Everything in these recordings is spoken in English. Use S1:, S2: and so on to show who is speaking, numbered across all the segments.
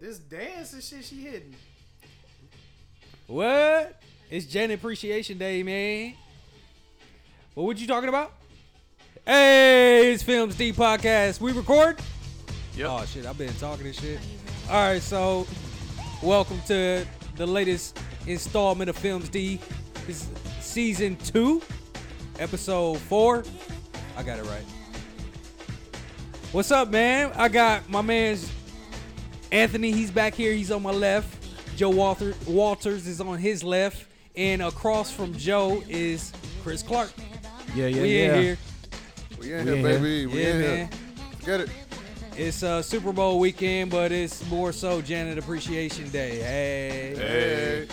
S1: This dance and shit she hitting.
S2: What? It's Jen Appreciation Day, man. What were you talking about? Hey, it's Films D Podcast. We record?
S3: Yep.
S2: Oh shit, I've been talking this shit. Alright, so welcome to the latest installment of Films D. This is season two, episode four. I got it right. What's up, man? I got my man's Anthony, he's back here. He's on my left. Joe Walter, Walters is on his left. And across from Joe is Chris Clark.
S4: Yeah, yeah,
S2: we
S4: yeah.
S2: in here.
S3: We
S4: We
S3: in here,
S4: in here.
S3: baby. We
S2: yeah,
S3: in here.
S2: man.
S3: Get it.
S2: It's uh, Super Bowl weekend, but it's more so Janet Appreciation Day. Hey.
S3: Hey.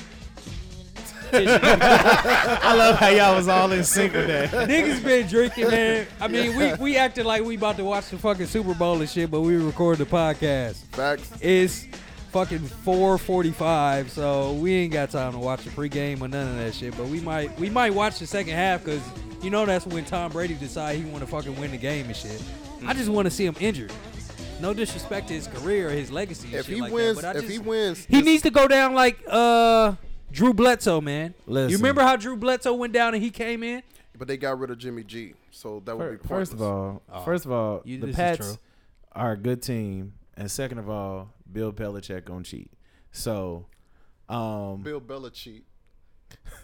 S4: I love how y'all was all in sync with that.
S2: Niggas been drinking, man. I mean, we, we acted like we about to watch the fucking Super Bowl and shit, but we record the podcast.
S3: Facts.
S2: It's fucking 4:45, so we ain't got time to watch the pregame or none of that shit. But we might we might watch the second half because you know that's when Tom Brady decide he want to fucking win the game and shit. I just want to see him injured. No disrespect to his career or his legacy. and
S3: If
S2: shit
S3: he
S2: like that,
S3: wins,
S2: but I
S3: if
S2: just-
S3: he wins,
S2: he needs to go down like uh Drew Bledsoe, man. You
S4: Listen.
S2: remember how Drew Bledsoe went down and he came in?
S3: but they got rid of Jimmy G, so that would be pointless.
S4: First of all, first of all,
S2: Oh. You-
S4: the
S2: this is
S4: Pats
S2: true.
S4: are a good team, and second of all, Bill Belichick gonna cheat. So, um,
S3: Bill Belichick.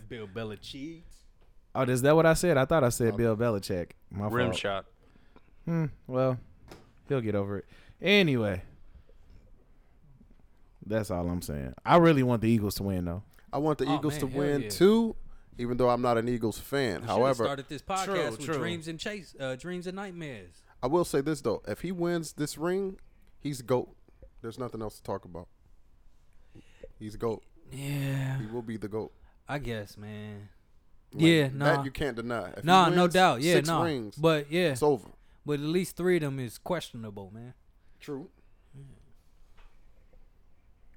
S2: Bill Belichick.
S4: oh, is that what I said? I thought I
S2: Oh.
S4: said Bill Belichick. My
S5: Rim
S4: fault.
S5: shot.
S4: Hmm, well, he'll get over it. Anyway, that's all I'm saying. I really want the Eagles to win though.
S3: I want the
S2: Oh,
S3: Eagles
S2: man,
S3: to
S2: hell
S3: win
S2: yeah.
S3: too, even though I'm not an Eagles fan. However,
S2: started this podcast
S4: True,
S2: with
S4: true.
S2: dreams and chase, uh, dreams and nightmares.
S3: I will say this though: if he wins this ring, he's goat. There's nothing else to talk about. He's goat.
S2: Yeah.
S3: He will be the goat.
S2: I guess, man.
S3: Like,
S2: yeah,
S3: that
S2: no,
S3: you can't deny. If he
S2: nah, no
S3: wins
S2: doubt. Yeah,
S3: six
S2: no.
S3: rings,
S2: But yeah,
S3: it's over.
S2: but at least three of them is questionable, man.
S3: True.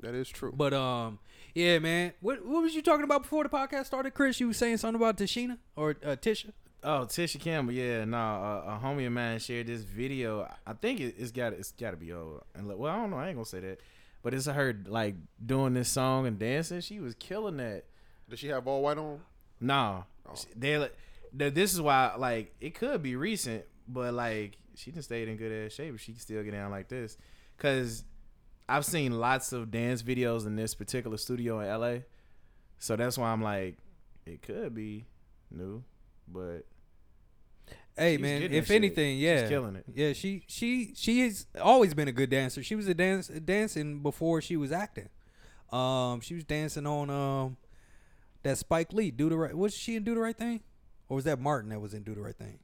S3: That is true.
S2: But um, yeah, man. What what was you talking about before the podcast started, Chris? You was saying something about Tashina or uh, Tisha?
S4: Oh, Tisha Campbell, yeah, no, a, a homie of mine shared this video. I think it, it's got it's got to be old. And look, well, I don't know, I ain't gonna say that, but it's her like doing this song and dancing. She was killing that.
S3: Does she have all white on?
S4: No, she- they like, th- this is why like it could be recent, but like she done stayed in good ass shape. She can still get down like this, cause I've seen lots of dance videos in this particular studio in LA, so that's why I'm like, it could be new, but
S2: Hey
S4: She's
S2: man,
S4: getting
S2: if
S4: that shit.
S2: anything,
S4: She's
S2: yeah,
S4: killing it.
S2: Yeah, she she she has always been a good dancer. She was a dance dancing before she was acting. Um, she was dancing on um that Spike Lee do the right. Was she in do the right thing, or was that Martin that was in do the right thing?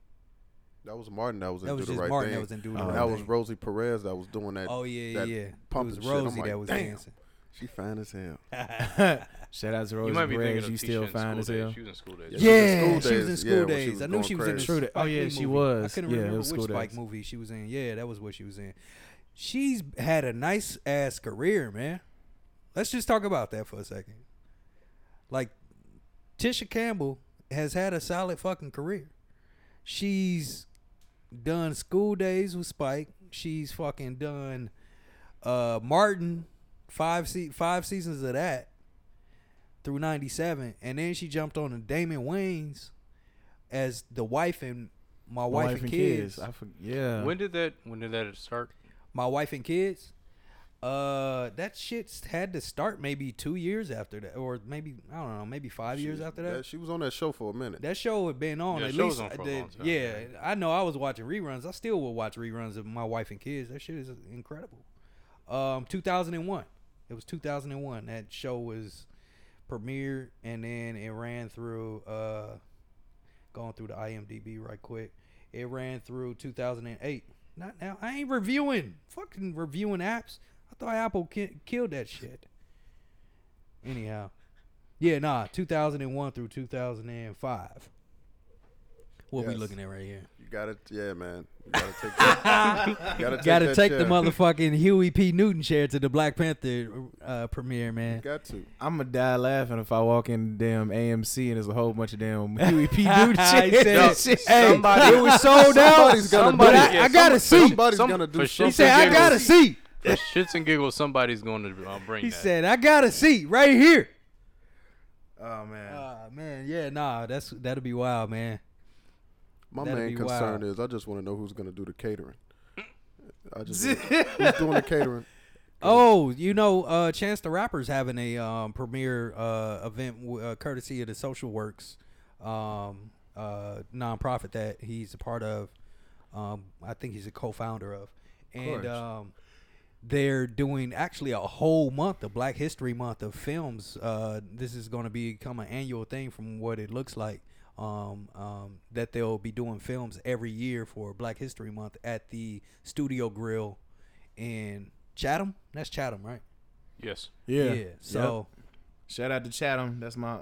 S3: That was Martin that was in
S2: That
S3: Do
S2: was
S3: the
S2: just
S3: Right
S2: Martin
S3: Thing.
S2: that was in Do the
S3: And
S2: Right
S3: that was
S2: Thing.
S3: Rosie Perez that was doing that.
S2: Oh yeah,
S3: that
S2: yeah.
S3: pump
S2: it was
S3: and shit. I'm
S2: Rosie
S3: like,
S2: that was
S3: damn,
S2: dancing.
S3: She fine as hell.
S4: Shout out to Rose
S5: You might be
S4: Perez.
S5: thinking
S4: You
S5: of
S4: still
S5: still
S4: fine as hell.
S5: She was in school days.
S3: Yeah.
S2: Yeah,
S3: school
S2: she was in
S3: days.
S2: school
S3: Yeah, when she
S2: days.
S3: was
S2: I knew
S3: going
S2: she was in the
S3: crazy.
S4: True
S2: Spike
S4: that- oh, yeah,
S2: Lee
S4: she
S2: movie. I
S4: was.
S2: couldn't
S4: Yeah, it
S2: remember
S4: was
S2: which
S4: School
S2: Spike
S4: Days.
S2: movie she was in. Yeah, that was what she was in. She's had a nice ass career, man. Let's just talk about that for a second. Like Tisha Campbell has had a solid fucking career. She's done school days with Spike. She's fucking done uh Martin five se- five seasons of that through 97 and then she jumped on to Damon Wayne's as the wife and my wife, and, kids.
S4: I for, yeah.
S5: When did that? When did that start?
S2: My wife and kids. Uh that shit's had to start maybe 2 years after that or maybe I don't know, maybe 5
S3: She
S2: years
S3: was-
S2: after that.
S3: She was on that show for a minute.
S2: That show had been on
S5: Yeah,
S2: at
S5: show
S2: least. uh,
S5: was on for a
S2: the-
S5: long time,
S2: yeah,
S5: yeah.
S2: I know. I was watching reruns. I still will watch reruns of my wife and kids. That shit is incredible. Um, 2001. It was 2001. That show was premiered, and then it ran through. Uh, going through the IMDb right quick. It ran through 2008. Not now. I ain't reviewing. Fucking reviewing apps. I thought Apple ki- killed that shit. Anyhow. Yeah, nah, 2001 through 2005. What we
S3: Yes.
S2: looking at right here?
S3: You got it. Yeah, man. You gotta take. That, you gotta take,
S2: Got to
S3: that
S2: take
S3: chair.
S2: the motherfucking Huey P. Newton chair to the Black Panther uh, premiere, man.
S3: Got to.
S4: I'm gonna die laughing if I walk in damn AMC and there's a whole bunch of damn Huey P. Newton
S2: I
S4: shit.
S2: said,
S4: Shit.
S2: hey,
S5: somebody-
S2: it was sold out.
S3: Somebody's gonna
S2: but
S3: do
S2: I,
S3: it.
S2: I gotta see.
S3: Somebody's
S5: Some-
S3: gonna do something.
S5: for sure.
S2: He said, I
S5: Giggles.
S2: gotta see.
S5: For shits and giggles, somebody's going to uh, bring
S2: He
S5: that.
S2: said, "I got a seat right here."
S4: Oh man.
S2: Ah man, yeah, nah, that's that'll be wild, man.
S3: My
S2: That'd
S3: main
S2: be
S3: concern
S2: wild.
S3: is I just want to know who's gonna do the catering. I just who's doing the catering.
S2: Oh, you know, uh, Chance the Rapper's having a um, premiere uh, event w- uh, courtesy of the Social Works um, uh, nonprofit that he's a part of. Um, I think he's a co-founder of, and
S3: course.
S2: um, they're doing actually a whole month of Black History Month of films. Uh, this is going to become an annual thing, from what it looks like. Um, um, that they'll be doing films every year for Black History Month at the Studio Grill in Chatham. That's Chatham, right?
S5: yes.
S2: So
S4: shout out to Chatham. That's my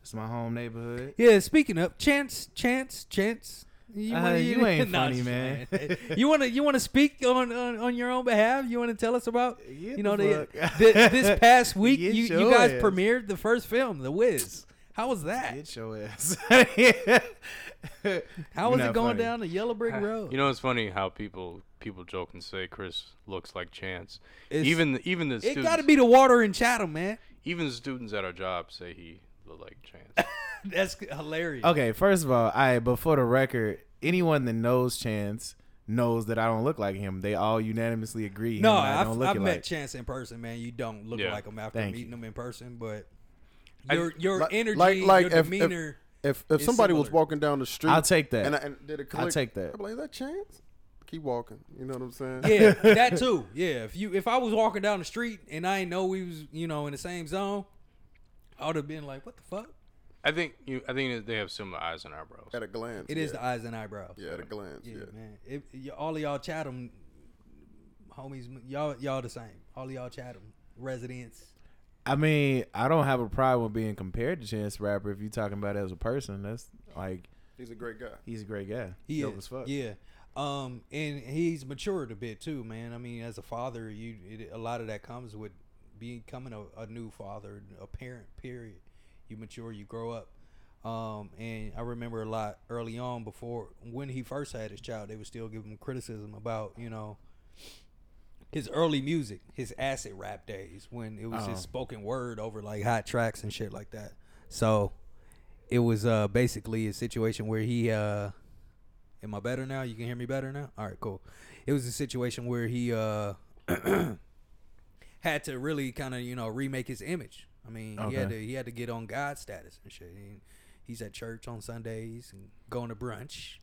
S4: that's my home neighborhood.
S2: yeah. Speaking of chance, chance, chance. You,
S4: Uh,
S2: wanna-
S4: you ain't
S2: Nah,
S4: funny,
S2: just
S4: man.
S2: playing. you wanna you wanna speak on, on, on your own behalf? You wanna tell us about
S4: Get
S2: you know
S4: the
S2: the,
S4: fuck-
S2: thi- this past week you,
S4: Get
S2: you
S4: your
S2: guys
S4: ass.
S2: premiered the first film, The Wiz. How was that?
S4: Get your ass.
S2: How was it
S4: down?
S2: going down the yellow brick road?
S5: You know, it's funny how people people joke and say Chris looks like Chance.
S2: It's-
S5: even the, even the
S2: it
S5: students,
S2: gotta be the water in Chatham, man.
S5: even the students at our job say he look like Chance.
S2: That's hilarious.
S4: Okay, first of all, I but for the record, anyone that knows Chance knows that I don't look like him. They all unanimously agree. him
S2: No,
S4: and I
S2: I've,
S4: don't look
S2: I've met
S4: alike.
S2: Chance in person, man. You don't look
S5: Yeah.
S2: like him after
S4: Thank
S2: meeting
S4: you.
S2: him in person, but
S5: I-
S2: your your
S3: Like-
S2: energy,
S3: like- like
S2: your
S3: if- if-
S2: demeanor.
S3: If if
S2: It's
S3: somebody was
S2: similar.
S3: walking down the street,
S4: I'll take that.
S3: And I and did a click,
S4: take that.
S3: I'd be like, is that chance? Keep walking. You know what I'm saying?
S2: yeah, that too. Yeah, if you if I was walking down the street and I didn't know we was you know in the same zone, I would have been like, "What the fuck?"
S5: I think you. I think that they have similar eyes and eyebrows.
S3: At a glance.
S2: It
S3: yeah.
S2: is the eyes and eyebrows.
S3: Yeah, at a glance.
S2: yeah,
S3: Yeah.
S2: man. It, y- all of y'all Chatham homies, y'all y'all the same. All of y'all Chatham residents.
S4: I mean, I don't have a problem with being compared to Chance the Rapper if you're talking about as a person. That's like
S3: He's a great guy.
S4: he's a great guy.
S2: He
S4: Dope
S2: is.
S4: as fuck.
S2: Yeah. Um, and he's matured a bit too, man. I mean, as a father, you it, a lot of that comes with becoming a, a new father, a parent. Period. You mature, you grow up. Um, and I remember a lot early on before when he first had his child, they would still give him criticism about you know his early music, his acid rap days when it was
S4: Oh.
S2: just spoken word over like hot tracks and shit like that. So it was uh basically a situation where he uh am I better now? You can hear me better now? All right, cool. It was a situation where he uh had to really kind of, you know, remake his image. I mean, he had to
S4: Okay.
S2: he had to get on God status and shit. And he's at church on Sundays and going to brunch.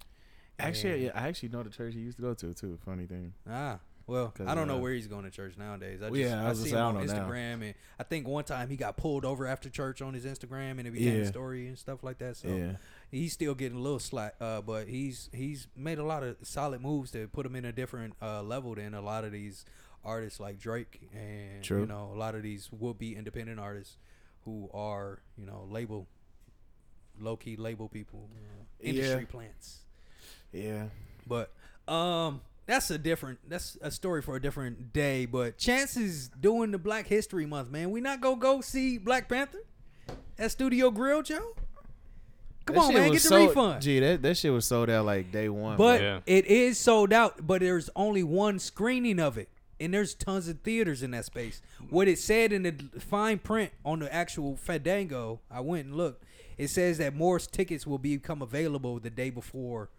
S4: Actually, yeah, I actually know the church he used to go to too. Funny thing.
S2: Ah, well,
S4: 'Cause,
S2: I don't know
S4: uh,
S2: where he's going to church nowadays. I just,
S4: Well, yeah, I
S2: I,
S4: was gonna
S2: see him
S4: say, I
S2: on
S4: don't know now.
S2: Instagram, and I think one time he got pulled over after church on his Instagram, and it became a
S4: Yeah.
S2: story and stuff like that. So
S4: Yeah.
S2: he's still getting a little slack, uh, but he's he's made a lot of solid moves to put him in a different uh, level than a lot of these artists like Drake and you
S4: True.
S2: know a lot of these would be independent artists who are you know label low key label people, you know,
S4: Yeah.
S2: industry plants.
S4: Yeah.
S2: But um that's a different that's a story for a different day. But chances doing the Black History Month, man. We not gonna go see Black Panther at Studio Grill, Joe. Come
S4: That
S2: on,
S4: shit
S2: man,
S4: was
S2: get the
S4: sold-
S2: refund.
S4: Gee, that, that shit was sold out like day one.
S2: but
S4: bro.
S5: Oh, Yeah.
S2: it is sold out, but there's only one screening of it. And there's tons of theaters in that space. What it said in the fine print on the actual Fandango, I went and looked. It says that more tickets will become available the day before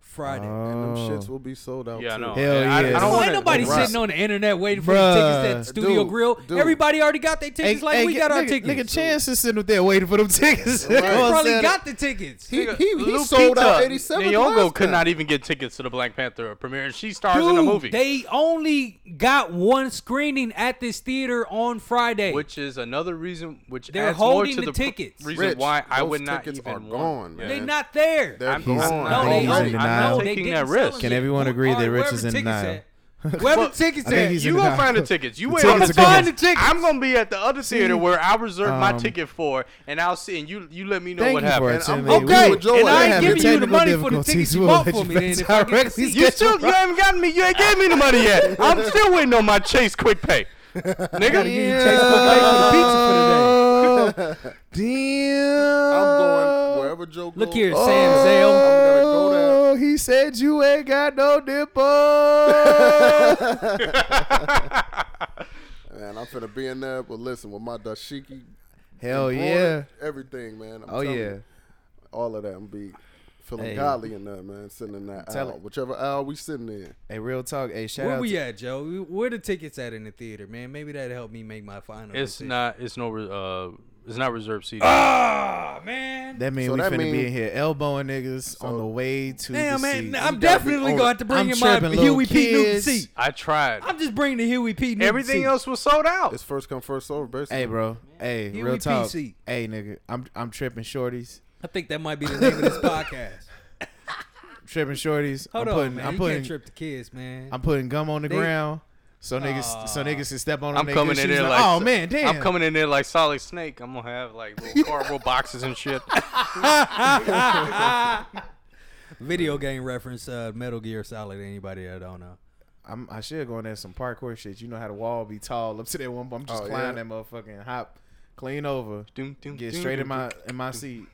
S2: Friday.
S3: And them
S4: Oh.
S3: shits will be sold out.
S5: Yeah, I
S3: too.
S5: know.
S4: Hell
S5: And I,
S4: yeah.
S2: So
S5: I don't
S2: ain't
S5: want
S2: nobody
S3: Right.
S2: sitting on the internet waiting for
S4: Bruh.
S2: the tickets at Studio
S3: Dude,
S2: Grill.
S3: dude.
S2: Everybody already got their tickets. like we
S4: Hey,
S2: got our
S4: nigga,
S2: tickets.
S4: Nigga, Chance is sitting up there waiting for them tickets.
S2: They probably got the tickets.
S3: He, he, he
S5: Lupita
S3: sold out 87
S5: Nyong'o
S3: last
S5: could
S3: time.
S5: not even get tickets to the Black Panther premiere, and she stars in the movie,
S2: They only got one screening at this theater on Friday.
S5: which is another reason which
S2: They're
S5: adds more
S2: holding
S5: to
S2: the
S5: the, pr-
S2: tickets.
S5: reason
S3: Rich,
S5: why I
S3: those
S5: would not
S3: tickets
S5: even
S3: are
S5: want-
S3: gone,
S5: Yeah.
S2: They're
S3: man.
S2: not there.
S3: They're
S5: I'm-
S3: gone.
S5: I'm
S2: no,
S5: not-
S2: they
S5: I'm
S4: He's
S2: only,
S4: in
S2: I
S4: denial.
S2: know they
S5: Taking
S2: didn't
S5: that
S2: sell
S5: risk.
S2: them
S5: Can
S2: yet.
S4: everyone agree
S2: All
S4: that Rich
S2: wherever
S4: is in
S2: tickets
S4: denial?
S2: at. Whoever tickets
S4: I think
S2: at.
S4: he's
S5: You
S4: in
S5: gonna
S4: denial.
S5: find the tickets. You
S4: The
S5: wait on the
S4: tickets are gone.
S5: tickets. I'm gonna be at the other theater where I reserve my
S4: Um,
S5: ticket for, and I'll see and you you let me know
S4: Thank
S5: what
S4: you for
S5: happened.
S4: attending.
S3: I'm-
S4: We
S2: Okay,
S4: would-
S3: Joe
S2: and
S3: would
S2: I
S3: have
S2: ain't giving you the
S4: technical
S2: money for the
S4: difficulties.
S2: tickets you
S4: We'll
S2: bought
S4: let
S2: for
S4: you
S2: me. Then if I get to
S4: directly
S2: see
S5: You still you haven't gotten me you ain't gave me the money yet. I'm still waiting on my Chase quick pay. Nigga.
S2: Chase Cook paid for the pizza for the day.
S4: up. Damn.
S3: I'm going wherever Joe goes.
S2: Look here,
S4: Oh,
S2: Sam Zell.
S3: I'm gonna go there.
S4: He said you ain't got no nipple.
S3: Man, I'm finna be in there, but listen, with my dashiki.
S4: Hell yeah.
S3: embroidered, Everything, man. I'm
S4: Oh
S3: telling
S4: yeah.
S3: you, all of that. I'm be feeling
S4: Hey.
S3: godly in there, man. Sitting in that
S4: Tell
S3: aisle.
S4: it.
S3: Whichever aisle we sitting in.
S4: Hey, real talk. Hey, shout
S2: Where
S4: out.
S2: we
S4: to-
S2: at, Joe? Where the tickets at in the theater, man? Maybe that'll help me make my final.
S5: It's
S2: decision.
S5: not. It's no. re- Uh, it's not reserved seating.
S2: Ah, man.
S4: That means
S3: So
S4: we
S3: that
S4: finna
S3: mean-
S4: be in here elbowing niggas on the way to
S2: Damn,
S4: the seats.
S2: man. I'm
S3: You gotta be
S2: definitely going
S3: on
S2: to
S3: it.
S2: have to bring
S4: I'm
S2: in my
S4: tripping, little
S2: Huey P. Newton
S4: kids.
S2: seat.
S5: I tried.
S2: I'm just bringing the Huey P. Newton
S5: Everything
S2: seat.
S5: else was sold out.
S3: It's first come, first serve, basically.
S4: Hey, bro. Hey,
S2: Huey
S4: real
S2: P.
S4: talk.
S2: seat.
S4: Hey, nigga. I'm I'm tripping shorties.
S2: I think that might be the name of this podcast.
S4: Tripping shorties.
S2: Hold
S4: I'm
S2: on,
S4: putting,
S2: man.
S4: I'm
S2: you
S4: putting
S2: can't trip the kids, man.
S4: I'm putting gum on the
S2: They-
S4: ground. So niggas, so niggas can step on them.
S5: I'm
S4: they
S5: coming
S4: good
S5: in
S4: shoes.
S5: there
S4: Like,
S5: like.
S4: oh man, damn.
S5: I'm coming in there like Solid Snake. I'm gonna have like little cardboard boxes and shit.
S2: Video game reference, uh, Metal Gear Solid. Anybody I don't know.
S4: I'm, I should go in there some parkour shit. You know how the wall be tall up to that one. but I'm just
S3: Oh,
S4: climbing
S3: yeah.
S4: that motherfucking hop, clean over,
S5: Doom, doom,
S4: get
S5: doom,
S4: straight in
S5: doom,
S4: my in my seat,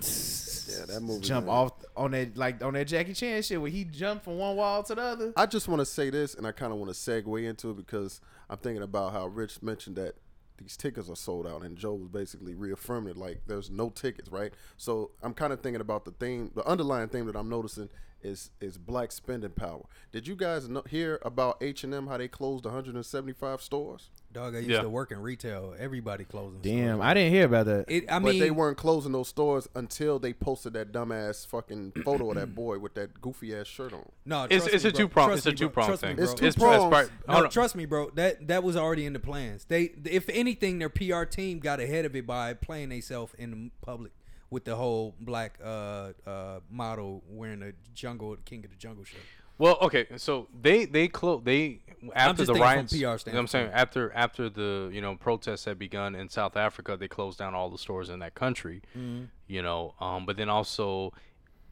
S3: Yeah, that movie.
S4: jump
S3: man.
S4: off on that like on that Jackie Chan shit where he jumped from one wall to the other.
S3: I just want to say this, and I kind of want to segue into it because I'm thinking about how Rich mentioned that these tickets are sold out, and Joe was basically reaffirming it, like there's no tickets, right? So I'm kind of thinking about the theme, the underlying theme that I'm noticing is is black spending power. Did you guys know, hear about H and M how they closed 175 stores,
S2: Dog, I used
S5: Yeah.
S2: to work in retail. Everybody closing.
S4: Damn,
S2: stores.
S4: I didn't hear about that.
S2: It, I
S3: but
S2: mean,
S3: they weren't closing those stores until they posted that dumbass fucking photo of that boy with that goofy ass shirt on.
S2: no.
S5: It's,
S2: trust
S5: it's
S2: me,
S5: a
S2: bro.
S5: two prong.
S2: Trust
S5: It's a
S2: me, bro.
S5: two prong
S2: Trust me,
S5: thing.
S2: bro.
S3: It's two prongs.
S5: part-
S2: No,
S5: hold on.
S2: trust me, bro. That that was already in the plans. They, if anything, their PR team got ahead of it by playing themselves in the public with the whole black uh, uh, model wearing a jungle King of the Jungle shirt.
S5: Well, okay, so they they close they after
S2: just thinking
S5: the
S2: from
S5: riots.
S2: PR
S5: you know what I'm
S2: standpoint.
S5: saying after after the you know protests had begun in South Africa, they closed down all the stores in that country.
S4: Mm-hmm.
S5: You know, um, but then also.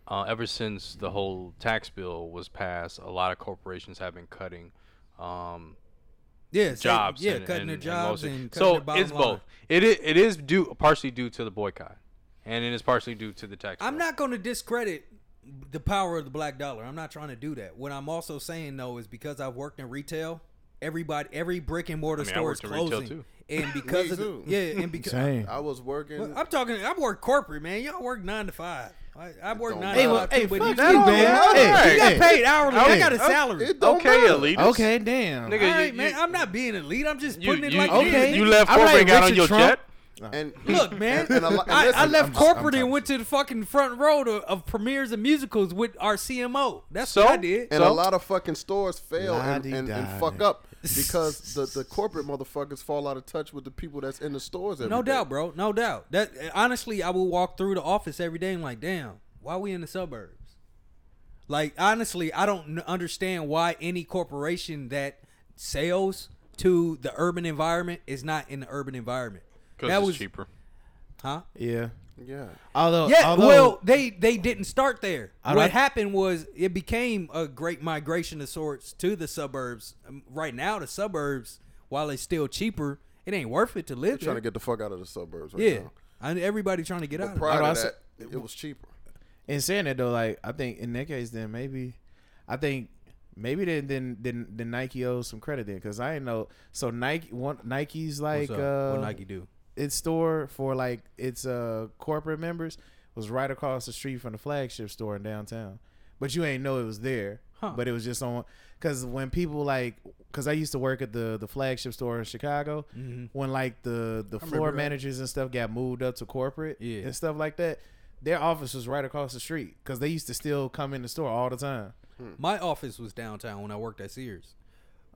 S5: Uh, ever since the whole tax bill was passed, a lot of corporations have been cutting um,
S2: Yeah, sa-
S5: jobs.
S2: Yeah,
S5: and-
S2: cutting
S5: and-
S2: their
S5: and
S2: jobs
S5: mostly-
S2: and, cutting
S5: so
S2: their bottom
S5: it's
S2: line.
S5: both. It is it is due partially due to the boycott, and it is partially due to the tax.
S2: I'm
S5: bill.
S2: not going to discredit the power of the black dollar. I'm not trying to do that. What I'm also saying though is because I've worked in retail, everybody, every brick and mortar
S5: I mean, I
S2: store is
S5: worked in retail,
S2: closing,
S5: too.
S2: and because of the,
S3: too.
S2: yeah, and because
S4: Same.
S3: I was working.
S2: Well, I'm talking. I work corporate, man. Y'all work nine to five. I, I work
S3: Don't
S2: nine
S4: Hey,
S2: to
S4: well,
S2: five.
S4: hey,
S2: too, but
S4: fuck
S2: you,
S4: that,
S2: you
S4: man. Hey,
S2: you
S4: hey.
S2: got paid hourly. I
S5: Hey.
S2: got a salary.
S3: it don't
S5: okay,
S3: matter.
S5: elitist.
S4: Okay, damn.
S5: nigga,
S2: All
S5: you-
S2: right,
S5: you-
S2: man. I'm not being elite. I'm just putting it like
S4: you-
S2: it is.
S4: you
S5: left
S4: I'm
S5: corporate
S4: like
S5: and got on
S4: Richard
S5: your
S4: Trump.
S5: jet.
S3: And
S2: Look, man.
S3: And a lot- and
S2: I, I
S3: listen,
S2: left
S3: I'm-
S2: corporate
S3: I'm
S2: and went to the fucking front row to, of premieres and musicals with our CMO. That's
S5: So?
S2: what I did.
S3: And a lot of fucking stores fail and, and, and fuck
S4: La-di-da.
S3: up because the, the corporate motherfuckers fall out of touch with the people that's in the stores. every
S2: No
S3: day.
S2: doubt, bro. No doubt. That honestly, I would walk through the office every day and like, damn, why we in the suburbs? Like honestly, I don't n- understand why any corporation that sells to the urban environment is not in the urban environment. That
S5: Because it's
S2: was
S5: cheaper.
S2: huh?
S4: Yeah.
S3: Yeah.
S4: Although,
S2: Yeah,
S4: Uh, although,
S2: well, they they didn't start there.
S4: I
S2: what
S4: like-
S2: happened was it became a great migration of sorts to the suburbs. Um, Right now, the suburbs, while it's still cheaper, it ain't worth it to live.
S3: Trying to
S2: there.
S3: get the fuck out of the suburbs right
S2: yeah,
S3: now.
S2: and everybody trying to get out. of it.
S3: Prior to
S4: I
S3: that,
S4: said-
S3: it was cheaper.
S4: in saying that though, like I think in that case, then maybe, I think maybe then then then, then Nike owes some credit then, because I ain't know. So Nike, one Nike's like
S2: What's
S4: uh,
S2: up? what Nike do?
S4: its store for like its uh corporate members was right across the street from the flagship store in downtown. But you ain't know it was there.
S2: Huh.
S4: But it was just on because when people like because I used to work at the the flagship store in Chicago
S2: Mm-hmm.
S4: when like the the floor managers and stuff got moved up to corporate
S2: Yeah.
S4: and stuff like that. Their office was right across the street because they used to still come in the store all the time.
S2: My office was downtown when I worked at Sears,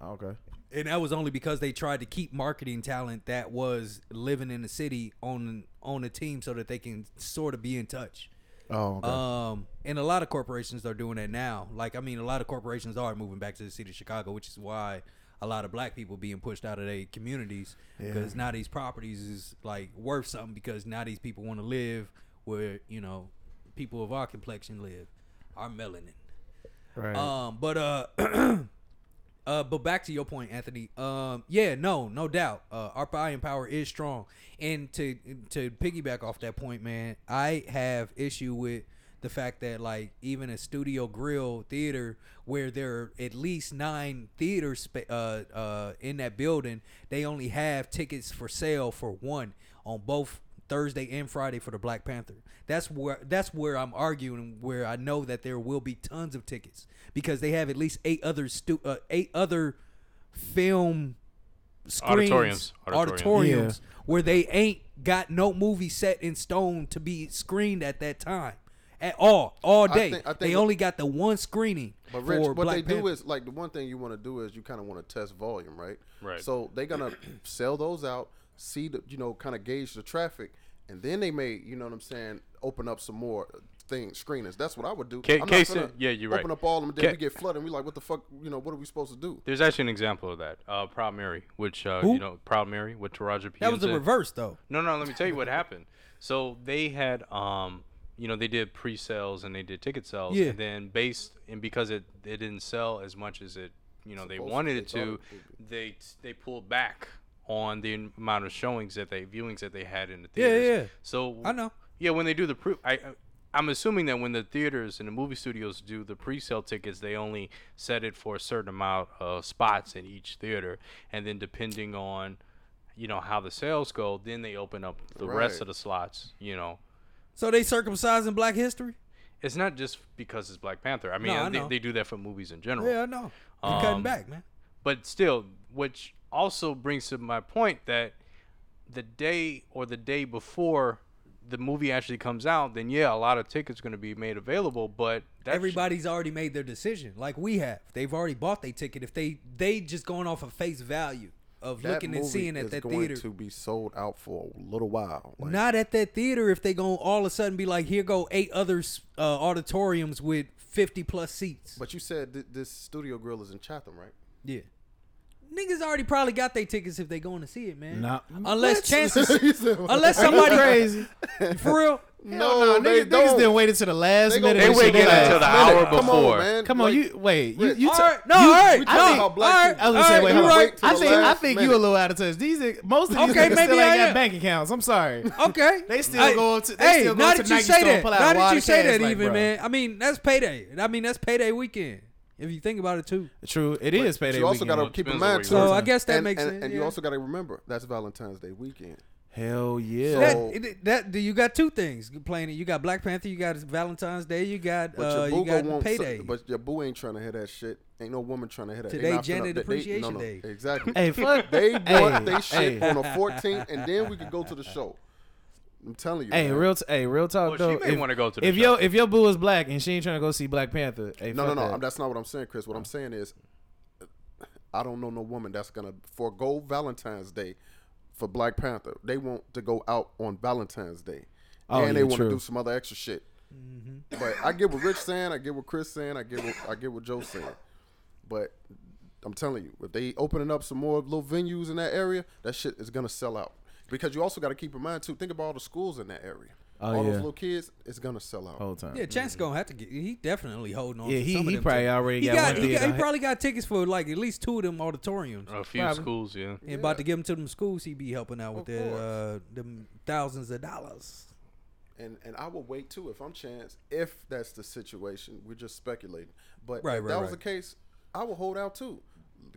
S3: Oh,
S4: Okay.
S2: and that was only because they tried to keep marketing talent that was living in the city on on a team so that they can sort of be in touch.
S4: Oh, okay.
S2: Um, and a lot of corporations are doing that now. Like, I mean, a lot of corporations are moving back to the city of Chicago, which is why a lot of black people being pushed out of their communities because now these properties is like worth something because now these people want to live where you know people of our complexion live, our melanin.
S4: right.
S2: Um, but uh, Uh, but back to your point, Anthony. Um, yeah, no, no doubt. Uh, our buying power is strong, and to to piggyback off that point, man, I have issue with the fact that like even a studio grill theater where there are at least nine theaters spa- uh, uh, in that building, they only have tickets for sale for one on both Thursday and Friday for the Black Panther. That's where that's where I'm arguing where I know that there will be tons of tickets because they have at least eight other stu- uh, eight other film screens,
S5: Auditoriums. Auditoriums.
S2: auditoriums, where they ain't got no movie set in stone to be screened at that time at all all
S3: I
S2: day.
S3: think- I think
S2: they
S3: what-
S2: only got the one screening
S3: But Rich,
S2: for
S3: what
S2: Black
S3: they
S2: Panther.
S3: do is like the one thing you want to do is you kind of want to test volume, right?
S5: Right.
S3: So they're gonna sell those out, see the you know kind of gauge the traffic, and then they may you know what I'm saying open up some more things screenings. That's what I would do.
S5: Ca-
S3: I'm not
S5: case
S3: gonna
S5: in- yeah, you're
S3: Open
S5: right.
S3: up all of them, then
S5: Ca-
S3: we get flooded. and We like what the fuck you know what are we supposed to do?
S5: There's actually an example of that. Uh, Proud Mary, which uh,
S2: Who?
S5: you know, Proud Mary with Taraji P.
S2: that was the reverse though.
S5: No, no. Let me tell you what happened. So they had, um, you know, they did pre-sales and they did ticket sales,
S2: Yeah.
S5: and then based and because it it didn't sell as much as it, you know, they
S3: Supposed-
S5: wanted
S3: they
S5: it
S3: thought
S5: to,
S3: it
S5: they they pulled back on the amount of showings that they viewings that they had in the
S2: Yeah, yeah,
S5: theaters.
S2: yeah.
S5: So
S2: I know.
S5: Yeah, when they do the pre, I. I- I'm assuming that when the theaters and the movie studios do the pre-sale tickets, they only set it for a certain amount of spots in each theater, and then depending on, you know, how the sales go, then they open up the rest
S3: Right.
S5: of the slots. You know,
S2: So they circumcising Black history?
S5: it's not just because it's Black Panther. I mean,
S2: No, I
S5: they,
S2: know.
S5: they do that for movies in general.
S2: Yeah, I know. You're cutting
S5: Um,
S2: back, man.
S5: But still, which also brings to my point that the day or the day before the movie actually comes out, then yeah, a lot of tickets going to be made available. But that
S2: Everybody's already made their decision, like we have. They've already bought their ticket. If they they just going off of face value of
S3: That
S2: looking and
S3: movie
S2: seeing
S3: is
S2: at that
S3: going
S2: theater.
S3: to be sold out for a little while. Like,
S2: Not at that theater if they going to all of a sudden be like, here go eight other s- uh, auditoriums with 50 plus seats.
S3: But you said th- this studio grill is in Chatham, right?
S2: yeah. Niggas already probably got their tickets if they going to see it, man.
S4: Nah.
S2: Unless chances,
S3: You said what?
S2: unless somebody crazy for real.
S4: Hell
S3: they
S4: niggas,
S3: don't.
S4: niggas didn't wait until the last
S3: They
S4: minute.
S3: gonna
S4: and
S5: wait
S4: shit.
S5: till
S4: They
S5: the
S4: like,
S5: last hour
S3: Come on,
S5: before.
S3: man.
S4: Come on,
S3: Like,
S4: you wait. You,
S3: Rich,
S4: you
S2: All
S4: ta-
S2: right, no,
S4: you-
S2: all right,
S3: we
S2: no,
S3: talking
S2: all
S3: about black
S2: right,
S3: people.
S4: I was gonna
S2: all
S4: say,
S2: right,
S4: wait,
S2: you're
S4: hold on.
S2: right.
S3: Wait till
S4: I
S3: the
S4: think I
S3: last
S4: think you a
S3: minute.
S4: little out of touch. These most of these
S2: Okay,
S4: niggas
S2: maybe
S4: still
S2: I
S4: ain't
S2: am.
S4: got bank accounts. I'm sorry.
S2: Okay.
S4: They still go to- they still go
S2: now
S4: to
S2: that you
S4: Nike
S2: say
S4: store and
S2: that,
S4: pull out
S2: now
S4: a
S2: that
S4: wad
S2: you
S4: of
S2: say
S4: cash,
S2: that
S4: like,
S2: even,
S4: bro.
S2: man. I mean, that's payday. I mean, that's payday weekend. If you think about it too.
S4: True, it is payday.
S3: you also
S4: weekend.
S3: got to
S5: Well, it
S3: keep in
S5: depends on
S3: mind too.
S5: where you
S2: So I guess that
S3: and,
S2: makes
S3: and,
S2: sense.
S3: And
S2: yeah.
S3: you also got to remember that's Valentine's Day weekend.
S4: hell yeah.
S3: So-
S2: that, it- that you got two things playing. it. You got Black Panther. You got Valentine's Day. You got
S3: But
S2: uh,
S3: your boo
S2: you
S3: gonna
S2: got
S3: want some-
S2: payday.
S3: but your boo ain't trying to hear that shit. Ain't no woman trying to hear that. They
S2: Today
S3: not finna-
S2: Gender
S3: they- they-
S2: Appreciation
S3: no, no,
S2: Day.
S3: Exactly.
S4: hey, fuck.
S3: they
S4: hey,
S3: want they shit
S4: hey.
S3: on the 14th, and then we could go to the show. I'm telling you.
S4: Hey,
S3: man.
S4: real, t- hey, real talk
S5: Well, she
S4: though.
S5: may
S4: if-
S5: wanna go to the
S4: if
S5: show.
S4: your if your boo is black and she ain't trying to go see Black Panther, hey,
S3: No, no,
S4: fuck
S3: no.
S4: that. Oh.
S3: I'm- That's not what I'm saying, Chris. What I'm saying is, I don't know no woman that's gonna forego Valentine's Day for Black Panther. They want to go out on Valentine's Day,
S4: Oh,
S3: and they
S4: yeah,
S3: want
S4: true. Mm-hmm.
S3: to do some other extra shit. But I get what Rich saying. I get what Chris saying. I get what I get what Joe saying. But I'm telling you, if they opening up some more little venues in that area, that shit is gonna sell out. Because you also got to keep in mind too. Think about all the schools in that area.
S4: Oh,
S3: all
S4: yeah.
S3: those little kids, it's gonna sell out.
S4: whole time.
S2: yeah, Chance gonna have to get. He definitely holding on.
S4: Yeah,
S2: to
S4: he-
S2: some of
S4: he
S2: them
S4: probably
S2: tickets.
S4: already
S2: he
S4: got one
S2: he,
S4: theater.
S2: he probably got tickets for like at least two of them auditoriums.
S5: a few
S4: Probably.
S5: schools, yeah.
S2: and about to give them to them schools, he be helping out with
S3: Of
S2: their
S3: course.
S2: uh, them thousands of dollars.
S3: and and I would wait too if I'm Chance. If that's the situation, we're just speculating. But
S2: Right,
S3: if
S2: right,
S3: that was the
S2: right.
S3: case, I would hold out too.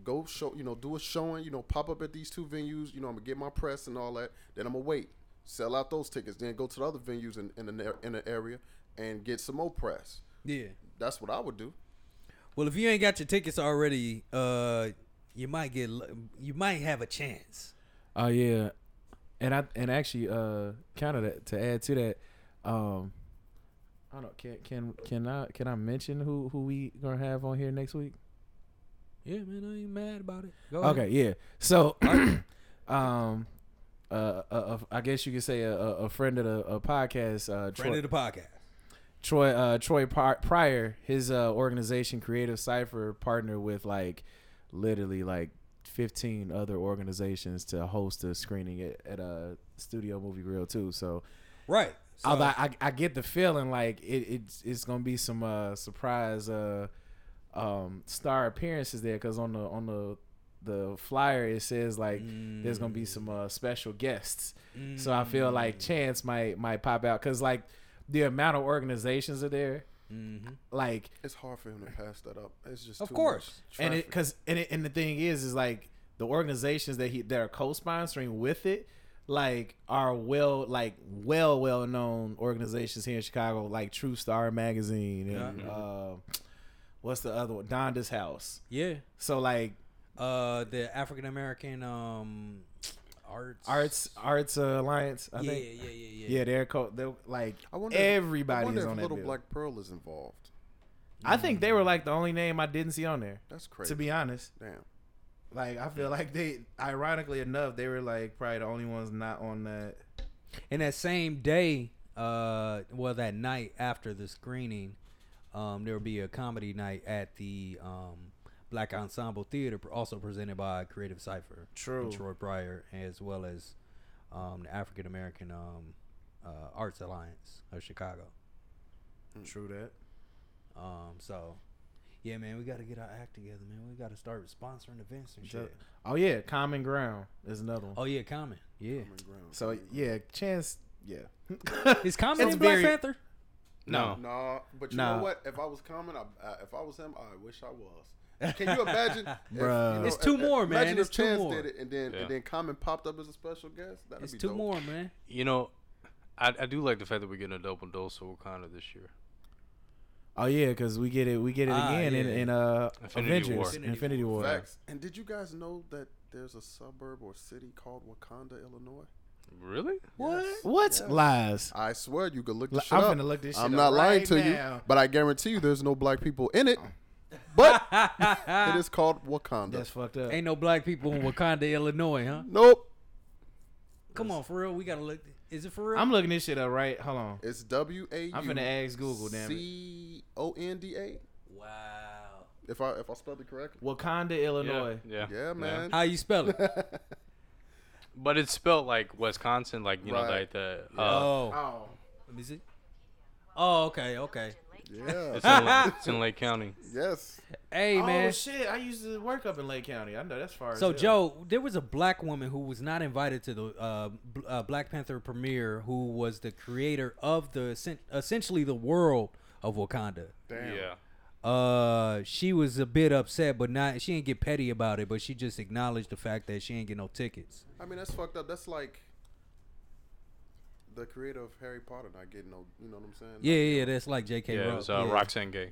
S3: Go show, you know, do a showing, you know, pop up at these two venues. You know, I'm gonna get my press and all that. Then I'm gonna wait, sell out those tickets, then go to the other venues in in the, in the area and get some more press.
S2: Yeah.
S3: That's what I would do.
S2: Well, if you ain't got your tickets already, uh, you might get lu- you might have a chance.
S4: Oh yeah, and I and actually uh kind of to, to add to that, um, I don't know. Can can can I can I mention who who we gonna have on here next week?
S2: Yeah, man, I ain't mad about it. Go
S4: Okay, yeah. So, um, uh, uh, uh, I guess you could say a, a a friend of the a podcast, uh,
S2: friend
S4: Troy,
S2: of the podcast.
S4: Troy uh, Troy Par- Pryor, his uh, organization Creative Cipher partner with like literally like 15 other organizations to host a screening at, at a studio movie grill too. So,
S2: Right. So,
S4: although I, I get the feeling like it, it's it's gonna be some uh, surprise uh, um, star appearances there because on the on the the flyer it says like there's gonna be some uh, special guests. So I feel like Chance might might pop out because like the amount of organizations are there. Like
S3: It's hard for him to pass that up. It's just
S2: Of
S3: too
S2: course.
S3: much
S4: and it
S3: traffic.
S4: because and it, and the thing is is like the organizations that he that are co-sponsoring with it like are well like well well known organizations here in Chicago like True Star magazine and uh, what's the other one Donda's House
S2: Yeah.
S4: so like
S2: Uh, the African American um arts
S4: Arts Arts uh, Alliance I
S2: Yeah, yeah,
S4: think
S2: yeah, yeah, yeah.
S4: yeah they're co they're like
S3: I wonder if- I
S4: everybody's
S3: wonder
S4: on
S3: if
S4: that
S3: Little
S4: bill.
S3: Black Pearl is involved.
S4: I think they were like the only name I didn't see on there
S3: That's crazy.
S4: to be honest
S3: Damn.
S4: like I feel like they ironically enough they were like probably the only ones not on that
S2: And that same day, uh, well, that night after the screening, um, there will be a comedy night at the um, Black Ensemble Theater, pr- also presented by Creative Cipher,
S4: True.
S2: and Troy Pryor, as well as um, the African American um, uh, Arts Alliance of Chicago.
S4: True that.
S2: Um, so, yeah, man, we got to get our act together, man. We got to start sponsoring events and
S4: Ju-
S2: shit.
S4: Oh yeah, Common Ground is another one.
S2: Oh yeah, comment. Yeah,
S4: So yeah, Chance. Yeah.
S2: is comment
S4: It's
S2: in Black
S4: very-
S2: Panther?
S5: No.
S3: Nah, but you
S4: Nah.
S3: know what? If I was coming, I, I, if I was him, I wish I was. Can you imagine? if, you
S4: Bruh.
S3: know,
S2: It's two
S3: if-
S2: more, man.
S3: Imagine
S2: It's
S3: if
S2: two
S3: Chance
S2: more.
S3: did it, and then
S5: Yeah.
S3: and then Common popped up as a special guest. That'd
S2: It's
S3: be
S2: two
S3: dope.
S2: more, man.
S5: You know, I, I do like the fact that we're getting a double dose of Wakanda this year.
S4: Oh yeah, because we get it. We get it
S2: Ah,
S4: again in,
S2: yeah.
S4: in uh
S5: Infinity
S4: Avengers
S5: War.
S4: Infinity, War.
S3: Facts. And did you guys know that there's a suburb or city called Wakanda, Illinois?
S5: Really?
S2: What?
S4: What
S3: Yes.
S4: lies?
S3: I swear you could look this shit
S4: I'm
S3: up.
S4: finna look this shit
S3: I'm
S4: up
S3: not lying
S4: right
S3: to you,
S4: now.
S3: but I guarantee you there's no black people in it. But it is called Wakanda.
S4: That's fucked up.
S2: Ain't no black people in Wakanda, Illinois, huh?
S3: nope.
S2: Come on, for real. We gotta look. Is it for real?
S4: I'm looking this shit up right. Hold on.
S3: It's W A U.
S4: I'm finna ask Google, damn it.
S3: C O N D A.
S2: wow.
S3: If I if I spelled it correctly.
S4: Wakanda, Illinois.
S5: Yeah.
S3: Yeah, man.
S2: How you spell
S3: Uh,
S2: it?
S5: But it's spelled like Wisconsin, like you know,
S3: Right.
S5: like the uh,
S2: oh,
S4: Oh.
S2: let me see. Oh, okay, okay.
S3: Yeah.
S5: it's, in, La- it's in Lake County.
S3: yes.
S2: Hey,
S4: Oh
S2: man.
S4: shit! I used to work up in Lake County. I know that's far. as
S2: So
S4: hell.
S2: Joe, there was a black woman who was not invited to the uh, B- uh, Black Panther premiere, who was the creator of the essen- essentially the world of Wakanda.
S3: Damn.
S5: Yeah.
S2: Uh, she was a bit upset, but not she didn't get petty about it, but she just acknowledged the fact that she ain't get no tickets.
S3: I mean that's fucked up. That's like the creator of Harry Potter not getting no you know what I'm saying?
S2: Yeah, yeah, yeah, that's like J.K.
S5: Yeah,
S2: Rowling.
S5: it was uh,
S2: Yeah.
S5: Roxanne Gay.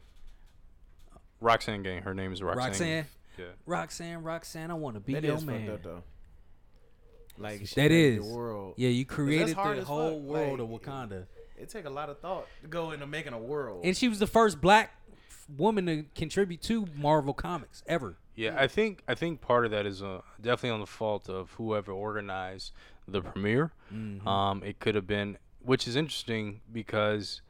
S5: Roxanne Gay. Her name is Roxanne.
S2: Roxanne.
S5: Yeah.
S2: Roxanne, Roxanne, I want to be
S4: that
S2: your
S4: is
S2: man.
S4: fucked up though. Like she
S2: That
S4: made
S2: is.
S4: the world.
S2: Yeah, you created
S4: hard
S2: the
S4: as
S2: whole
S4: fuck,
S2: world
S4: like- oh.
S2: of Wakanda,
S4: It take a lot of thought to go into making a world.
S2: and she was the first black f- woman to contribute to Marvel Comics ever.
S5: Yeah,
S3: Hmm.
S5: I think I think part of that is uh, definitely on the fault of whoever organized the premiere.
S3: Mm-hmm.
S5: Um, it could have been, which is interesting because,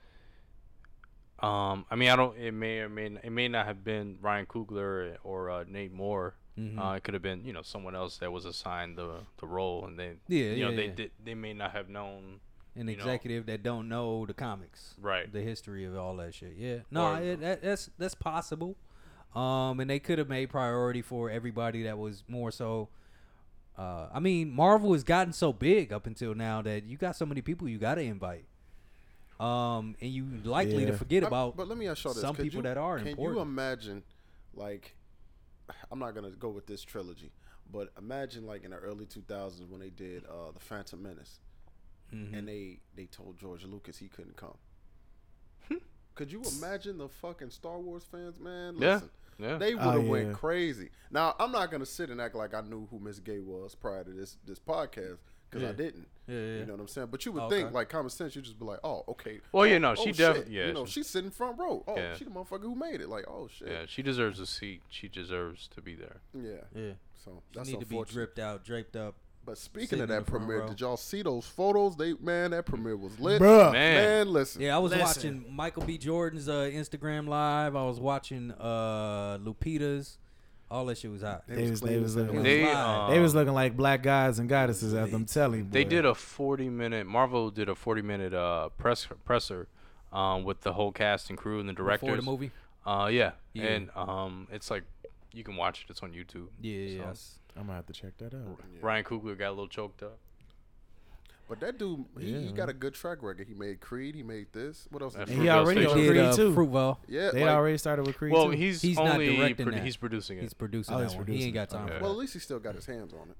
S5: um, I mean, I don't. It may or may n- it may not have been Ryan Coogler or uh, Nate Moore.
S3: Mm-hmm.
S5: Uh, it could have been you know someone else that was assigned the the role, and they
S2: Yeah,
S5: you know
S2: yeah,
S5: they
S2: yeah.
S5: did they may not have known
S2: An
S5: You know.
S2: executive that don't know the comics,
S5: Right.
S2: The history of all that shit. Yeah, no,
S5: Or-
S2: it, that, that's that's possible. Um, and they could have made priority for everybody that was more so. Uh, I mean, Marvel has gotten so big up until now that you got so many people you got to invite. Um, and you likely to
S4: Yeah.
S2: forget
S3: I-
S2: about.
S3: but let me ask y'all this.
S2: some
S3: Could
S2: people
S3: you-
S2: that are
S3: can you
S2: important.
S3: imagine like I'm not gonna go with this trilogy, but imagine like in the early two thousands when they did uh The Phantom Menace
S2: Mm-hmm.
S3: and they they told George Lucas he couldn't come. Could you imagine the fucking Star Wars fans, man?
S5: Yeah.
S3: Listen,
S5: Yeah.
S3: they would
S4: Oh,
S3: have went
S4: yeah.
S3: crazy. Now I'm not gonna sit and act like I knew who Miss Gay was prior to this this podcast because I didn't.
S2: yeah.
S3: You know what I'm saying? But you would
S2: Okay.
S3: think, like common sense, you'd just be like, oh, okay.
S5: Well, you know,
S3: oh,
S5: she
S3: shit.
S5: definitely yeah,
S3: you know,
S5: she-
S3: she's sitting front row. Oh,
S5: Yeah.
S3: she the motherfucker who made it. Like, oh shit.
S5: yeah, she deserves a seat. She deserves to be there.
S3: Yeah.
S2: yeah,
S3: So
S2: you
S3: that's
S2: need to be
S3: unfortunate.
S2: dripped out, draped up.
S3: But speaking
S2: sitting
S3: of
S2: in
S3: that
S2: the front
S3: premiere,
S2: row.
S3: did y'all see those photos? They man, that premiere was lit.
S4: Bruh.
S5: Man.
S3: man listen.
S2: Yeah, I was
S4: Listen.
S2: watching Michael B. Jordan's uh, Instagram live. I was watching uh, Lupita's. All that shit was hot.
S3: It
S4: They
S3: was
S4: was,
S3: clean
S4: they was
S3: as
S4: looking like,
S2: hell.
S5: They
S2: live.
S5: uh,
S4: they was looking like black gods and goddesses. As I'm telling you,
S5: They
S4: boy.
S5: did a 40 minute Marvel did a 40 minute uh press presser um with the whole cast and crew and the directors
S2: movie?
S5: Uh, yeah.
S2: Yeah.
S5: and um, it's like you can watch it. It's on YouTube.
S2: Yeah,
S5: So,
S2: yes.
S4: I'm gonna have to check that out.
S5: Ryan Coogler got a little choked up.
S3: But that dude, he,
S4: Yeah,
S3: he got a good track record. He made Creed. He made this. What else?
S5: That
S3: Did he
S5: Fruitvale
S4: He
S3: do?
S4: already
S5: Station.
S4: on
S2: did
S4: Creed
S2: uh,
S4: too.
S2: Fruitvale.
S3: yeah.
S4: They
S3: like-
S4: already started with Creed
S5: Well,
S4: too.
S5: he's,
S2: He's not
S5: only
S2: directing
S5: produ-
S2: that.
S5: he's producing it.
S2: He's producing
S4: Oh,
S2: that
S4: he's
S2: one. He
S4: producing
S2: ain't got
S4: it.
S2: time.
S5: Okay.
S2: For
S3: well,
S2: it.
S3: at least he still got his hands on it,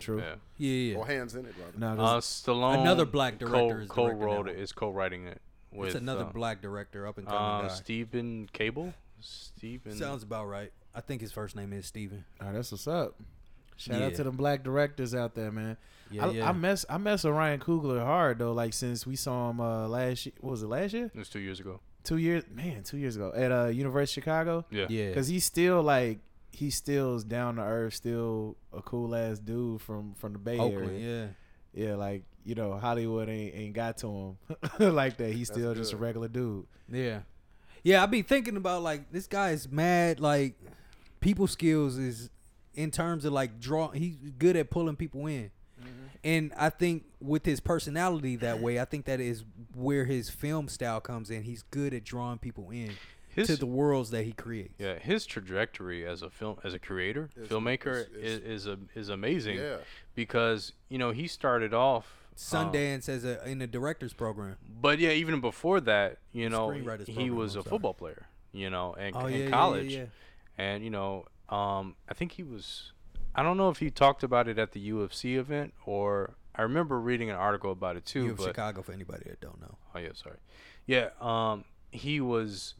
S4: True.
S5: yeah.
S2: Yeah, yeah.
S3: or hands in it rather.
S4: No,
S5: Uh,
S4: there's-
S5: Stallone.
S2: Another black director is
S5: co
S2: directing that
S5: wrote
S2: one.
S5: is co-writing it with
S2: it's another
S5: uh,
S2: black director up and coming
S5: Uh,
S2: guy.
S5: Stephen Cable. Stephen.
S2: Sounds about right. I think his first name is Steven.
S4: oh, that's what's up. Shout out
S2: Yeah.
S4: to them black directors out there, man. I, I mess I mess with Ryan Coogler hard though. Like since we saw him uh, last, year, what was it last year?
S5: It was two years ago.
S4: Two years, man, two years ago at uh, University of Chicago.
S5: Yeah.
S2: yeah.
S4: Cause he's still like he still's down to earth, still a cool ass dude from from the Bay
S2: Oakland,
S4: Area.
S2: yeah.
S4: Yeah. like you know Hollywood ain't ain't got to him like that. He's still just a
S3: good.
S4: regular dude.
S2: Yeah. Yeah, I be thinking about like this guy is mad like people skills is in terms of like draw he's good at pulling people in. And I think with his personality that way, I think that is where his film style comes in. He's good at drawing people in
S5: His
S2: to the worlds that he creates.
S5: yeah his trajectory as a film as a creator
S3: It's-
S5: filmmaker
S3: it's- it's-
S5: is, is a is amazing.
S3: Yeah.
S5: Because you know he started off um,
S2: Sundance as a in the director's program.
S5: But yeah, even before that, you know,
S2: Screenwriters
S5: he
S2: program,
S5: was
S2: I'm
S5: a
S2: sorry.
S5: football player, you know, and,
S2: Oh,
S5: in
S2: yeah, yeah, yeah,
S5: college.
S2: yeah.
S5: And, you know, um, I think he was, I don't know if he talked about it at the UFC event or I remember reading an article about it too.
S2: U of
S5: but,
S2: Chicago for anybody that don't know.
S5: Oh, yeah, sorry. Yeah, um, he was,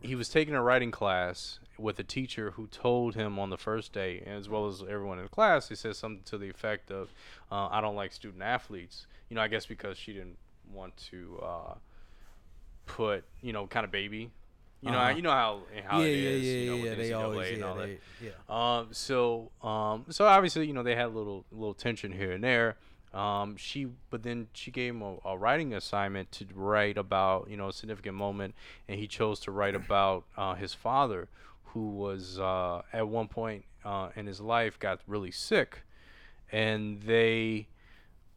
S5: he was taking a writing class with a teacher who told him on the first day, as well as everyone in the class, he said something to the effect of, uh, "I don't like student athletes." You know, I guess because she didn't want to uh, put, you know, kind of baby. You know,
S2: Uh-huh.
S5: you know how how
S2: yeah,
S5: it
S2: yeah,
S5: is.
S2: yeah,
S5: you know,
S2: yeah.
S5: with
S2: They
S5: NCAA
S2: always
S5: and
S2: yeah,
S5: all that.
S2: they, yeah.
S5: Um, so, um, so obviously, you know, they had a little, little tension here and there. Um, she, but then she gave him a, a writing assignment to write about, you know, a significant moment, and he chose to write about uh, his father, who was uh, at one point uh, in his life got really sick, and they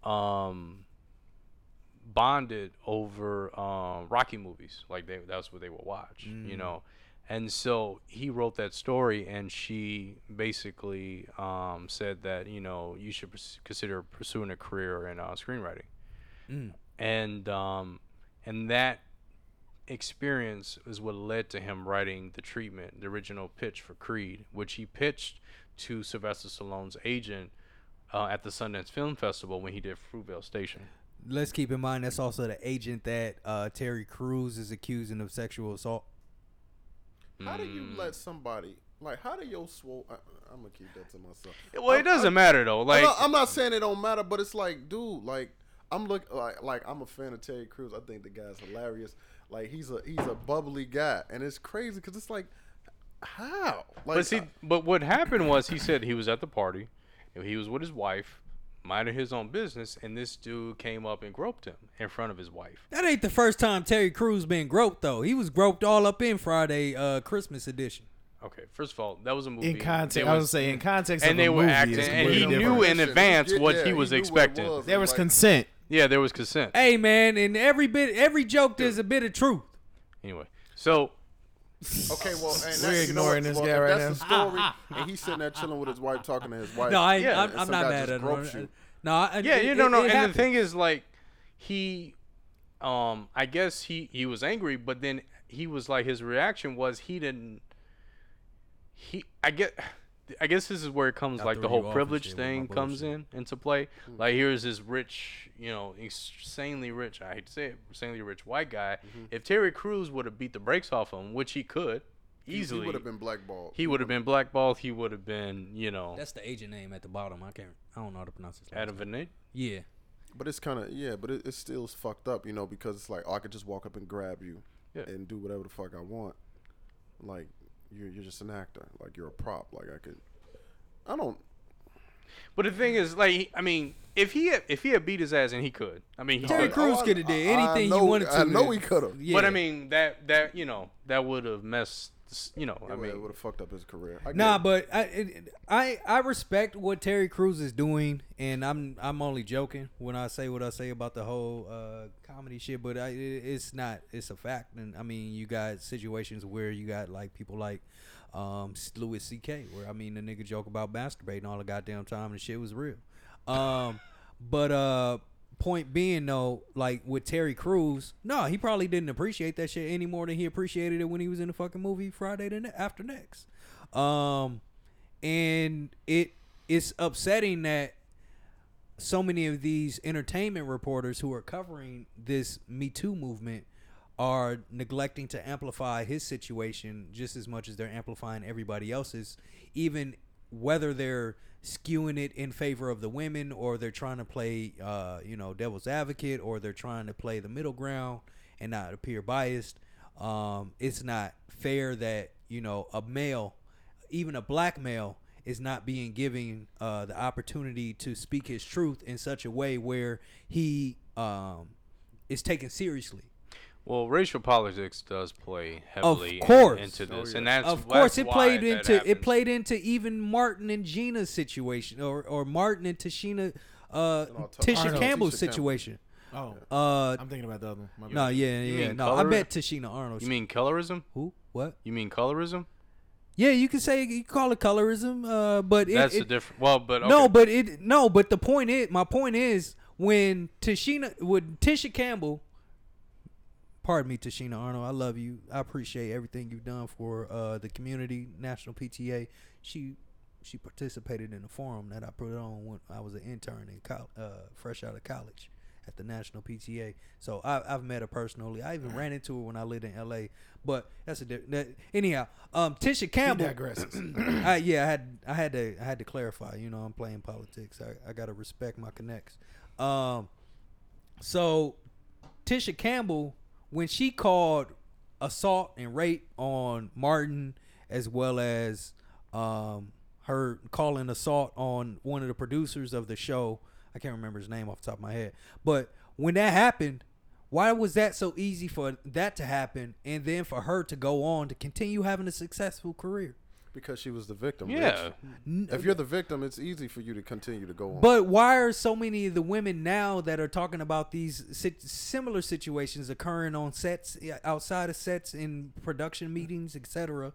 S5: um, bonded over um, Rocky movies. Like they, that's what they would watch, you know. And so he wrote that story, and she basically um, said that you know you should pers- consider pursuing a career in uh, screenwriting,
S2: Mm.
S5: and um, and that experience is what led to him writing the treatment, the original pitch for Creed, which he pitched to Sylvester Stallone's agent uh, at the Sundance Film Festival when he did Fruitvale Station.
S2: Let's keep in mind that's also the agent that uh, Terry Crews is accusing of sexual assault.
S3: How do
S5: Mm.
S3: you let somebody like? How do your swole? I, I'm gonna keep that to myself.
S5: Well, it doesn't matter though. Like,
S3: I'm, not, I'm not saying it don't matter, but it's like, dude, like I'm look like like I'm a fan of Terry Crews. I think the guy's hilarious. Like he's a he's a bubbly guy, and it's crazy because it's like, how? Like, uh,
S5: but see, but what happened was he said he was at the party, and he was with his wife, minding his own business, and this dude came up and groped him in front of his wife.
S2: That ain't the first time Terry Crews been groped though. He was groped all up in Friday uh, Christmas edition.
S5: Okay, first of all, that was a movie.
S4: In context,
S5: They
S4: I
S5: was-
S4: was saying in context,
S5: and
S4: of
S5: they
S4: a
S5: were
S4: movie,
S5: acting,
S4: it's
S5: and he
S4: completely
S5: knew
S4: different.
S5: in advance
S3: Yeah,
S5: what he
S3: knew
S5: was
S3: what it
S5: expecting.
S3: was.
S4: there was
S3: Like,
S4: consent.
S5: Yeah, there was consent.
S2: Hey man, and every bit, every joke there's a bit of truth.
S5: Anyway, so
S3: Okay, well, and that's,
S4: We're
S3: you know
S4: ignoring
S3: what,
S4: this
S3: well,
S4: guy
S3: if
S4: right
S3: that's the story, and he's sitting there chilling with his wife, talking to his wife.
S2: No, I,
S5: Yeah,
S2: I'm,
S3: and
S2: I'm uh,
S3: some
S2: not
S3: guy
S2: mad
S3: just
S2: at
S3: gropes
S2: him.
S3: you.
S2: No, I,
S5: yeah,
S2: it-
S5: you know,
S2: it-
S5: no,
S2: it
S5: and
S2: happened.
S5: the thing is, like, he, um, I guess he he was angry, but then he was like, his reaction was he didn't, he, I get. I guess this is where it comes
S2: I
S5: like
S2: threw
S5: the
S2: you off
S5: whole
S2: and
S5: privilege
S2: shit with my
S5: thing comes
S2: bullshit. Mm.
S5: in into play. Like here's this rich, you know, insanely rich. I hate to say it, insanely rich white guy.
S2: Mm-hmm.
S5: If Terry Crews would have beat the brakes off him, which he could easily,
S3: he would have been blackballed.
S5: he would have been blackballed. He would have been, you know,
S2: That's the agent name at the bottom. I can't. I don't know how to pronounce his name.
S5: Adam Vinay.
S2: Yeah.
S3: But it's kind of yeah, but it, it still is fucked up, you know, because it's like oh, I could just walk up and grab you
S5: Yeah.
S3: and do whatever the fuck I want. Like you're you're just an actor, like you're a prop. Like I could, I don't.
S5: But the thing is, like, I mean, if he had, if he had beat his ass and he could, I mean, he
S2: Terry
S5: could.
S2: Crews
S3: Oh, I-
S2: could have did
S3: I- I
S2: anything
S3: know-
S2: he wanted to.
S3: I know he
S2: to-
S3: coulda.
S2: Yeah.
S5: But I mean, that that you know that would have messed s- you know, I
S3: Anyway, it
S5: mean,
S3: would have fucked up his career. I
S2: Nah,
S3: get
S2: but I it, I I respect what Terry Crews is doing, and I'm I'm only joking when I say what I say about the whole uh, comedy shit. But I, it, it's not it's a fact, and I mean you got situations where you got like people like um, Louis C.K. where I mean the nigga joke about masturbating all the goddamn time and shit was real. Um, but uh, point being though, like with Terry Crews, no, he probably didn't appreciate that shit any more than he appreciated it when he was in the fucking movie Friday the ne- after next. Um, and it it's upsetting that so many of these entertainment reporters who are covering this Me Too movement are neglecting to amplify his situation just as much as they're amplifying everybody else's, even whether they're skewing it in favor of the women or they're trying to play, uh, you know, devil's advocate or they're trying to play the middle ground and not appear biased. Um, it's not fair that, you know, a male even a black male is not being given uh, the opportunity to speak his truth in such a way where he um, is taken seriously.
S5: well, racial politics does play heavily in-
S2: course.
S5: into
S2: Oh,
S5: this, and that's
S2: of course,
S5: that's
S2: it
S5: why
S2: played
S5: that
S2: into it
S5: happens.
S2: played into even Martin and Gina's situation, or or Martin and Tashina, uh,
S3: all tough.
S2: Tisha Campbell's
S3: Arnold. Tisha Campbell.
S2: situation.
S4: Oh,
S2: Uh,
S4: I'm thinking about the other one. My
S2: no,
S4: bad.
S2: yeah,
S5: You
S2: yeah,
S5: mean
S2: no, I
S5: color-
S2: bet Tashina Arnold.
S5: You mean colorism?
S2: who? What?
S5: You mean colorism?
S2: Yeah, you can say you call it colorism, uh, but it,
S5: that's
S2: it,
S5: a different. Well, but okay.
S2: No, but it no, but the point is my point is when Tashina when Tisha Campbell Pardon me, Tashina Arnold. I love you. I appreciate everything you've done for uh, the community, National PTA. She she participated in a forum that I put on when I was an intern in col- uh, fresh out of college at the National PTA. So I, I've met her personally. I even ran into her when I lived in LA. But that's a di- that, anyhow. Um, Tisha Campbell. I, yeah, I had I had to I had to clarify. You know, I'm playing politics. I, I gotta respect my connects. Um, so Tisha Campbell, when she called assault and rape on Martin, as well as um, her calling assault on one of the producers of the show, I can't remember his name off the top of my head. But when that happened, why was that so easy for that to happen, and then for her to go on to continue having a successful career?
S3: it. because she was the victim.
S5: yeah,
S3: Rich. If you're the victim, it's easy for you to continue to go on.
S2: But why are so many of the women now that are talking about these sit- similar situations occurring on sets, yeah, outside of sets, in production meetings, etc.,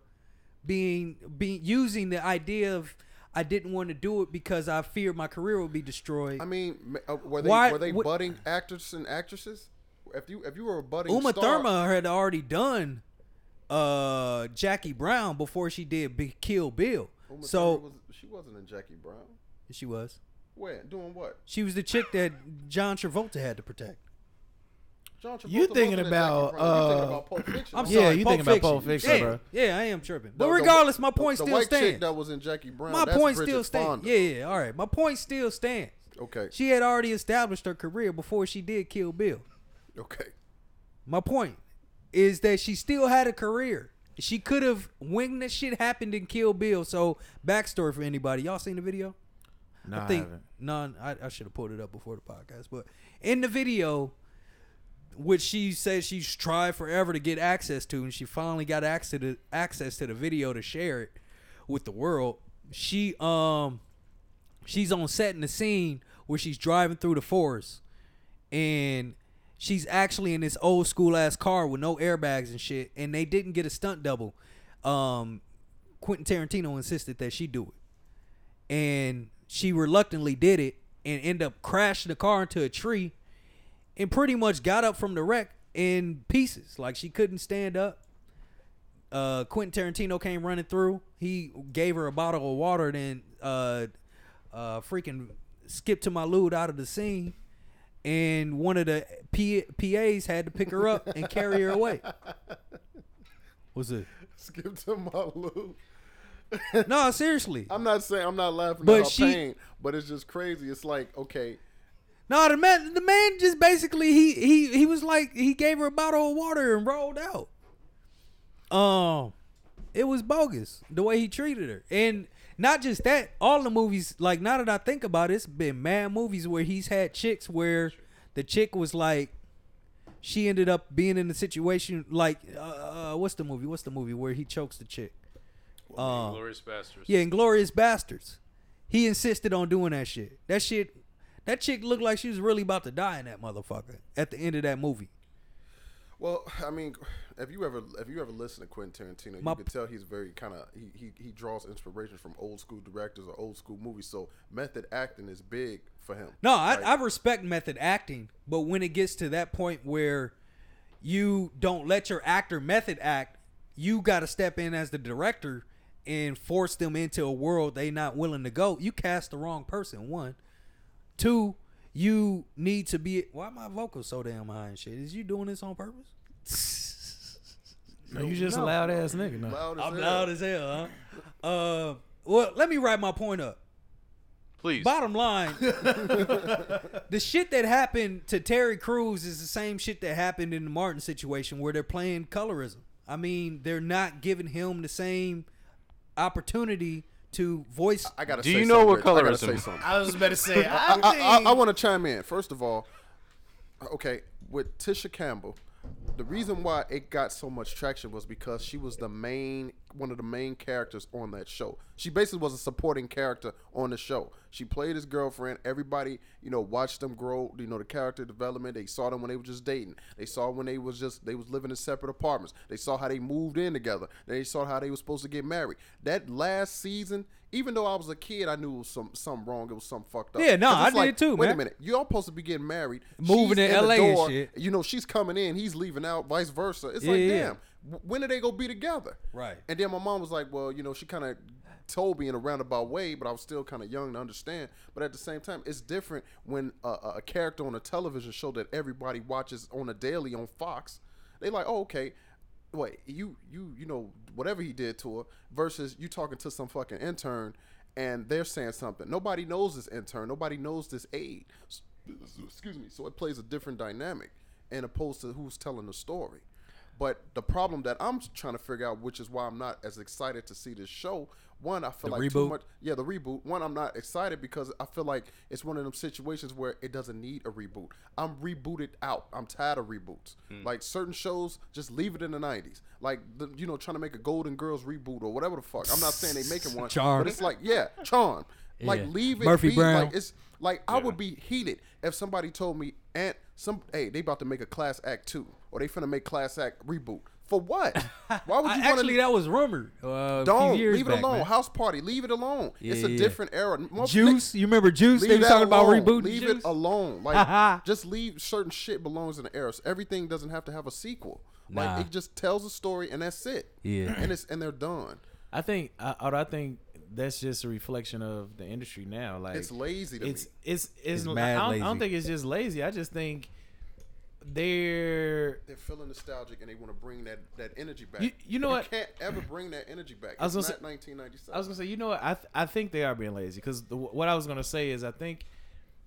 S2: being being using the idea of I didn't want to do it because I feared my career would be destroyed.
S3: I mean, ma- uh, were they
S2: Why-
S3: were they
S2: what-
S3: budding actors and actresses? If you if you were a budding
S2: Uma
S3: star,
S2: Thurma had already done uh, Jackie Brown before she did Big Kill Bill,
S3: Uma
S2: so
S3: Thurma was, she wasn't in Jackie Brown.
S2: she was
S3: Where doing what?
S2: she was the chick that John Travolta had to protect.
S3: John Travolta
S4: You thinking
S3: wasn't in Jackie
S4: about,
S3: Brown. you thinking
S4: uh,
S3: about Pulp Fiction?
S2: I'm
S3: The-
S4: Yeah,
S2: sorry,
S4: you
S2: Pulp
S4: thinking about Pulp
S2: yeah,
S4: Fiction, bro.
S2: Yeah, I am tripping. But
S3: the-
S2: regardless, my
S3: the-
S2: point
S3: the
S2: still
S3: white
S2: stands.
S3: Chick that was in Jackie Brown.
S2: my
S3: that's
S2: point
S3: Bridget
S2: still stands.
S3: Fonda.
S2: Yeah, yeah, all right. My point still stands.
S3: Okay.
S2: She had already established her career before she did Kill Bill.
S3: Okay.
S2: My point is that she still had a career. She could have when that shit happened in Kill Bill. So backstory for anybody, y'all seen the video?
S4: No, I
S2: I think
S4: haven't.
S2: none. I, I should have pulled it up before the podcast, but in the video, which she says she's tried forever to get access to, and she finally got access to access to the video to share it with the world. She um, she's on set in the scene where she's driving through the forest, and she's actually in this old school ass car with no airbags and shit, and they didn't get a stunt double. Um, Quentin Tarantino insisted that she do it and she reluctantly did it and end up crashing the car into a tree and pretty much got up from the wreck in pieces like she couldn't stand up uh quentin tarantino came running through he gave her a bottle of water then uh uh freaking skipped to my lewd out of the scene and one of the P- pas had to pick her up and carry her away what's it
S3: Skip to my loop.
S2: no seriously
S3: I'm not saying I'm not laughing
S2: But
S3: at her
S2: she-
S3: pain, but it's just crazy. It's like okay,
S2: No, the man, the man just basically he he he was like he gave her a bottle of water and rolled out. Um, it was bogus the way he treated her, and not just that. All the movies, like now that I think about it, it's been mad movies where he's had chicks where the chick was like, she ended up being in a situation like uh, uh, what's the movie? What's the movie where he chokes the chick? Uh,
S5: Glorious Bastards.
S2: yeah, Inglorious Bastards. He insisted on doing that shit. That shit, that chick looked like she was really about to die in that motherfucker at the end of that movie.
S3: Well, I mean, if you ever if you ever listen to Quentin Tarantino,
S2: My-
S3: you can tell he's very kind of he, he he draws inspiration from old school directors or old school movies. So method acting is big for him.
S2: No, I,
S3: Like,
S2: I respect method acting, but when it gets to that point where you don't let your actor method act, you got to step in as the director and force them into a world they not willing to go. You cast the wrong person. One, two, you need to be. Why my vocals so damn high and shit? Is you doing this on purpose?
S4: No, you just a loud ass nigga. No.
S3: loud as
S2: I'm
S3: hell.
S2: loud as hell, huh? Uh, well, let me wrap my point up.
S5: Please.
S2: Bottom line, the shit that happened to Terry Crews is the same shit that happened in the Martin situation where they're playing colorism. I mean, they're not giving him the same opportunity to voice.
S3: I gotta.
S5: Do
S3: say
S5: you know what
S3: something, Rich. I gotta say
S5: colorism-
S3: something.
S4: I was just about to say. I,
S3: I, I, I, want to chime in. First of all, okay, with Tisha Campbell, the reason why it got so much traction was because she was the main, one of the main characters on that show. She basically was a supporting character on the show. She played his girlfriend. Everybody, you know, watched them grow. You know, the character development. They saw them when they were just dating. They saw when they was just they was living in separate apartments. They saw how they moved in together. They saw how they were supposed to get married. That last season. Even though I was a kid, I knew it was some something wrong. It was something fucked up.
S2: Yeah, no,
S3: 'Cause it's
S2: I did too,
S3: Wait a
S2: man.
S3: minute, y'all supposed to be getting married,
S2: Moving
S3: She's
S2: to
S3: in the
S2: LA and
S3: door.
S2: shit.
S3: You know, she's coming in, he's leaving out, vice versa. It's
S2: Yeah,
S3: like,
S2: yeah, yeah.
S3: damn, w- when are they gonna be together?
S2: Right.
S3: And then my mom was like, well, you know, she kind of told me in a roundabout way, but I was still kind of young to understand. But at the same time, it's different when a, a- a character on a television show that everybody watches on a daily on Fox, they like, oh, okay. Wait, you you you know whatever he did to her versus you talking to some fucking intern and they're saying something. Nobody knows this intern. Nobody knows this aide. S- Excuse me. So it plays a different dynamic, and opposed to who's telling the story. But the problem that I'm trying to figure out, which is why I'm not as excited to see this show, one I
S2: The
S3: feel like too
S2: reboot?
S3: much. Yeah, the reboot. One I'm not excited because I feel like it's one of them situations where it doesn't need a reboot. I'm rebooted out. I'm tired of reboots. Like certain shows, just leave it in the '90s. Like the, you know, trying to make a Golden Girls reboot or whatever the fuck. I'm not saying they making one,
S2: Charmed.
S3: but it's like yeah, Charm. Like
S2: Yeah.
S3: leave it.
S2: Murphy
S3: be.
S2: Brown.
S3: Like it's like I would be heated if somebody told me, "Aunt, some hey, they about to make a Class Act two, or they finna make Class Act reboot for what? Why would
S2: I-
S3: you want
S2: actually,
S3: to?"
S2: that was rumored. Uh, a few
S3: Don't
S2: years
S3: leave it
S2: back,
S3: alone.
S2: man.
S3: House party, leave it alone. it's
S2: Yeah,
S3: a
S2: yeah.
S3: different era. Motherf-
S2: Juice, you remember Juice?
S3: Leave
S2: they was
S3: that
S2: talking about
S3: alone.
S2: rebooting
S3: Leave
S2: Juice.
S3: it alone. Like, just leave certain shit belongs in the era. So everything doesn't have to have a sequel. Like,
S4: Nah.
S3: it just tells a story and that's it.
S2: Yeah.
S3: and it's and they're done.
S4: I think. I, although I think that's just a reflection of the industry now. Like
S3: It's lazy to
S4: it's,
S3: me.
S4: it's it's
S2: It's
S4: I don't-
S2: mad
S4: I, don't,
S2: lazy.
S4: think it's just lazy. I just think they're.
S3: They're feeling nostalgic and they want to bring that that energy back.
S4: You- you know what?
S3: can't ever bring that energy back.
S4: I was
S3: it's
S4: gonna
S3: not 1997.
S4: I was gonna say, you know what? I th- I think they are being lazy because what I was gonna say is I think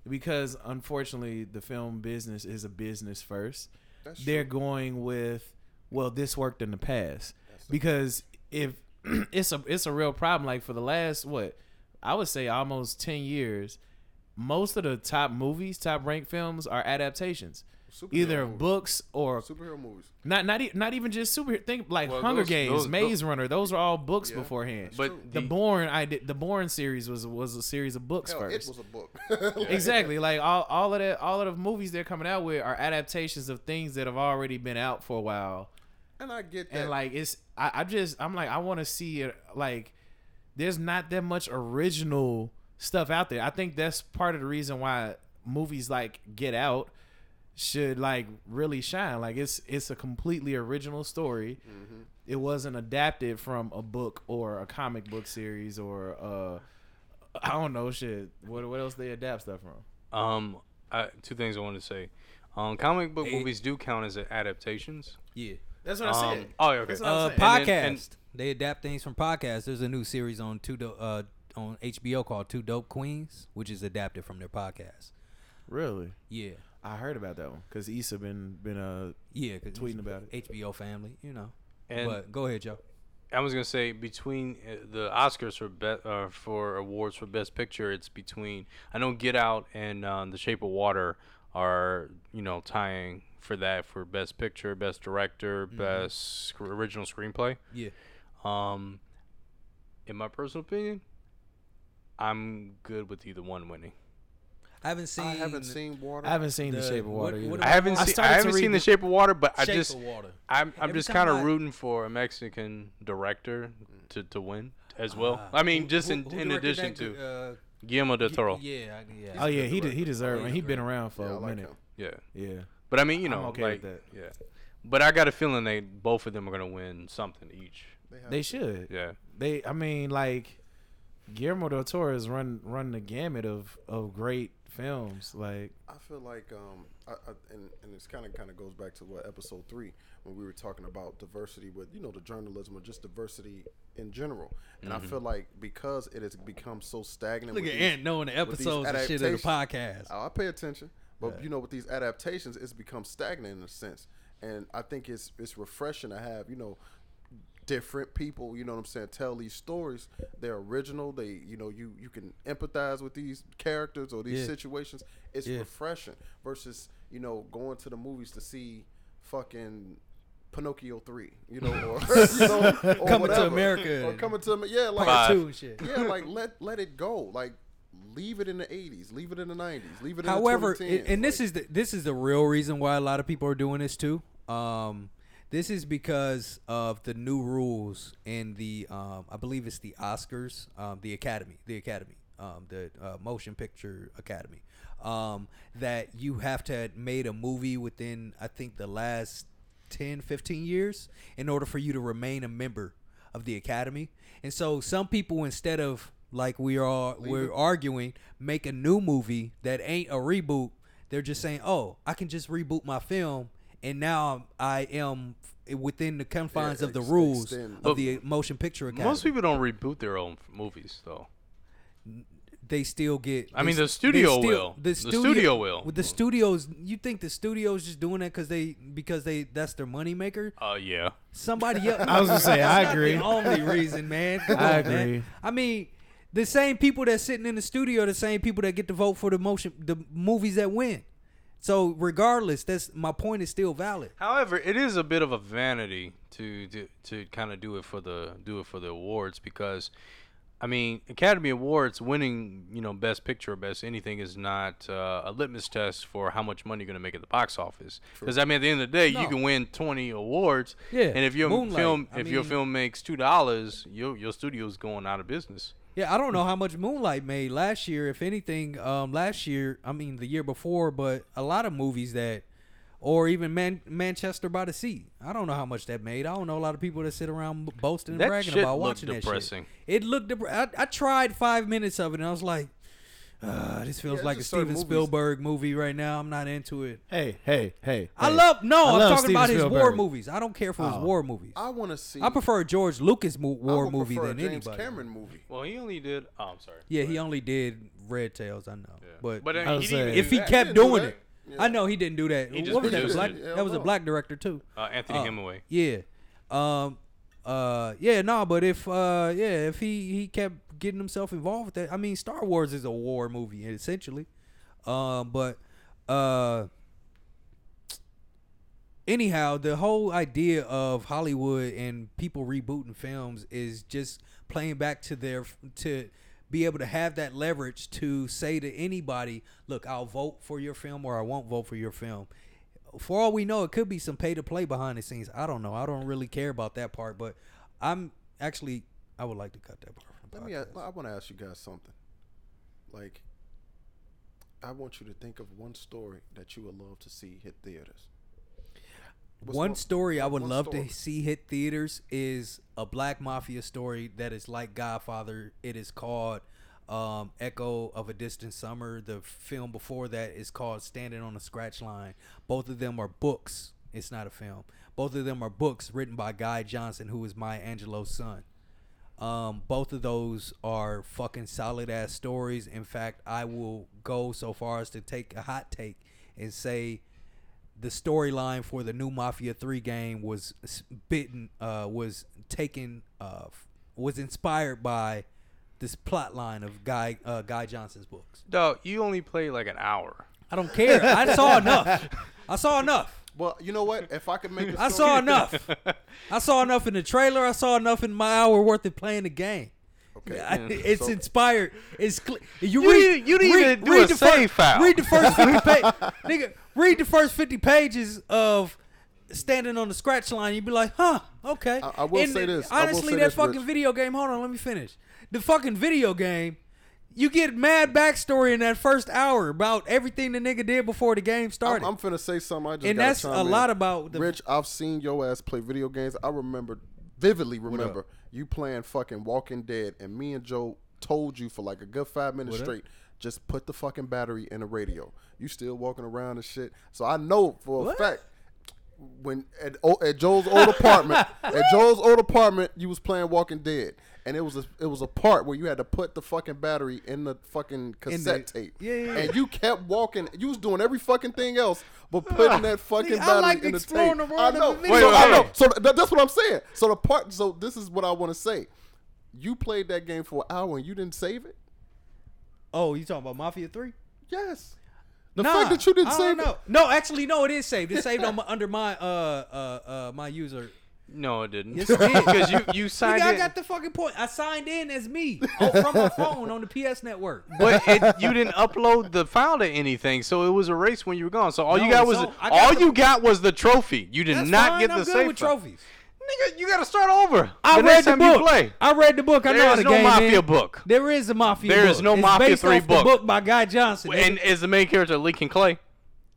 S4: because unfortunately the film business is a business first.
S3: That's
S4: they're going with well, this worked in the past because if it's a it's a real problem. Like for the last what I would say almost ten years, most of the top movies, top ranked films are adaptations,
S3: Superhero
S4: either of
S3: movies.
S4: books or
S3: superhero movies.
S4: not not e- not even just superhero. Think like
S5: Well,
S4: Hunger
S5: those-
S4: Games,
S5: those-
S4: Maze Runner. Those are all books
S3: Yeah.
S4: beforehand.
S5: But
S4: the
S5: the-
S4: Bourne I did the Bourne series was was a series of books
S3: Hell,
S4: first.
S3: it was a book.
S4: exactly. Like all, all of that all of the movies they're coming out with are adaptations of things that have already been out for a while.
S3: and I get that.
S4: And like it's I, I just I'm like I wanna see it like there's not that much original stuff out there. I think that's part of the reason why movies like Get Out should like really shine. Like it's it's a completely original story. It wasn't adapted from a book or a comic book series or uh I don't know shit. What what else they adapt stuff from?
S5: Um, I, two things I wanted to say. Um, comic book movies do count as adaptations.
S2: yeah.
S4: That's what
S5: Um, oh, yeah, okay.
S4: That's what I'm
S2: Uh,
S4: saying.
S2: podcast.
S5: And then- and-
S2: they adapt things from podcasts. There's a new series on two do- uh, on HBO called Two Dope Queens, which is adapted from their podcast.
S4: Really?
S2: Yeah.
S4: I heard about that one because Issa been been uh
S2: Yeah, 'cause
S4: Tweeting about
S2: HBO family, you know.
S5: And-
S2: but go ahead, Joe.
S5: I was gonna say between uh, the Oscars for be- uh, for awards for Best Picture, it's between I know Get Out and um, The Shape of Water are you know tying for that for Best Picture, Best
S2: Mm-hmm.
S5: Director, Best sc- Original Screenplay.
S2: Yeah.
S5: Um, in my personal opinion, I'm good with either one winning.
S2: I haven't seen.
S3: I haven't seen Water.
S4: I haven't seen The,
S2: The-
S4: Shape of
S2: what-
S4: Water.
S2: what
S4: either.
S2: about-
S5: I haven't
S4: I
S5: seen I
S4: started to
S5: haven't
S4: read
S5: seen
S4: the-
S5: The Shape of Water, but I
S2: Shape
S5: just
S2: of Water.
S5: I'm I'm
S2: Every
S5: just
S2: time
S5: kind
S2: I-
S5: of rooting for a Mexican director to, to win as well. I mean, just
S2: Ah. Uh, Who- who
S5: in, in
S2: directed
S5: addition
S2: that?
S5: to
S2: Uh,
S5: Guillermo del Toro. Yeah.
S2: yeah, I- yeah.
S4: Oh yeah, he de- he deserved
S2: Oh,
S4: it.
S2: he's
S4: He's been
S2: great.
S4: around for
S3: Yeah, I
S4: a
S3: like
S4: minute.
S3: him.
S4: Yeah.
S5: but I mean, you know,
S4: okay
S5: like
S4: with that.
S5: yeah. But I got a feeling they both of them are gonna win something each.
S3: have-
S4: They should.
S5: Yeah,
S4: They I mean like Guillermo del Toro has run run the gamut of of great films like
S3: I feel like, um, I, I, and and it's kind of kind of goes back to what episode three when we were talking about diversity with you know the journalism or just diversity in general. And I feel like because it has become so stagnant.
S2: Look
S3: with
S2: at
S3: these-
S2: Ant knowing the
S3: these
S2: episodes and shit of the
S3: adaptations.
S2: podcast.
S3: I I pay attention, but you know, with these adaptations, it's become stagnant in a sense. And I think it's it's refreshing to have you know different people. You know what I'm saying? Tell these stories. They're original. They you know you you can empathize with these characters or these
S2: Yeah.
S3: situations. It's
S2: Yeah.
S3: refreshing versus you know going to the movies to see fucking. Pinocchio three, you know, or, you know, or
S2: Coming to
S3: whatever.
S2: America.
S3: or coming to Amer- yeah, like
S5: Five.
S2: Two and shit.
S3: yeah, like let let it go. Like leave it in the eighties, leave it in the nineties, leave it. in
S2: However,
S3: the
S2: and and this is the, this is the real reason why a lot of people are doing this too. Um, this is because of the new rules in the um, I believe it's the Oscars, um, the Academy, the Academy, um, the uh, Motion Picture Academy, um, that you have to have made a movie within I think the last 10, 15 years in order for you to remain a member of the Academy. And so some people instead of like we are we're arguing make a new movie that ain't a reboot they're just saying oh i can just reboot my film and now i am within the confines
S3: Yeah,
S2: of the
S3: ex-
S2: rules
S3: extend.
S2: of the motion picture academy
S5: most people don't reboot their own f- movies though.
S2: they still get
S5: I mean,
S2: they
S5: the
S2: s- they
S5: studio
S2: still-
S5: will.
S2: the
S5: The
S2: studio,
S5: studio will.
S2: with the studios you think the studios just doing that because they because they that's their moneymaker
S5: Uh, yeah.
S2: Somebody else.
S4: I was gonna say,
S2: That's
S4: I
S2: not
S4: agree.
S2: The only reason, man. Come
S4: I
S2: on, man.
S4: agree.
S2: I mean, the same people that's sitting in the studio, are the same people that get to vote for the motion, the movies that win. So regardless, that's my point is still valid.
S5: However, it is a bit of a vanity to to, to kind of do it for the do it for the awards because, I mean, Academy Awards winning you know Best Picture or Best Anything is not uh, a litmus test for how much money you're gonna make at the box office. Because I mean, at the end of the day,
S2: No.
S5: you can win 20 awards,
S2: Yeah,
S5: and if your
S2: Moonlight,
S5: film
S2: I
S5: if your
S2: mean-
S5: film makes two dollars, your your studio's going out of business.
S2: Yeah, I don't know how much Moonlight made last year, if anything. Um, last year, I mean the year before, but a lot of movies that, or even Man- Manchester by the Sea. I don't know how much that made. I don't know a lot of people that sit around boasting and
S5: That
S2: bragging
S5: shit
S2: about
S5: looked
S2: watching
S5: depressing.
S2: that shit. It looked depressing. I tried five minutes of it and I was like, "Ugh, this feels
S3: Yeah,
S2: like a
S3: just certain
S2: Steven
S3: movies-
S2: Spielberg movie right now. I'm not into it.
S4: Hey, hey, hey.
S2: I
S4: hey.
S2: love no.
S4: I
S2: I am
S4: love
S2: talking
S4: Steven
S2: about his war
S4: Spielberg.
S2: movies. I don't care for his war movies. I,
S3: Oh. I want to see.
S2: prefer a George Lucas mo-
S3: I
S2: war
S3: would
S2: movie
S3: prefer
S2: than
S3: a James
S2: anybody.
S3: Cameron movie.
S5: Well, he only did. Oh, I'm sorry.
S2: Yeah, he only did Red Tails. I know, but,
S5: but I
S4: I
S5: mean,
S4: was
S5: he didn't
S4: saying-
S5: even
S2: if
S5: do
S2: he
S5: that.
S2: kept
S3: didn't do
S2: doing
S3: that.
S2: it, I know he didn't do that.
S5: He just
S2: What was that?
S5: produced
S2: Black,
S3: it. Yeah,
S2: that was a
S3: well.
S2: black director too.
S5: uh, Anthony
S2: Uh,
S5: Hemingway.
S2: Yeah. Um. Uh. Yeah. No. but if uh. Yeah. If he he kept getting himself involved with that. I mean, Star Wars is a war movie essentially. Um. But uh. Anyhow, the whole idea of Hollywood and people rebooting films is just playing back to their to be able to have that leverage to say to anybody, "Look, I'll vote for your film or I won't vote for your film." for all we know, it could be some pay to play behind the scenes. I don't know. I don't really care about that part, but I'm actually I would like to cut that part. From the
S3: Let me. uh,
S2: podcast.
S3: a- I want to ask you guys something. Like, I want you to think of one story that you would love to see hit theaters. What's
S2: one
S3: one-
S2: story I would
S3: one
S2: love
S3: story?
S2: to see hit theaters is a black mafia story that is like Godfather. It is called um, Echo of a Distant Summer. The film before that is called Standing on a Scratch Line. Both of them are books. It's not a film. Both of them are books written by Guy Johnson, who is Maya Angelou's son. Um, both of those are fucking solid ass stories. In fact, I will go so far as to take a hot take and say the storyline for the new Mafia Three game was s- bitten uh, was taken uh, f- was inspired by this plot line of Guy uh, Guy Johnson's books.
S5: Dog, you only play like an hour.
S2: I don't care. I saw enough. I saw enough.
S3: Well, you know what? If I could make, a
S2: I
S3: story-
S2: saw enough. I saw enough in the trailer. I saw enough in my hour worth of playing the game.
S3: Okay.
S2: I- it's
S3: So-
S2: inspired. It's cl- you,
S5: You
S2: read.
S5: need- you need
S2: read,
S5: to do
S2: read
S5: a
S2: the
S5: save file.
S2: Read the first fifty pa- nigga. Read the first fifty pages of standing on the scratch line. You'd be like, huh, okay.
S3: I- I will say
S2: the-
S3: this. I will
S2: Honestly,
S3: say
S2: that
S3: this,
S2: fucking
S3: Rich.
S2: video game. Hold on, let me finish. The fucking video game. You get mad backstory in that first hour about everything the nigga did before the game started.
S3: I'm, I'm finna say something. I just
S2: And
S3: gotta
S2: that's
S3: chime
S2: a
S3: in.
S2: lot about the-
S3: Rich. I've seen your ass play video games. I remember vividly remember you playing fucking Walking Dead, and me and Joe told you for like a good five minutes straight. Just put the fucking battery in the radio. You still walking around and shit. So I know for a fact when at, o- at Joel's old apartment, at Joel's old apartment, you was playing Walking Dead, and it was a, it was a part where you had to put the fucking battery in the fucking cassette tape.
S2: Yeah, yeah, yeah.
S3: And you kept walking. You was doing every fucking thing else, but putting that fucking
S2: Nigga, I
S3: battery
S2: like
S3: in the
S2: exploring
S3: tape.
S2: the world
S3: I
S2: of the
S3: know.
S2: video
S3: so, I
S5: game.
S3: know. So th- that's what I'm saying. So the part. So this is what I want to say. You played that game for an hour and you didn't save it.
S2: oh, you talking about Mafia Three?
S3: Yes. The fact that you didn't
S2: I
S3: save
S2: don't know. No, actually, no, it is saved. It's saved on my, under my uh uh uh my user.
S5: No, it didn't.
S2: Yes, it did.
S5: Because you, you
S2: Nigga,
S5: signed
S2: I
S5: in,
S2: got the fucking point. I signed in as me on- from my phone on the PS network.
S5: but it, you didn't upload the file to anything, so it was erased when you were gone. So all you
S2: No,
S5: got was
S2: so I got
S5: all
S2: the-
S5: you got was the trophy. You did
S2: That's
S5: not
S2: fine.
S5: get the
S2: I'm good
S5: save
S2: with
S5: file.
S2: trophies.
S5: Nigga, you got to start over.
S2: I
S5: the
S2: read
S5: next
S2: the
S5: time
S2: book.
S5: You play.
S2: I read the book. I
S5: There
S2: know how
S5: is
S2: the
S5: no
S2: game
S5: Mafia
S2: ends.
S5: book.
S2: There is a mafia.
S5: There
S2: book.
S5: is no
S2: It's
S5: Mafia
S2: based
S5: 3
S2: off
S5: book.
S2: The book by Guy Johnson.
S5: And is the main character Lincoln Clay?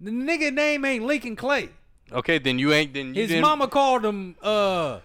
S2: the nigga name ain't Lincoln Clay.
S5: Okay, then you ain't. Then you
S2: His
S5: didn't.
S2: mama called him. Uh,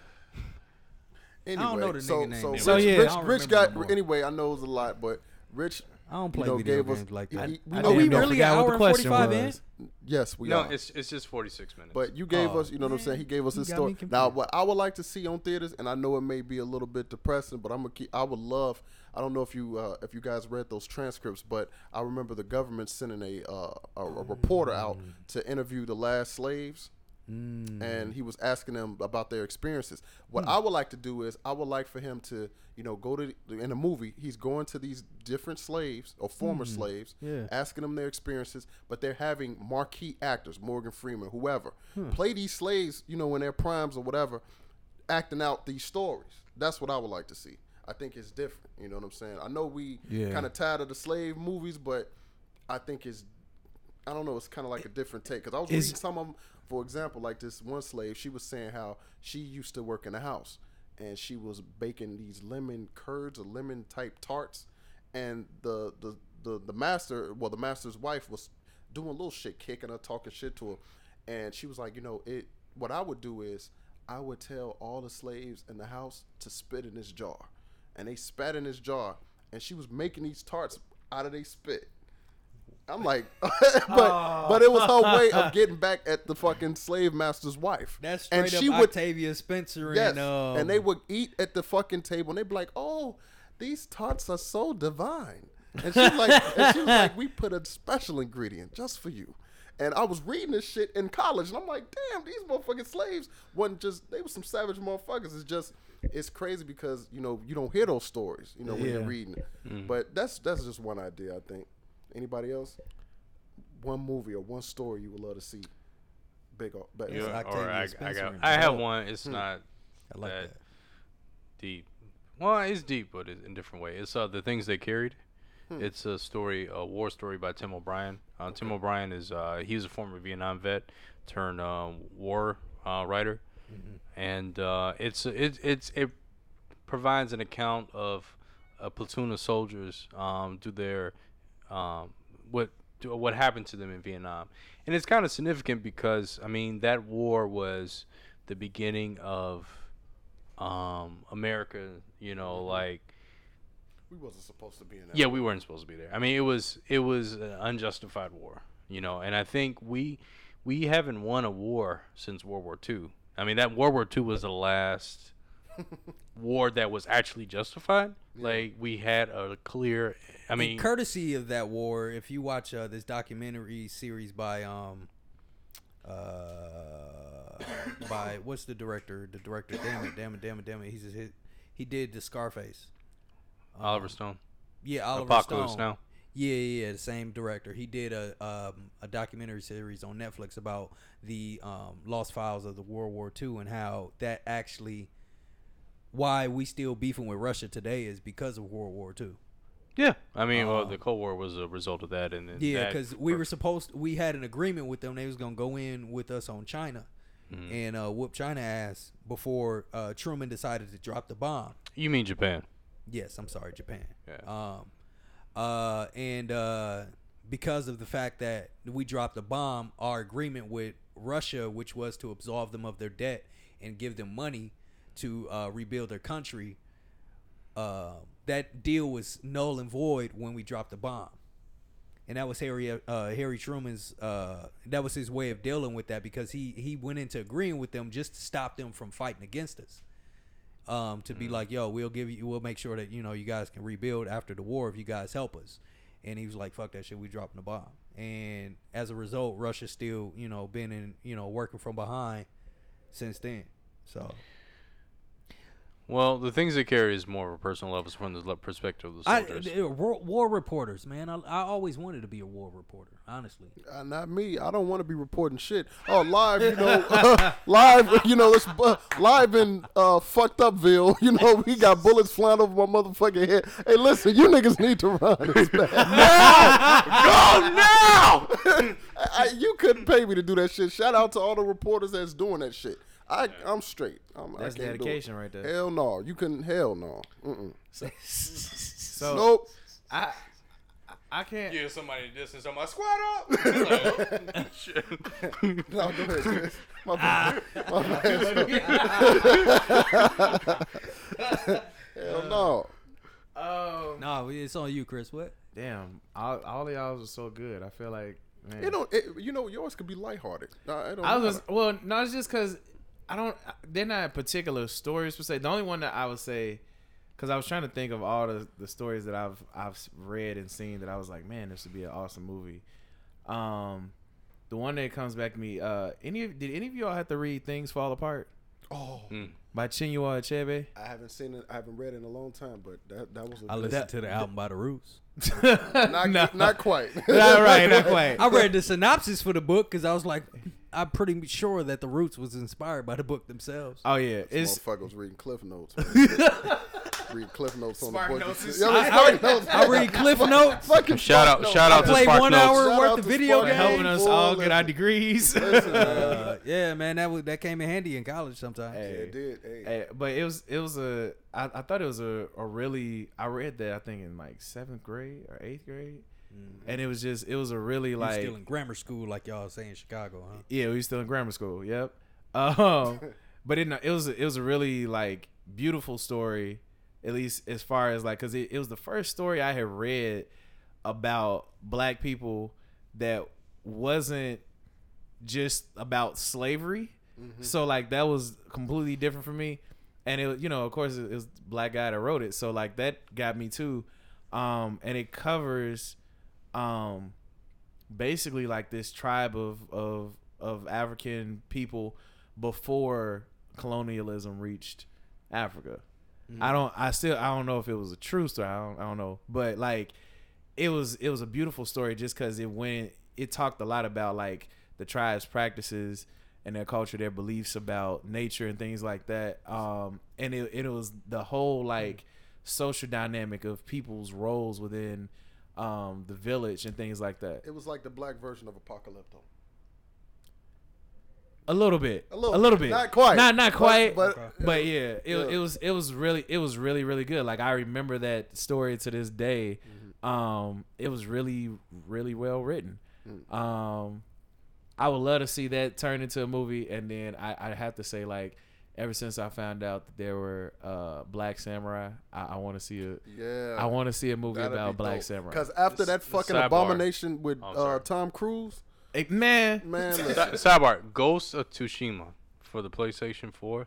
S3: Anyway,
S2: don't know the
S3: so,
S2: nigga name
S3: So,
S2: anyway.
S3: Rich,
S2: So, yeah, I
S3: Rich,
S2: don't
S3: Rich
S2: remember
S3: got
S2: no more.
S3: anyway. I know it was a lot, but Rich.
S2: I don't
S3: you
S2: play
S3: know,
S2: video
S3: gave us-
S2: games like
S3: you-
S2: that.
S3: you-
S4: I
S2: Are
S3: know
S4: didn't
S2: we
S3: you-
S4: know.
S2: really an
S4: Forgot what
S2: hour
S4: the
S2: and
S4: question
S2: 45 in?
S4: was.
S3: Yes, we
S5: No,
S3: are.
S5: it's it's just 46 minutes.
S3: But you
S2: Oh.
S3: gave us, you know what I'm saying? He gave us his
S2: got
S3: story.
S2: me confused.
S3: Now, what I would like to see on theaters, and I know it may be a little bit depressing, but I'm gonna keep. I would love. I don't know if you uh, if you guys read those transcripts, but I remember the government sending a uh, a, a reporter out
S2: Mm.
S3: to interview the last slaves, and he was asking them about their experiences. What I would like to do is I would like for him to you know go to the- in a movie. He's going to these different slaves or former slaves,
S4: Yeah.
S3: asking them their experiences, but they're having marquee actors, Morgan Freeman, whoever, play these slaves, you know, in their primes or whatever, acting out these stories. That's what I would like to see. I think it's different. You know what I'm saying? I know we
S2: Yeah.
S3: kind of tired of the slave movies, but I think it's, I don't know, it's kind of like a different take. Because I was
S4: Is-
S3: reading some of them, for example, like this one slave, she was saying how she used to work in the house and she was baking these lemon curds or lemon type tarts and the the the, the master well the master's wife was doing little shit kicking her talking shit to her and she was like you know it what i would do is i would tell all the slaves in the house to spit in this jar and they spat in this jar and she was making these tarts out of they spit i'm like but but it was her way of getting back at the fucking slave master's wife
S2: Oh. That's straight
S3: and
S2: up
S3: she would
S2: Octavia Spencer
S3: Yes,
S2: and um,
S3: and they would eat at the fucking table, and they'd be like, "Oh, these tarts are so divine." And she was like, and she was like, "We put a special ingredient just for you." And I was reading this shit in college, and I'm like, "Damn, these motherfucking slaves wasn't just they were some savage motherfuckers." It's just it's crazy because you know you don't hear those stories, you know, when you're
S4: Yeah.
S3: reading it. But that's that's just one idea, I think. Anybody else? One movie or one story you would love to see. Big, o- but
S5: You-
S2: Octavia
S5: or I, I
S2: Spencer
S5: got.
S2: and
S5: I have
S2: Hope.
S5: one. It's not
S2: I like
S5: that
S2: that.
S5: deep. Well, it's deep, but it, in a different way. It's uh, the things they carried. It's a story, a war story by Tim O'Brien. Uh, Tim O'Brien is uh, he was a former Vietnam vet turned um, war uh, writer, and uh, it's it it's it provides an account of a platoon of soldiers um, do their um, what do, what happened to them in Vietnam, and it's kind of significant because I mean that war was the beginning of um, America, you know, like
S3: we wasn't supposed to be in that.
S5: yeah, we weren't supposed to be there. I mean, it was it was an unjustified war, you know, and I think we we haven't won a war since World War II. I mean, that World War II was the last war that was actually justified. Like we had a clear. I mean,
S2: courtesy of that war, if you watch uh, this documentary series by um, uh, by what's the director? The director, damn it, damn it, damn it, damn it. He's his, he did the Scarface.
S5: Oliver Stone.
S2: Yeah, Oliver
S5: Apocalypse
S2: Stone.
S5: Now.
S2: Yeah, yeah, yeah, the same director. He did a um, a documentary series on Netflix about the um, lost files of the World War II and how that actually why we still beefing with Russia today is because of World War II.
S5: Yeah, I mean, well, the Cold War was a result of that, and then
S2: Uh-huh. Yeah,
S5: that
S2: because we
S5: per-
S2: were supposed we had an agreement with them. They was gonna go in with us on China and uh, whoop China ass before uh, Truman decided to drop the bomb.
S5: You mean Japan?
S2: Yes, I'm sorry, Japan.
S5: Yeah.
S2: Um, uh, and uh, because of the fact that we dropped the bomb, our agreement with Russia, which was to absolve them of their debt and give them money to uh, rebuild their country, uh, that deal was null and void when we dropped the bomb. And that was Harry uh, Harry Truman's. Uh, that was his way of dealing with that because he he went into agreeing with them just to stop them from fighting against us um, to be like, yo, we'll give you, we'll make sure that you know you guys can rebuild after the war if you guys help us. And he was like, fuck that shit, we dropping the bomb. And as a result, Russia's still, you know, been in, you know, working from behind since then. So
S5: Well, the things that carry is more of a personal level from the le- perspective of the
S2: I,
S5: soldiers.
S2: uh, war, war reporters, man, I, I always wanted to be a war reporter, honestly.
S3: Uh, not me. I don't want to be reporting shit. Oh, live, you know, live, you know, it's bu- live in uh, fucked upville. You know, we got bullets flying over my motherfucking head. Hey, listen, you niggas need to run. It's bad. now, go now. I, you couldn't pay me to do that shit. Shout out to all the reporters that's doing that shit. I, I'm straight. I'm, I
S4: That's
S3: can't do it.
S4: dedication right there.
S3: Hell no, you couldn't. Hell no. Mm-mm.
S4: So
S3: Nope.
S4: I, I- I can't.
S5: yeah, somebody distance on my squad up.
S3: No, go ahead. Chris. My bad. My bad. Hell no.
S4: Oh.
S2: No, it's on you, Chris. What?
S4: Damn, all, all of y'all was so good. I feel like man.
S3: You know, it, you know, yours could be lighthearted. I, I don't.
S4: I
S3: know.
S4: was well, no, it's just because I don't. They're not particular stories per se. The only one that I would say, because I was trying to think of all the, the stories that I've I've read and seen that I was like, man, this would be an awesome movie. Um, the one that comes back to me. Uh, any of did any of y'all have to read Things Fall Apart
S3: Oh,
S4: by Chinua Achebe?
S3: I haven't seen it. I haven't read it in a long time, but that that was. A
S2: I listened to the album by the Roots.
S3: not, not quite.
S4: Not right, not quite.
S2: I read the synopsis for the book because I was like, I'm pretty sure that the Roots was inspired by the book themselves.
S4: Oh yeah, it's
S3: Motherfucker was reading Cliff Notes. man. reading Cliff Notes on
S4: Spark
S3: the board.
S4: Notes is-
S3: Yeah, I, Spark Notes.
S2: I read Cliff Notes.
S3: Fucking
S5: shout out, shout out to
S2: Play
S5: Spark
S2: one
S5: Notes.
S2: hour
S3: Shout out
S2: worth of
S3: to
S2: video
S3: Spark
S2: games.
S3: Notes.
S4: helping us all get our degrees.
S2: Uh, yeah, man, that was that came in handy in college sometimes.
S4: Hey.
S3: It did. Hey.
S4: Eh, but it was it was a I, I thought it was a, a really I read that I think in like seventh grade or eighth grade, and it was just it was a really
S2: Mm-hmm. You
S4: like
S2: still in grammar school, like y'all say in Chicago, huh?
S4: yeah we were still in grammar school yep, um, but it it was it was a really like beautiful story, at least as far as like because it, it was the first story I had read about black people that wasn't just about slavery. So like that was completely different for me, and it you know of course it, it was the black guy that wrote it. So like that got me too, um, and it covers, um, basically like this tribe of of of African people before colonialism reached Africa. I don't. I still. I don't know if it was a true story. I don't. I don't know. But like, it was. It was a beautiful story just because it went. It talked a lot about like the tribe's practices and their culture, their beliefs about nature and things like that. Um, and it it was the whole like social dynamic of people's roles within um the village and things like that.
S3: It was like the black version of Apocalypto.
S4: A little bit. A
S3: A
S4: little,
S3: little
S4: bit.
S3: bit. Not quite.
S4: Not not
S3: But-
S4: quite. But
S3: but-
S4: but,
S3: Okay.
S4: yeah, it,
S3: Yeah.
S4: it was it was really it was really really good. Like I remember that story to this day.
S3: Mm-hmm.
S4: Um, it was really really well written.
S3: Mm.
S4: Um, I would love to see that turn into a movie. And then I I have to say like. Ever since I found out that there were uh, black samurai, I, I want to see a
S3: Yeah.
S4: I want to see a movie about black samurai.
S3: Because after that fucking
S5: sidebar.
S3: abomination with
S5: Oh, I'm
S3: uh,
S5: sorry.
S3: Tom Cruise,
S4: Hey, man,
S3: man, listen,
S5: Sidebar: Ghost of Tsushima for the PlayStation 4.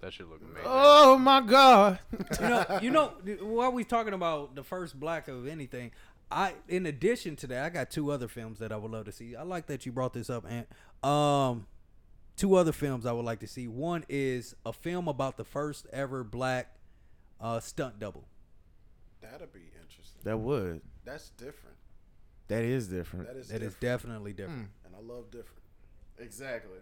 S5: That should look amazing.
S4: oh my god,
S2: You know, you know, while we talking about the first black of anything, I in addition to that, I got two other films that I would love to see. I like that you brought this up, Ant. Um, two other films I would like to see. One is a film about the first ever black uh, stunt double.
S3: That'd be interesting.
S4: That would.
S3: That's different.
S4: That is different.
S3: That is
S2: That
S3: different.
S2: is definitely different.
S5: Hmm.
S3: and I love different.
S4: Exactly.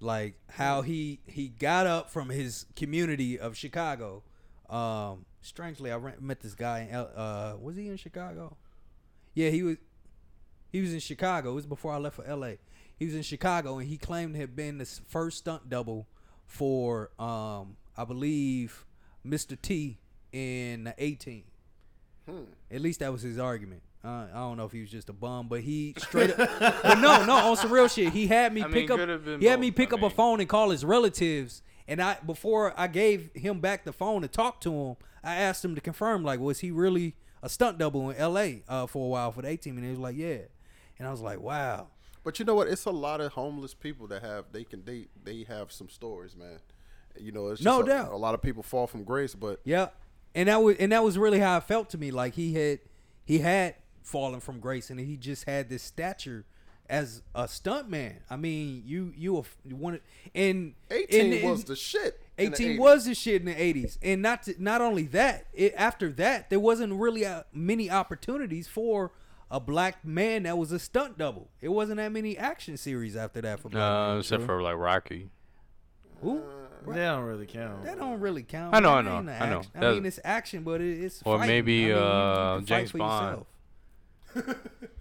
S2: like how he he got up from his community of Chicago. Um, strangely, I ran, met this guy. In, L- uh, was he in Chicago? Yeah, he was. He was in Chicago. It was before I left for L.A. He was in Chicago, and he claimed to have been the s- first stunt double for, um, I believe, Mr. T in the 18. At least that was his argument. Uh, I don't know if he was just a bum, but he straight up. but no, no, on some real shit, he had me
S5: I mean,
S2: pick
S5: could
S2: up.
S5: have been
S2: he had
S5: both.
S2: me pick
S5: I
S2: up a
S5: mean-
S2: phone and call his relatives. And I before I gave him back the phone to talk to him, I asked him to confirm like was he really a stunt double in L.A. Uh, for a while for the A team, and he was like, yeah. And I was like, wow.
S3: But you know what? It's a lot of homeless people that have they can they they have some stories, man. You know, it's
S2: No
S3: just a,
S2: doubt.
S3: A lot of people fall from grace, but
S2: Yeah, and that was and that was really how it felt to me. Like he had he had fallen from grace, and he just had this stature as a stuntman. I mean, you you were- you wanted and
S3: eighteen
S2: and-
S3: was
S2: and
S3: the shit. in the
S2: 18
S3: 80s.
S2: was the shit in the 80s and not to, not only that it, after that there wasn't really uh many opportunities for a black man that was a stunt double it wasn't that many action series after that for black
S5: Uh,
S2: men.
S5: except for like Rocky.
S2: Who?
S4: That don't really count.
S2: that don't really count
S5: I know,
S2: man.
S5: I
S2: That
S5: know,
S2: ain't
S5: I know.
S2: action. I
S5: That-
S2: mean it's action but it, it's
S5: Or
S2: fighting.
S5: maybe,
S2: I mean, you- you
S5: uh,
S2: can fight
S5: James
S2: for
S5: Bond.
S2: yourself.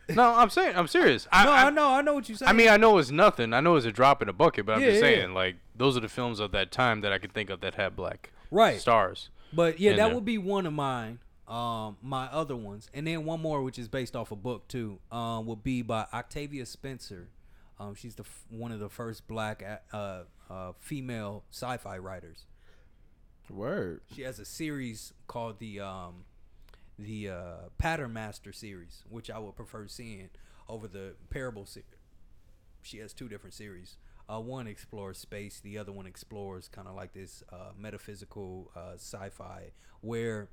S5: No, I'm saying I'm serious. I,
S2: no
S5: I,
S2: I, know I know what you're saying
S5: I mean, I know it's nothing. I know it's a drop in the bucket, but I'm
S2: Yeah,
S5: just
S2: yeah, yeah.
S5: saying, like, those are the films of that time that I could think of that had black
S2: Right.
S5: stars.
S2: But yeah,
S5: in
S2: that
S5: there.
S2: would be one of mine. Um, my other ones, and then one more, which is based off a book too, um, would be by Octavia Spencer. Um, she's the f- one of the first black a- uh, uh, female sci-fi writers.
S4: Word.
S2: She has a series called the um, the uh, Pattern Master series, which I would prefer seeing over the Parable series. She has two different series. Uh, one explores space, the other one explores kind of like this uh, metaphysical uh, sci-fi. Where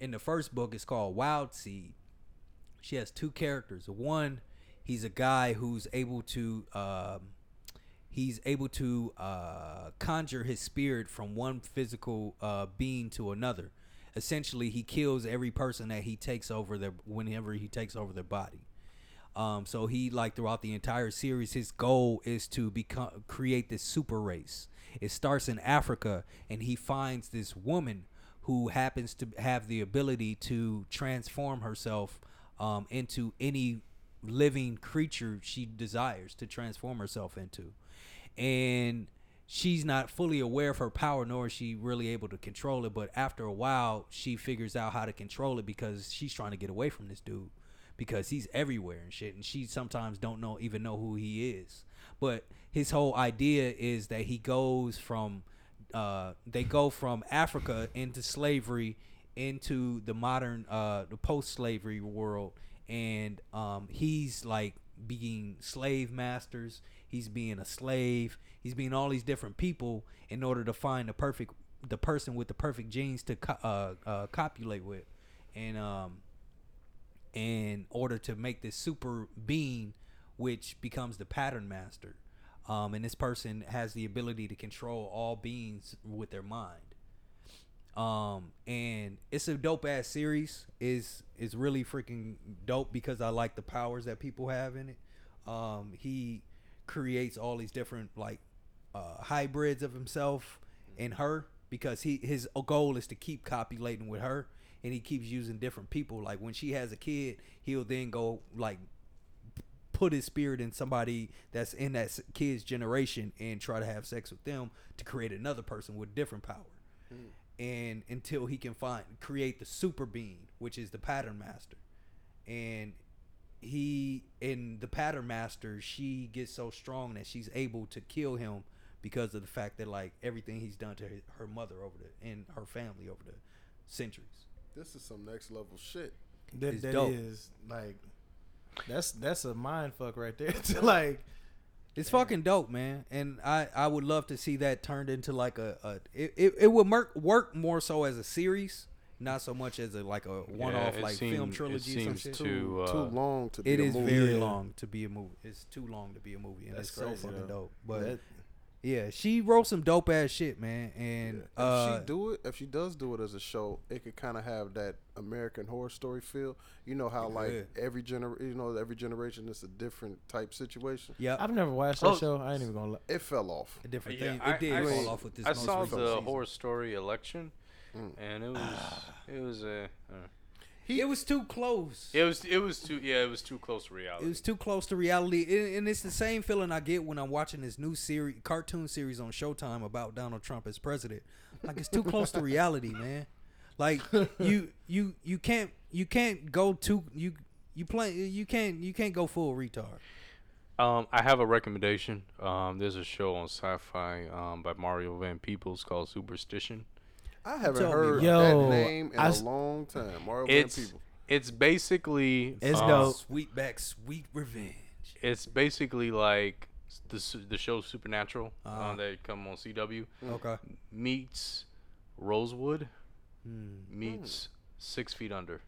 S2: in the first book, it's called Wild Seed. She has two characters. One, he's a guy who's able to um, he's able to uh, conjure his spirit from one physical uh, being to another. Essentially, he kills every person that he takes over their whenever he takes over their body. Um, so he like throughout the entire series, his goal is to become create this super race. It starts in Africa, and he finds this woman who happens to have the ability to transform herself um, into any living creature she desires to transform herself into, and she's not fully aware of her power nor is she really able to control it but after a while she figures out how to control it because she's trying to get away from this dude because he's everywhere and shit and she sometimes don't know even know who he is but his whole idea is that he goes from uh, they go from africa into slavery into the modern uh, the post-slavery world and um, he's like being slave masters he's being a slave he's being all these different people in order to find the perfect the person with the perfect genes to co- uh, uh, copulate with and um, in order to make this super being, which becomes the pattern master. Um, and this person has the ability to control all beings with their mind. Um, and it's a dope ass series. is is really freaking dope because I like the powers that people have in it. Um, he creates all these different like uh, hybrids of himself and her because he his uh, goal is to keep copulating with her, and he keeps using different people. Like when she has a kid, he'll then go like put his spirit in somebody that's in that s- kid's generation and try to have sex with them to create another person with different power. And until he can find create the super being, which is the pattern master. And he in the pattern master, she gets so strong that she's able to kill him because of the fact that like everything he's done to her, her mother over the and her family over the centuries.
S3: This is some next level shit.
S4: That,
S2: It's
S4: that
S2: dope.
S4: is, like that's that's a mind fuck right there. to like
S2: It's fucking dope, man, and I, I would love to see that turned into like a, a it, it, it would mer- work more so as a series, not so much as a like a one-off
S5: it
S2: like film
S5: seemed-
S2: trilogy
S5: It
S2: or some
S5: seems
S2: shit.
S5: too.
S3: too
S5: uh,
S3: long to be
S2: It
S3: a
S2: is
S3: movie.
S2: very
S4: Yeah.
S2: long to be a movie. It's too long to be a movie, and
S4: That's
S2: it's so
S4: crazy,
S2: fucking
S4: though.
S2: dope. But
S4: That-
S2: yeah, she wrote some dope ass shit, man. And
S3: If
S2: uh,
S3: she do it, if she does do it as a show, it could kind of have that American Horror Story feel. You know how like
S2: Yeah.
S3: every gener, you know every generation is a different type situation.
S2: yeah,
S4: I've never watched that
S5: Oh.
S4: show. I ain't even gonna. Lie.
S3: It fell off.
S2: a different
S5: Yeah,
S2: thing.
S5: I-
S2: it did
S5: I
S2: fall
S5: saw-
S2: off with this.
S5: I
S2: most
S5: saw
S2: recent
S5: the
S2: season.
S5: horror story election,
S3: Mm.
S5: and it was it was a. Uh,
S2: it was too close.
S5: it was it was too yeah it was too close to reality.
S2: It was too close to reality, and, and it's the same feeling I get when I'm watching this new series, cartoon series on Showtime about Donald Trump as president. Like it's too close to reality, man. Like you, you, you can't, you can't go too, you, you play, you can't, you can't go full retard.
S5: Um, I have a recommendation. Um, there's a show on Sci-Fi um, by Mario Van Peebles called Superstition.
S3: I haven't
S2: told me
S3: heard
S4: about
S3: that
S4: Yo,
S3: name in
S4: I
S3: a
S4: s-
S3: long time.
S2: Oh,
S3: Mario Van
S5: It's
S3: People.
S5: it's basically
S4: It's
S5: um,
S4: dope.
S2: Sweet back, sweet revenge.
S5: It's basically like s- the su- the show Supernatural uh,
S2: Uh-huh.
S5: that come on CW
S3: Mm.
S2: Okay.
S5: meets Rosewood
S2: Hmm.
S5: meets Six Feet Under.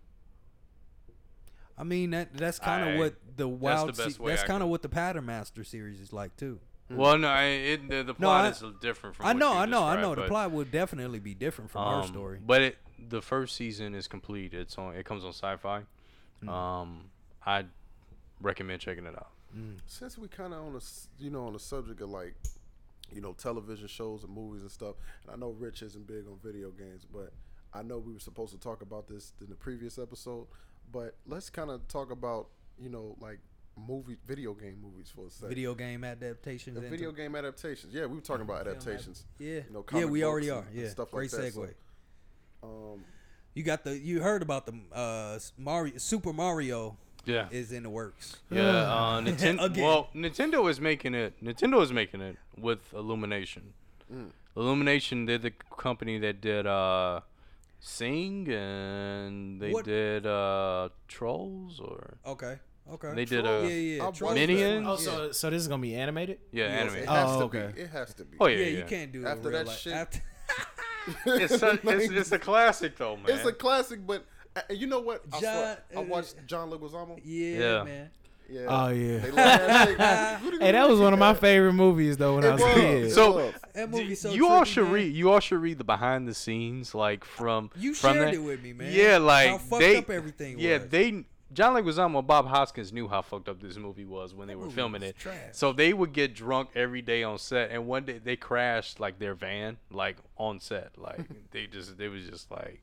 S2: I mean that that's kind
S5: I-
S2: of what the wild.
S5: the best
S2: se-
S5: way
S2: that's
S5: I
S2: kind of
S5: can-
S2: what the Pattern Master series is like too.
S5: Well, no, I, it, the, the plot
S2: Hmm. I-
S5: is different from
S2: I
S5: what
S2: know,
S5: you
S2: I know, I
S5: described,
S2: know. The
S5: but-
S2: plot would definitely be different from her
S5: Um,
S2: story.
S5: But it the first season is complete. It's on. It comes on Sci-Fi.
S2: Hmm.
S5: Um, I recommend checking it out.
S3: Since we kind of on the s- you know on the subject of like you know television shows and movies and stuff, and I know Rich isn't big on video games, but I know we were supposed to talk about this in the previous episode, but let's kind of talk about you know like movie video game movies for a second.
S2: video game adaptations.
S3: The
S2: into-
S3: video game adaptations. Yeah, we were talking about adaptations.
S2: Yeah.
S3: You know,
S2: yeah,
S3: comic
S2: we
S3: books
S2: already
S3: and-
S2: are.
S3: and
S2: Yeah.
S3: stuff
S2: Great
S3: like that, so-
S2: segue.
S3: Um,
S2: You got the you heard about the uh Mario Super Mario
S5: Yeah.
S2: is in the works.
S5: Yeah, uh, Nintendo.
S2: Again.
S5: well, Nintendo is making it. Nintendo is making it with Illumination. Mm. Illumination, they're the company that did uh, Sing and they
S2: What-
S5: did uh, Trolls or
S2: Okay. Okay.
S5: they did uh,
S2: yeah,
S5: a
S2: yeah,
S3: I
S2: yeah.
S3: watched
S2: Trolls
S5: that. Minions?
S2: one,
S4: Oh,
S2: yeah.
S4: so so this is gonna be animated?
S5: yeah,
S3: yes,
S5: anime.
S3: It has
S4: Oh,
S3: to
S4: okay.
S3: be. It has to be.
S5: oh
S2: Uh, yeah,
S5: yeah, yeah.
S2: you can't do it
S3: After
S2: in real
S3: that
S2: life.
S3: shit-
S2: After-
S5: It's, such, it's it's a classic though, man.
S3: It's a classic, but uh, you know what? I, swear,
S2: John-
S3: I watched John Leguizamo.
S2: yeah,
S5: Yeah.
S2: man.
S3: Yeah.
S4: Oh yeah.
S3: They love that shit.
S4: Hey, that was one of my favorite movies though when I
S3: It
S4: was a
S3: was.
S4: kid.
S3: It
S5: So-
S3: was.
S2: That
S5: D-
S2: movie so
S5: you all
S2: trippy,
S5: should
S2: man.
S5: read. You all should read the behind the scenes, like from
S2: You
S5: from
S2: shared
S5: that-
S2: it with me, man.
S5: Yeah, like
S2: how fucked
S5: they,
S2: up everything
S5: Yeah,
S2: was.
S5: they John Leguizamo, and Bob Hoskins knew how fucked up this movie was when they were
S2: movie
S5: filming
S2: was
S5: it.
S2: trash.
S5: So they would get drunk every day on set, and one day they crashed like their van, like on set. Like they just, they was just like,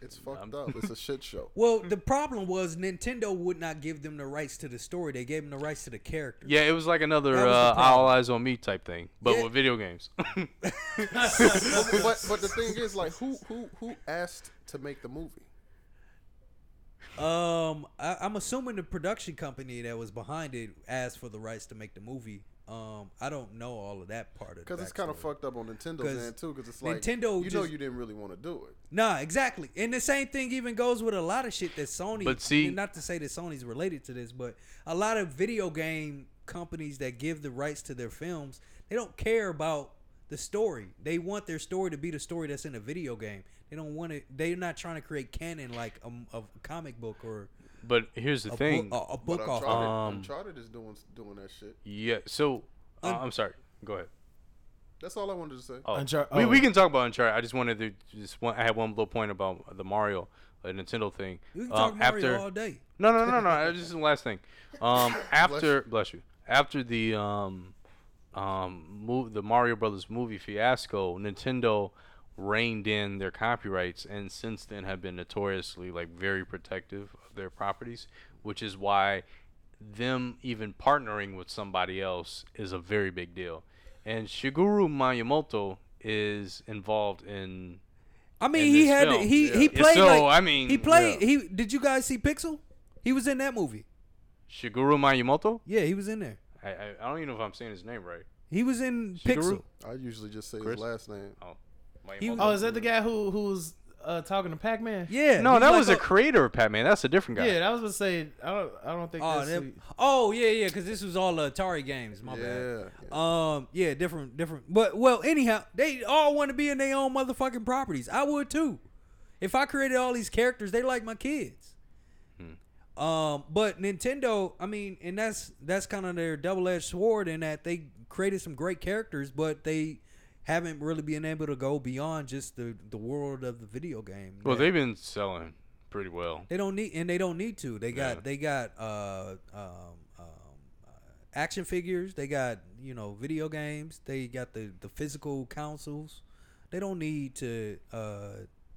S3: It's fucked up. It's a shit show.
S2: Well, the problem was Nintendo would not give them the rights to the story. They gave them the rights to the character.
S5: yeah, it was like another
S2: That was the
S5: uh,
S2: problem.
S5: All Eyes on Me type thing, but
S2: Yeah.
S5: with video games.
S3: but, but- but the thing is, like, who who who asked to make the movie?
S2: Um, I, I'm assuming the production company that was behind it asked for the rights to make the movie. Um, I don't know all of that part of
S3: Because it's kind of fucked up on Nintendo's
S2: 'Cause
S3: end too. Because it's like
S2: Nintendo
S3: you know,
S2: just-
S3: you didn't really want to do it.
S2: Nah, exactly. And the same thing even goes with a lot of shit that Sony.
S5: But see-
S2: and not to say that Sony's related to this, but a lot of video game companies that give the rights to their films, they don't care about the story. They want their story to be the story that's in a video game. They don't want it. They're not trying to create canon like a, a comic book or
S5: but here's the
S2: a
S5: thing.
S2: book, a, a
S3: But
S2: book off.
S3: Uncharted,
S5: Um,
S3: Uncharted is doing doing that shit.
S5: yeah. So uh,
S2: Un-
S5: I'm sorry. Go ahead.
S3: That's all I wanted to say.
S5: Oh.
S4: Unchar-
S5: We,
S4: oh.
S5: we can talk about Uncharted. I just wanted to just one. I had one little point about the Mario, uh, Nintendo thing.
S2: we can
S5: Um,
S2: talk Mario
S5: after
S2: all day.
S5: no no no no. I- This is the last thing. Um, after bless you. After the um, um, move the Mario Brothers movie fiasco, Nintendo reined in their copyrights, and since then have been notoriously like very protective of their properties, which is why them even partnering with somebody else is a very big deal. And Shigeru Miyamoto is involved in
S2: I mean,
S5: in
S2: he
S5: this
S2: had
S5: film.
S2: he he
S5: Yeah.
S2: played.
S5: So,
S2: like,
S5: I mean,
S2: he played. He did you guys see Pixel? He was in that movie.
S5: Shigeru Miyamoto.
S2: Yeah, he was in there.
S5: I, I, I don't even know if I'm saying his name right.
S2: He was in Pixel.
S5: Shigeru?
S3: I usually just say
S5: Chris?
S3: his last name.
S5: Oh,
S2: He-
S5: Miyamoto.
S4: Oh, is that the guy who who's uh, talking to Pac Man?
S2: Yeah.
S5: no,
S4: he's
S5: that
S4: like
S5: was a
S4: a-
S5: creator of Pac Man. That's a different guy.
S4: Yeah, that was gonna say. I don't. I don't think.
S2: Oh,
S4: that's
S2: that-
S4: who-
S2: oh yeah, yeah, because this was all Atari games. My
S3: Yeah.
S2: bad. Um, yeah, different, different. But well, anyhow, they all want to be in their own motherfucking properties. I would too. If I created all these characters, they like my kids. Um, but Nintendo, I mean, and that's that's kind of their double-edged sword in that they created some great characters, but they haven't really been able to go beyond just the the world of the video game.
S5: Well,
S2: That-
S5: they've been selling pretty well.
S2: they don't need, and they don't need to. They got,
S5: Yeah.
S2: they got, uh, um, um, uh, action figures. They got, you know, video games. They got the the physical consoles. They don't need to. Uh,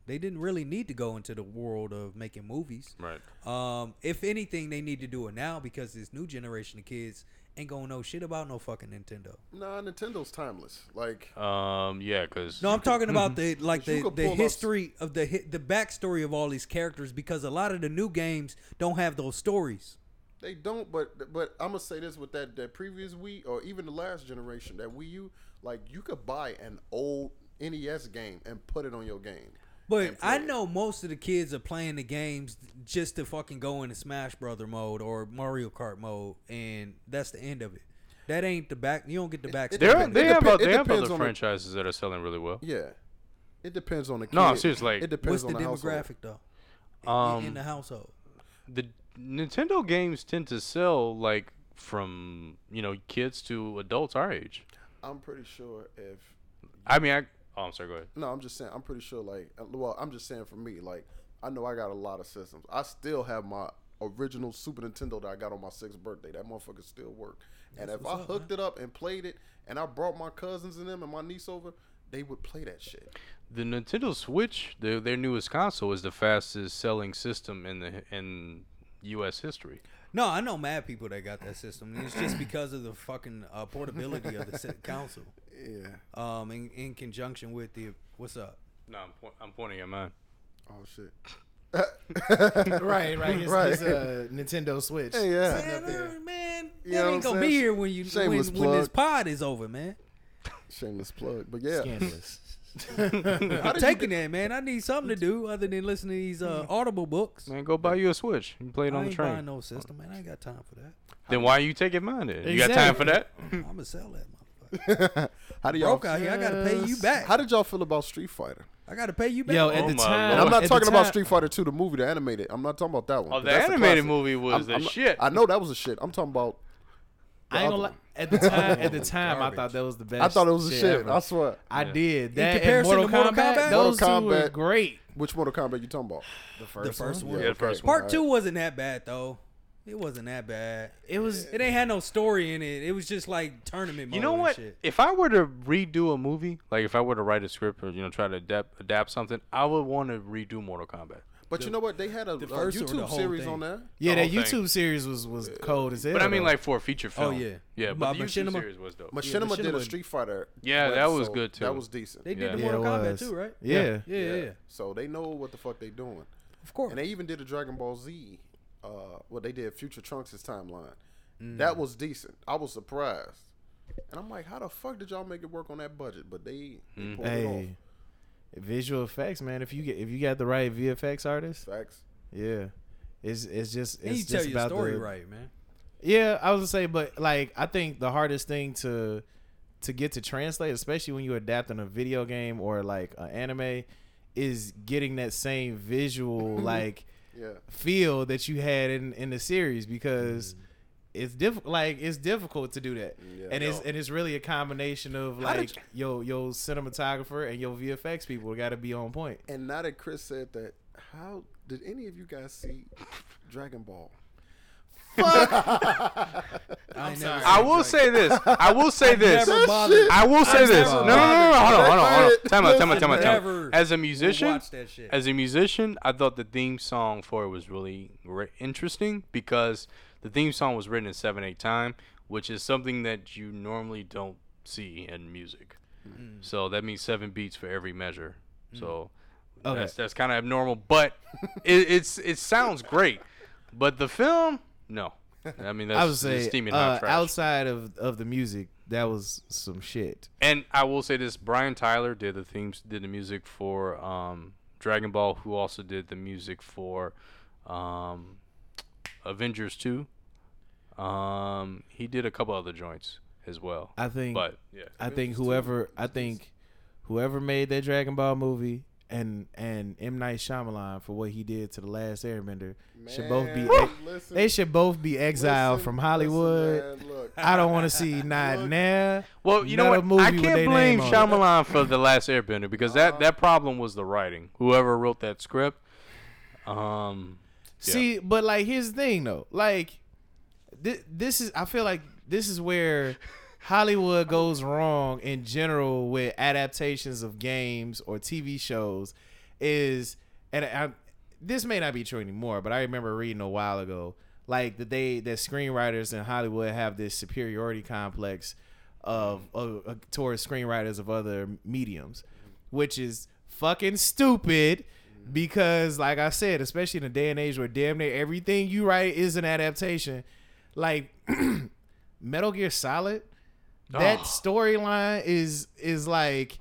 S2: they didn't really need to go into the world of making movies.
S5: Right.
S2: Um, if anything, they need to do it now because this new generation of kids ain't gonna know shit about no fucking Nintendo.
S3: Nah, Nintendo's timeless. Like
S5: Um. Yeah. Cause
S2: No, I'm talking about the like
S3: But you
S2: the,
S3: could
S2: the
S3: pull up-
S2: history of the hi- the backstory of all these characters because a lot of the new games don't have those stories.
S3: They don't, but but I'm gonna say this with that that previous Wii or even the last generation that Wii U, like you could buy an old NES game and put it on your game.
S2: But
S3: and play
S2: I
S3: it.
S2: know most of the kids are playing the games just to fucking go into Smash Brother mode or Mario Kart mode, and that's the end of it. That ain't the back. You don't get the backstory.
S5: There are-
S3: It
S5: they have
S3: depen-
S5: a- they
S3: it
S5: have
S3: depends
S5: other
S3: on the-
S5: franchises that are selling really well.
S3: Yeah, it depends on the. Kid.
S5: No, I'm serious, like-
S3: it depends
S2: What's the
S3: on the,
S2: demographic though i-
S5: Um.
S2: in the household?
S5: the Nintendo games tend to sell like from you know kids to adults our age.
S3: Household. I'm pretty sure if
S5: I mean, I oh, I'm sorry. Go ahead.
S3: No, I'm just saying. I'm pretty sure. Like, uh, well, I'm just saying for me. Like, I know I got a lot of systems. I still have my original Super Nintendo that I got on my sixth birthday. That motherfucker still work. And if I
S2: what's up,
S3: hooked it up and played it, and I brought my cousins and them and my niece over, they would play that shit.
S5: The Nintendo Switch, their their newest console, is the fastest selling system in the in U.S. history.
S2: No, I know mad people that got that system. It's just because of the fucking uh, portability of the si- council.
S3: Yeah.
S2: Um, in, in conjunction with the what's up?
S5: No, I'm, po- I'm pointing at mine.
S3: Oh shit.
S4: right, right. It's,
S3: Right.
S4: it's a Nintendo Switch.
S3: Hey, yeah.
S2: Man, uh, man,
S3: You
S2: that
S3: know
S2: ain't
S3: what I'm
S2: gonna be
S3: saying?
S2: here when you when,
S3: Shameless
S2: when this
S3: plug.
S2: pod is over, man.
S3: Shameless plug, but yeah.
S4: Scandalous.
S2: I'm taking that, man. I need something to do other than listen to these uh, audible books.
S5: Man, go buy you a Switch. You can play it
S2: I
S5: on the
S2: ain't
S5: train.
S2: buying no system, man. I ain't got time for that.
S5: Then why are you taking mine? Then you got time for that?
S2: I'm gonna sell that motherfucker.
S3: How do y'all?
S2: Broke out here. I gotta pay you back.
S3: How did y'all feel about Street Fighter?
S2: I gotta pay you back.
S4: Yo, at
S5: Oh
S4: the
S5: my
S4: time,
S5: lord.
S3: And I'm not
S4: at the
S3: talking about
S4: time-
S3: Street Fighter 2, the movie, the animated. I'm not talking about that one.
S5: Oh,
S3: but
S5: the
S3: that's a
S5: animated
S3: classic.
S5: movie was
S3: I'm-
S5: the
S3: I'm-
S5: shit.
S3: I know that was a shit. I'm talking about. the
S4: I ain't
S3: other
S4: gonna lie.
S3: one.
S4: At the time, at the time, I thought that was the best.
S3: I thought it was a shit.
S4: ever.
S3: I swear.
S4: I
S5: Yeah.
S4: did. That and
S2: comparison
S4: Mortal,
S2: to Mortal
S4: Kombat,
S2: Kombat?
S4: those
S3: Mortal
S4: two were
S3: Kombat.
S4: great.
S3: Which Mortal Kombat you talking about?
S4: The first,
S2: first one.
S5: Yeah, the first one.
S2: Part two wasn't that bad though. It wasn't that bad.
S4: It was.
S2: It ain't had no story in it. It was just like tournament. Mode
S5: You know
S2: and
S5: what?
S2: Shit.
S5: If I were to redo a movie, like if I were to write a script or you know try to adapt adapt something, I would want to redo Mortal Kombat.
S3: But you know what? They had a, a
S2: first or the
S3: YouTube
S2: whole
S3: series
S2: thing?
S3: on there.
S4: Yeah,
S5: the
S4: that
S5: whole
S4: YouTube
S5: thing.
S4: series was was cold as hell.
S5: Oh, But I mean,
S4: though.
S5: like for a feature film.
S2: yeah.
S5: yeah.
S2: By
S5: But the YouTube
S2: Machinima.
S5: series was dope.
S3: Machinima did a
S2: Machinima-
S3: Street Fighter.
S5: Yeah,
S3: one,
S5: that was
S3: so
S5: good, too.
S3: That was decent.
S2: They did
S5: Yeah.
S2: the
S5: Yeah,
S2: Mortal
S4: it
S2: Kombat
S4: was.
S2: too, right?
S4: Yeah.
S2: yeah, yeah. yeah.
S3: So they know what the fuck they doing.
S2: Of course.
S3: And they even did a Dragon Ball Z. Uh, what they did Future Trunks' timeline.
S4: Mm.
S3: That was decent. I was surprised. And I'm like, how the fuck did y'all make it work on that budget? But they, they
S4: Mm.
S3: pulled it
S4: hey, visual effects, man. If you get if you got the right VFX artist,
S3: off. Facts.
S4: yeah, it's it's just
S2: and
S4: it's
S2: you
S4: just
S2: tell your
S4: about
S2: story
S4: the,
S2: right, man.
S4: Yeah, I was gonna say, but like I think the hardest thing to to get to translate, especially when you're adapting a video game or like an anime, is getting that same visual
S2: Mm-hmm.
S4: like
S3: Yeah.
S4: feel that you had in in the series because it's diff like it's difficult to do that,
S3: Mm-hmm. Yeah.
S4: and it's and it's really a combination of like yo yo cinematographer and your VFX people got to be on point.
S3: And now that Chris said that, how did any of you guys see Dragon Ball?
S2: I'm sorry.
S5: I will say this. I will say this.
S2: Never bothered.
S5: I will say
S2: I've
S5: this.
S2: never
S5: No, no, no, no, no. Hold on, hold on, hold on. Time out, time out, time out, time
S2: Never
S5: out. As a
S2: will
S5: musician,
S2: watch that shit.
S5: as a musician, I thought the theme song for it was really re- interesting because the theme song was written in seven eight time, which is something that you normally don't see in music.
S4: Mm.
S5: So that means seven beats for every measure. So that's that's kind of abnormal, but it, it's it sounds great. But the film, no. I mean, that's
S4: I would
S5: just
S4: say
S5: steaming
S4: uh,
S5: hot trash.
S4: outside of of the music, that was some shit.
S5: And I will say this: Brian Tyler did the themes, did the music for um, Dragon Ball, who also did the music for um, Avengers Two. Um, he did a couple other joints as well.
S4: I think
S5: but yeah,
S4: I think whoever I think whoever made that Dragon Ball movie and and M Night Shyamalan for what he did to the Last Airbender should
S3: Man,
S4: both be
S3: listen,
S4: they should both be exiled
S3: listen,
S4: from
S3: listen,
S4: Hollywood.
S3: man, look.
S4: I don't want to see not
S3: Look.
S4: now.
S5: Well, you
S4: Not a
S5: know what? I
S4: movie with they
S5: can't blame
S4: name on it.
S5: Shyamalan for the Last Airbender because that
S3: Uh-huh.
S5: that problem was the writing. Whoever wrote that script, um, Yeah.
S4: See, but like here's the thing though. Like thi- this is I feel like this is where Hollywood goes wrong in general with adaptations of games or TV shows is and I, this may not be true anymore, but I remember reading a while ago like that they that screenwriters in Hollywood have this superiority complex of, of, of towards screenwriters of other mediums, which is fucking stupid. Because, like I said, especially in a day and age where damn near everything you write is an adaptation, like Metal Gear Solid, that
S5: Oh.
S4: storyline is is like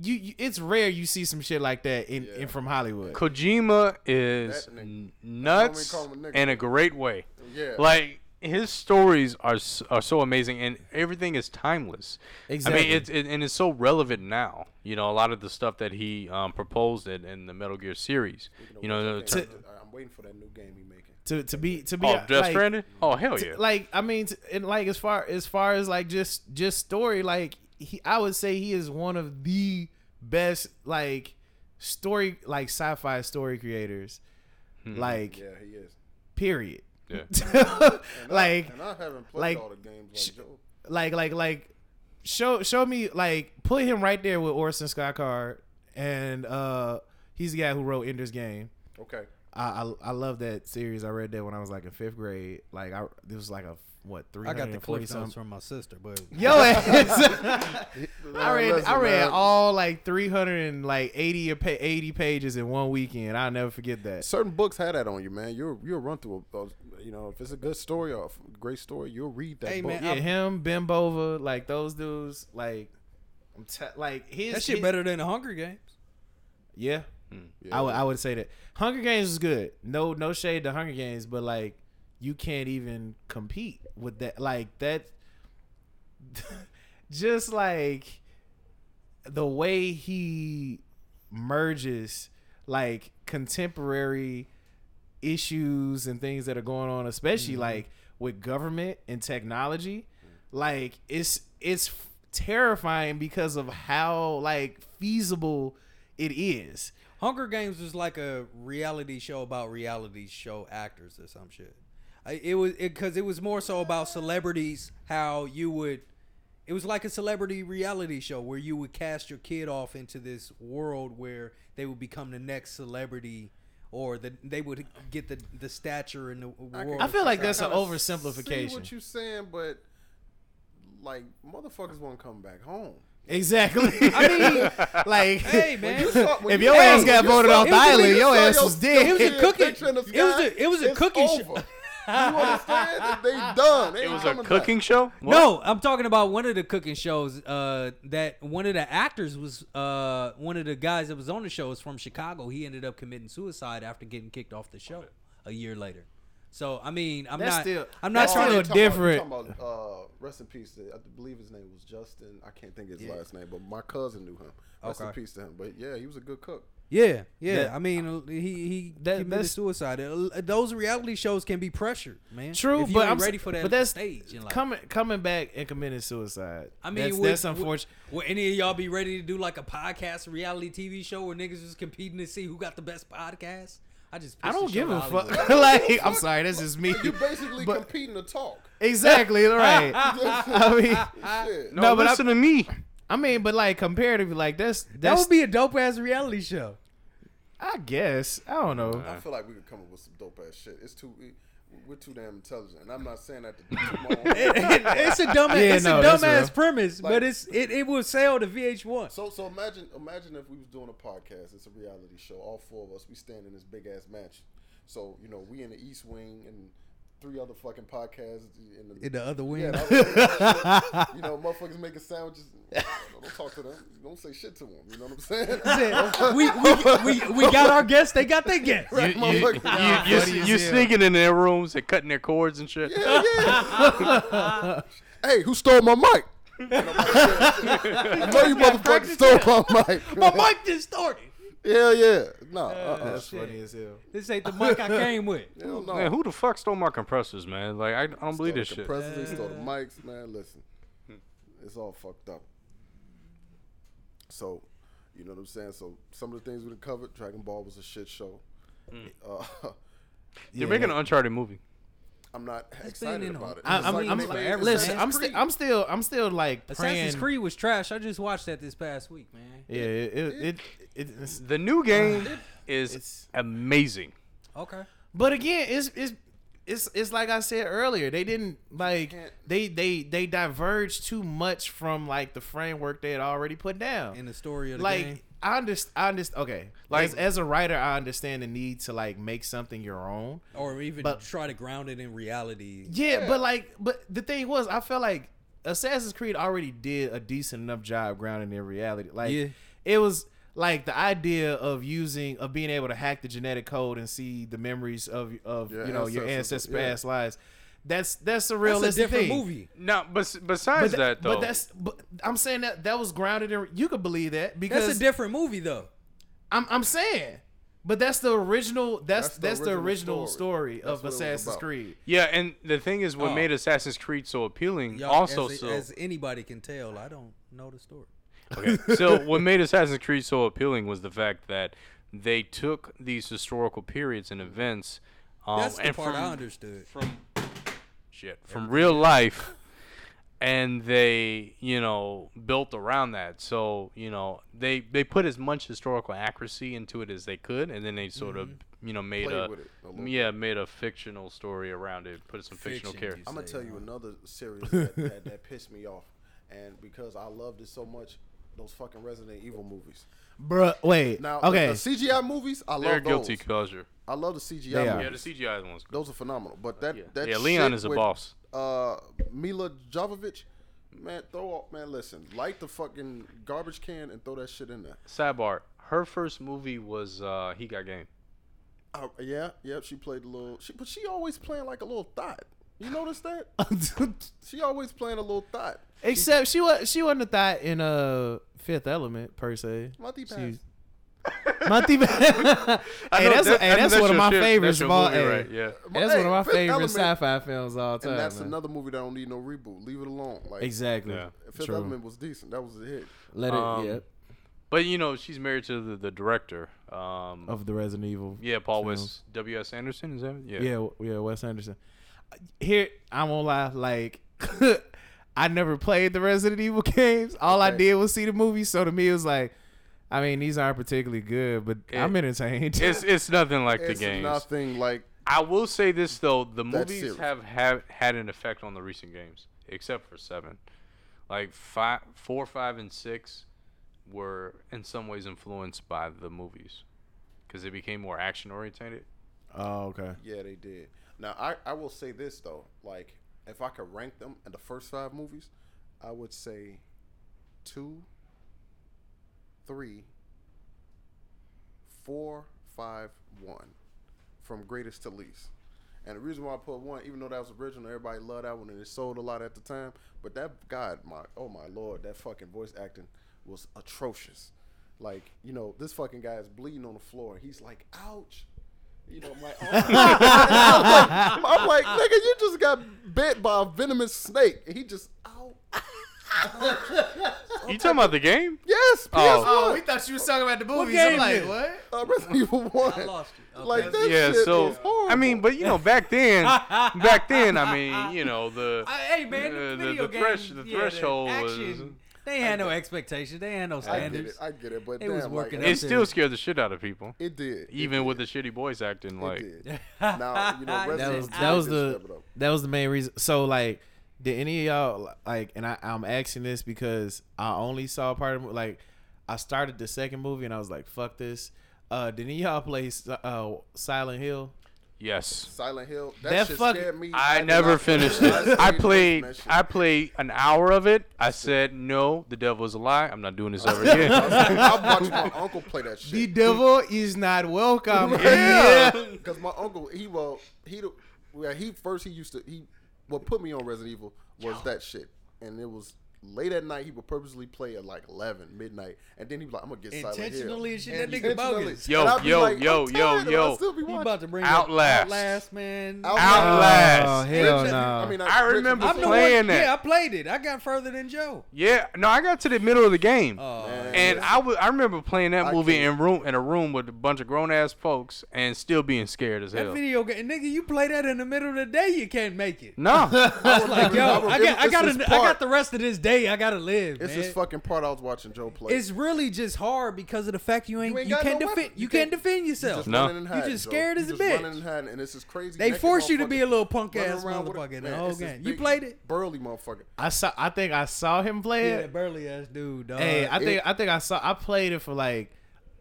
S4: you, you. It's rare you see some shit like that in, in from Hollywood.
S5: Kojima is
S3: That nigga.
S5: n-
S3: That's
S5: nuts
S3: why we call him a nigga.
S5: in a great way.
S3: Yeah.
S5: Like his stories are s- are so amazing, and everything is timeless. I
S4: Exactly.
S5: mean, it's it, and it's so relevant now. You know, a lot of the stuff that he um, proposed in, in the Metal Gear series. You know,
S3: Damn,
S5: t-
S3: I'm waiting for that new game he making.
S4: To to be to be
S5: oh, Death
S4: like-
S5: Stranded. Oh, hell
S4: t-
S5: yeah.
S4: like I mean, t- and like as far as far as like just just story, like he, I would say he is one of the best like story like sci-fi story creators, like
S3: Yeah, he is.
S4: period.
S5: Yeah.
S4: like
S3: And I haven't played
S4: like,
S3: all the games like
S4: sh-
S3: Joe.
S4: like like like show show me like put him right there with Orson Scott Card, and uh he's the guy who wrote Ender's Game.
S3: Okay.
S4: I, I I love that series. I read that when I was like in fifth grade. Like I this was like a what three
S2: I got the
S4: hundred forty
S2: clip
S4: something.
S2: notes from my sister, but
S4: Yo ass. I
S3: Man,
S4: read
S3: listen,
S4: I read
S3: man.
S4: all like 300 and like 80 a pa- 80 pages in one weekend. I'll never forget that.
S3: certain books had that on you, man. You'll you'll run through a, a you know if it's a good story or a great story, you'll read that
S2: Hey,
S3: book.
S2: man,
S4: Yeah, him, Ben Bova, like those dudes, like I'm te- like his
S2: that shit
S4: his-
S2: better than the Hunger Games.
S4: Yeah.
S3: Yeah.
S4: I would I would say that Hunger Games is good. No no shade to Hunger Games, but like you can't even compete with that like that just like the way he merges like contemporary issues and things that are going on, especially like with government and technology. Like it's it's f- terrifying because of how like feasible it is.
S2: Hunger Games was like a reality show about reality show actors or some shit. I, it was because it, was more so about celebrities. How you would, it was like a celebrity reality show where you would cast your kid off into this world where they would become the next celebrity, or the, they would get the the stature in the world.
S4: I feel like that's an
S3: kinda See
S4: oversimplification.
S3: what you saying, but like motherfuckers won't come back home.
S4: exactly.
S2: I mean,
S4: like,
S2: hey man,
S4: if your ass got voted off the
S2: you saw-
S4: island, your
S3: you saw
S4: ass
S3: your-
S4: was
S2: it
S4: dead.
S2: was a cookie.
S3: picture in the
S2: It was
S3: sky,
S2: a it was a
S3: it's
S2: cookie show.
S3: over. you understand? they done. They
S5: it
S3: ain't
S5: was a
S3: coming back.
S5: cooking show. What?
S2: No, I'm talking about one of the cooking shows. Uh, that one of the actors was uh one of the guys that was on the show was from Chicago. He ended up committing suicide after getting kicked off the show a year later. So I mean, I'm
S4: That's
S2: not.
S4: still-
S2: I'm
S3: Oh,
S2: not
S4: that's
S2: trying
S4: still
S2: to.
S3: you talking about- you
S4: different.
S3: talking about, uh, rest in peace. I believe his name was Justin. I can't think of his last name, but my cousin knew him. Rest in
S2: Okay.
S3: peace to him. But yeah, he was a good cook.
S2: Yeah, yeah.
S4: That-
S2: I mean, uh, he he
S4: That-
S2: committed
S4: that's-
S2: suicide. Uh, Those reality shows can be pressured, man.
S4: True,
S2: if you
S4: but
S2: ain't
S4: I'm s-
S2: ready for that
S4: But that's
S2: stage. In life.
S4: coming coming back and committing suicide.
S2: I mean,
S4: that's,
S2: would-
S4: that's unfortunate.
S2: Would, would any of y'all be ready to do like a podcast reality TV show where niggas is competing to see who got the best podcast? I just
S4: I
S2: pissed
S4: don't
S2: the
S4: give
S2: show
S4: a
S2: to
S4: fuck.
S2: Hollywood.
S4: like, I'm sorry, that's just me.
S3: You basically
S4: But-
S3: competing to talk.
S4: exactly right. I mean,
S3: Shit.
S5: no,
S4: no, but I-
S5: listen to me.
S4: I mean, but like comparatively, like that's that's.
S2: That would be a dope ass reality show.
S4: I guess I don't know.
S2: Oh,
S3: I feel like we could come up with some dope ass shit. It's too. we- We're too damn intelligent, and I'm not saying that to to my own.
S2: it's a dumb,
S4: Yeah,
S2: it's
S4: no,
S2: a
S4: that's
S2: dumb ass
S4: real.
S2: premise,
S3: Like-
S2: but it's it, it will sell to VH1.
S3: So, so imagine, imagine if we was doing a podcast. It's a reality show. All four of us, we stand in this big ass mansion. So, you know, we in the East Wing and three other fucking podcasts in the,
S2: In the other wing.
S3: Yeah, that was- you know, motherfuckers making sandwiches. Don't talk to them. Don't say shit to them. You know what I'm saying?
S2: we, we, we, we got our guests, they got their guests.
S5: You, you, you,
S3: Motherfucker. Nah,
S5: you,
S4: funny as
S5: you
S4: hell.
S5: sneaking in their rooms and cutting their cords and shit.
S3: yeah, yeah. hey, who stole my mic? I know you motherfuckers stole my mic.
S2: My mic distorted.
S3: Hell yeah. No. Uh-uh.
S4: That's funny as hell.
S2: This ain't the mic I came with.
S3: Hell no.
S5: Man, who the fuck stole my compressors, man? Like, I, I don't believe this
S3: the
S5: shit.
S3: compressors, they stole the mics, man. Listen, it's all fucked up. So, you know what I'm saying? So, some of the things we done covered, Dragon Ball was a shit show.
S5: Mm.
S3: Uh,
S5: They're making an Uncharted movie.
S3: I'm not
S2: been
S3: excited
S2: in
S3: about it.
S2: on-
S3: It's
S4: I'm,
S3: like
S4: I'm,
S3: they
S2: for
S3: made-
S4: I'm,
S2: everything.
S4: listen, I'm,
S3: Assassin's
S4: sti- I'm still, I'm still like
S2: Assassin's
S4: praying.
S2: Creed was trash. I just watched that this past week, man.
S4: Yeah, it, it, it, it's,
S5: The new game is
S4: it's-
S5: amazing.
S2: Okay.
S4: But again, it's it's it's it's like I said earlier. They didn't like
S3: Can't-
S4: they they they diverged too much from like the framework they had already put down.
S2: In the story of the
S4: like
S2: game.
S4: I understand. I understand. Okay,
S5: Like-
S4: like as, as a writer, I understand the need to like make something your own.
S2: Or even
S4: but-
S2: try to ground it in reality.
S4: Yeah, but like, but the thing was, I felt like Assassin's Creed already did a decent enough job grounding in reality. Like,
S2: Yeah.
S4: it was like the idea of using of being able to hack the genetic code and see the memories of of
S3: Your
S4: you know your
S3: ancestors,
S4: ancestors'
S3: yeah.
S4: past lives. That's that's a
S2: That's a
S4: realistic
S2: different
S4: thing.
S2: movie.
S5: Now, bes- besides
S4: But,
S5: that,
S4: that,
S5: though,
S4: but that's but I'm saying that that was grounded in you could believe that because
S2: That's a different movie, though.
S4: I'm I'm saying, but that's the original. That's that's the, original, story,
S3: That's
S4: of
S3: what it was
S4: Assassin's
S3: about.
S4: Creed.
S5: yeah, and the thing is, what
S2: Oh.
S5: made Assassin's Creed so appealing,
S2: Y'all,
S5: also
S2: as,
S5: so
S2: as anybody can tell, I don't know the story.
S5: Okay. So what made Assassin's Creed so appealing was the fact that they took these historical periods and events. Um,
S2: That's the
S5: and
S2: part
S5: from,
S2: I understood.
S5: From shit, from real life, and they you know built around that. So you know they they put as much historical accuracy into it as they could, and then they sort
S2: Mm-hmm.
S5: of you know made
S3: Played
S5: a,
S3: with it a little
S5: yeah made a fictional story around it, put some
S2: Fiction,
S5: fictional
S2: you
S5: characters.
S3: I'm gonna tell you another series that, that, that pissed me off, and because I loved it so much, those fucking Resident Evil movies.
S4: Bruh, wait.
S3: Now,
S4: okay,
S3: the, the CGI movies, I
S5: They're a
S3: love those.
S5: guilty pleasure.
S3: I love the CGI.
S4: They are.
S5: Yeah, the
S3: movies.
S5: CGI ones.
S3: those are phenomenal. But that
S5: Yeah,
S3: that
S5: yeah Leon
S3: shit
S5: is a
S3: with,
S5: boss.
S3: Uh, Mila Jovovich, man, throw off, man. Listen, light the fucking garbage can and throw that shit in there.
S5: Sidebar: Her first movie was uh, He Got Game.
S3: Uh, yeah, yeah. She played a little. She but she always playing like a little thought. You notice that? She always playing a little thought.
S4: Except she was she wasn't a thought in uh Fifth Element per se.
S3: Multipass.
S4: She- Monty Pass. hey, that's, hey, that's, one of my favorites of all. hey,
S5: Yeah.
S4: That's
S3: Hey,
S4: one of my
S3: Fifth
S4: favorite
S3: Element-
S4: sci-fi films of all time.
S3: And that's
S4: man.
S3: another movie that don't need no reboot. Leave it alone. Like
S4: Exactly.
S5: Yeah.
S3: Fifth
S4: True.
S3: Element was decent. That was a hit.
S4: Let it.
S5: Um,
S4: yeah.
S5: But you know, she's married to the, the director. Um,
S4: Of the Resident Evil.
S5: yeah, Paul
S4: films.
S5: West, W. S. Anderson, is that? Yeah.
S4: Yeah, w- yeah, Wes Anderson. Uh, Here, I won't lie. Like, I never played the Resident Evil games. All I
S3: Okay.
S4: did was see the movies. So to me, it was like, I mean, these aren't particularly good, but I'm entertained.
S5: It's it's nothing like the
S3: It's
S5: games.
S3: nothing like
S5: I will say this though, the movies
S3: serious.
S5: have, have had an effect on the recent games, except for seven. Like five, four, five, and six were in some ways influenced by the movies because they became more action oriented.
S4: oh, okay.
S3: Yeah, they did. Now I, I will say this though, like if I could rank them in the first five movies, I would say two, three, four, five, one, from greatest to least. And the reason why I put one, even though that was original, everybody loved that one and it sold a lot at the time. But that God, my oh my lord, that fucking voice acting was atrocious. Like you know, this fucking guy is bleeding on the floor. He's like, ouch. You know, my arm. I'm, like, I'm like, nigga, you just got bit by a venomous snake. And he just, oh, ow.
S5: You talking about the game?
S3: Yes, PS1.
S4: Oh, we thought you was talking about the movies. I'm
S2: game
S4: like,
S2: is it?
S4: what?
S3: Uh, Resident Evil 1.
S2: I lost you. Okay.
S3: Like, that
S5: yeah,
S3: shit
S5: so
S3: was horrible.
S5: I mean, but you know, back then, back then, I mean, you know, the
S2: I- hey man,
S5: uh,
S2: the, video game,
S5: thresh- the
S2: yeah,
S5: threshold was.
S2: action, They had no expectations. They had no
S3: I get
S2: standards.
S3: it. I get it. But
S2: It
S3: damn,
S2: was
S3: like,
S2: working
S5: It
S2: out.
S3: it,
S5: still scared the shit out of people,
S3: it did.
S5: even with the shitty boys acting
S3: it
S5: like.
S3: did. Now, you know,
S2: That
S3: Resident
S4: That
S2: Yeah,
S4: was that was
S3: Evil did
S4: the
S3: step it up.
S4: that was the main reason. So like, did any of y'all like? And I, I'm asking this because I only saw part of like I started the second movie and I was like, fuck this. Uh, did any of y'all play uh, Silent Hill?
S5: Yes,
S3: Silent Hill. That,
S4: That
S3: shit
S4: fucking-
S3: scared me.
S5: I
S3: did
S5: never
S3: not-
S5: finished it. I
S3: seen
S5: played,
S3: that shit.
S5: I played an hour of it. I said, no, the devil is a lie. I'm not doing this ever
S3: Oh,
S5: again.
S3: I watched my uncle play that shit.
S4: The devil is not welcome.
S5: yeah.
S3: Because my uncle, he well, he the- well, he first he used to he what put me on Resident Evil was that shit, and it was late at night he would purposely play at like eleven midnight, and then he'd be like, "I'm gonna get Silent Hill."
S2: Intentionally and shit, that nigga
S3: Intentionally.
S2: bogus.
S5: Yo,
S3: And I'd be
S5: yo,
S3: like,
S5: yo,
S3: "I'm
S5: yo,
S3: tired of it.
S5: yo.
S3: I'll still be
S2: He
S3: watching."
S2: about to bring
S5: Outlast.
S2: up Outlast, man.
S3: Outlast.
S5: Outlast.
S4: Oh, hell
S3: Richard-
S4: no.
S3: I mean,
S5: I
S3: Richard
S5: remember
S3: was
S2: I'm the
S3: like,
S2: one.
S5: Playing that.
S2: Yeah, I played it. I got further than Joe.
S5: Yeah, no, I got to the middle of the game.
S2: Oh,
S3: Man.
S5: And I wa- I remember playing that
S3: I
S5: movie
S3: can't.
S5: in room in a room with a bunch of grown ass folks and still being scared as
S2: that
S5: hell.
S2: video game, nigga. You play that in the middle of the day, you can't make it.
S5: No,
S2: I was like, yo,
S3: I
S2: I got, I
S3: it's
S2: got,
S3: this
S2: an- I
S3: part.
S2: got the rest of this day. I gotta live,
S3: It's
S2: man.
S3: this fucking part I was watching Joe play.
S2: It's really just hard because of the fact you ain't, you,
S3: ain't got
S2: can't
S3: no
S2: defend,
S3: weapon.
S2: you,
S3: You
S2: can't,
S3: can't-
S2: defend yourself.
S5: No.
S3: running and
S2: You
S3: hiding,
S2: just
S3: Joe.
S2: scared
S3: You
S2: as a
S3: just running
S2: bitch.
S3: and hiding, and it's this crazy.
S2: They
S3: naked
S2: force you to
S3: motherfucker
S2: be a little punk
S3: running
S2: ass
S3: around with a-
S2: motherfucker in the
S3: Man,
S2: whole
S3: it's this
S2: game. You
S3: big
S2: played it?
S3: burly motherfucker.
S4: I saw. I think I saw him play
S2: Yeah,
S4: it.
S2: that burly ass dude, dog.
S4: Hey, I think I think I saw. I played it for like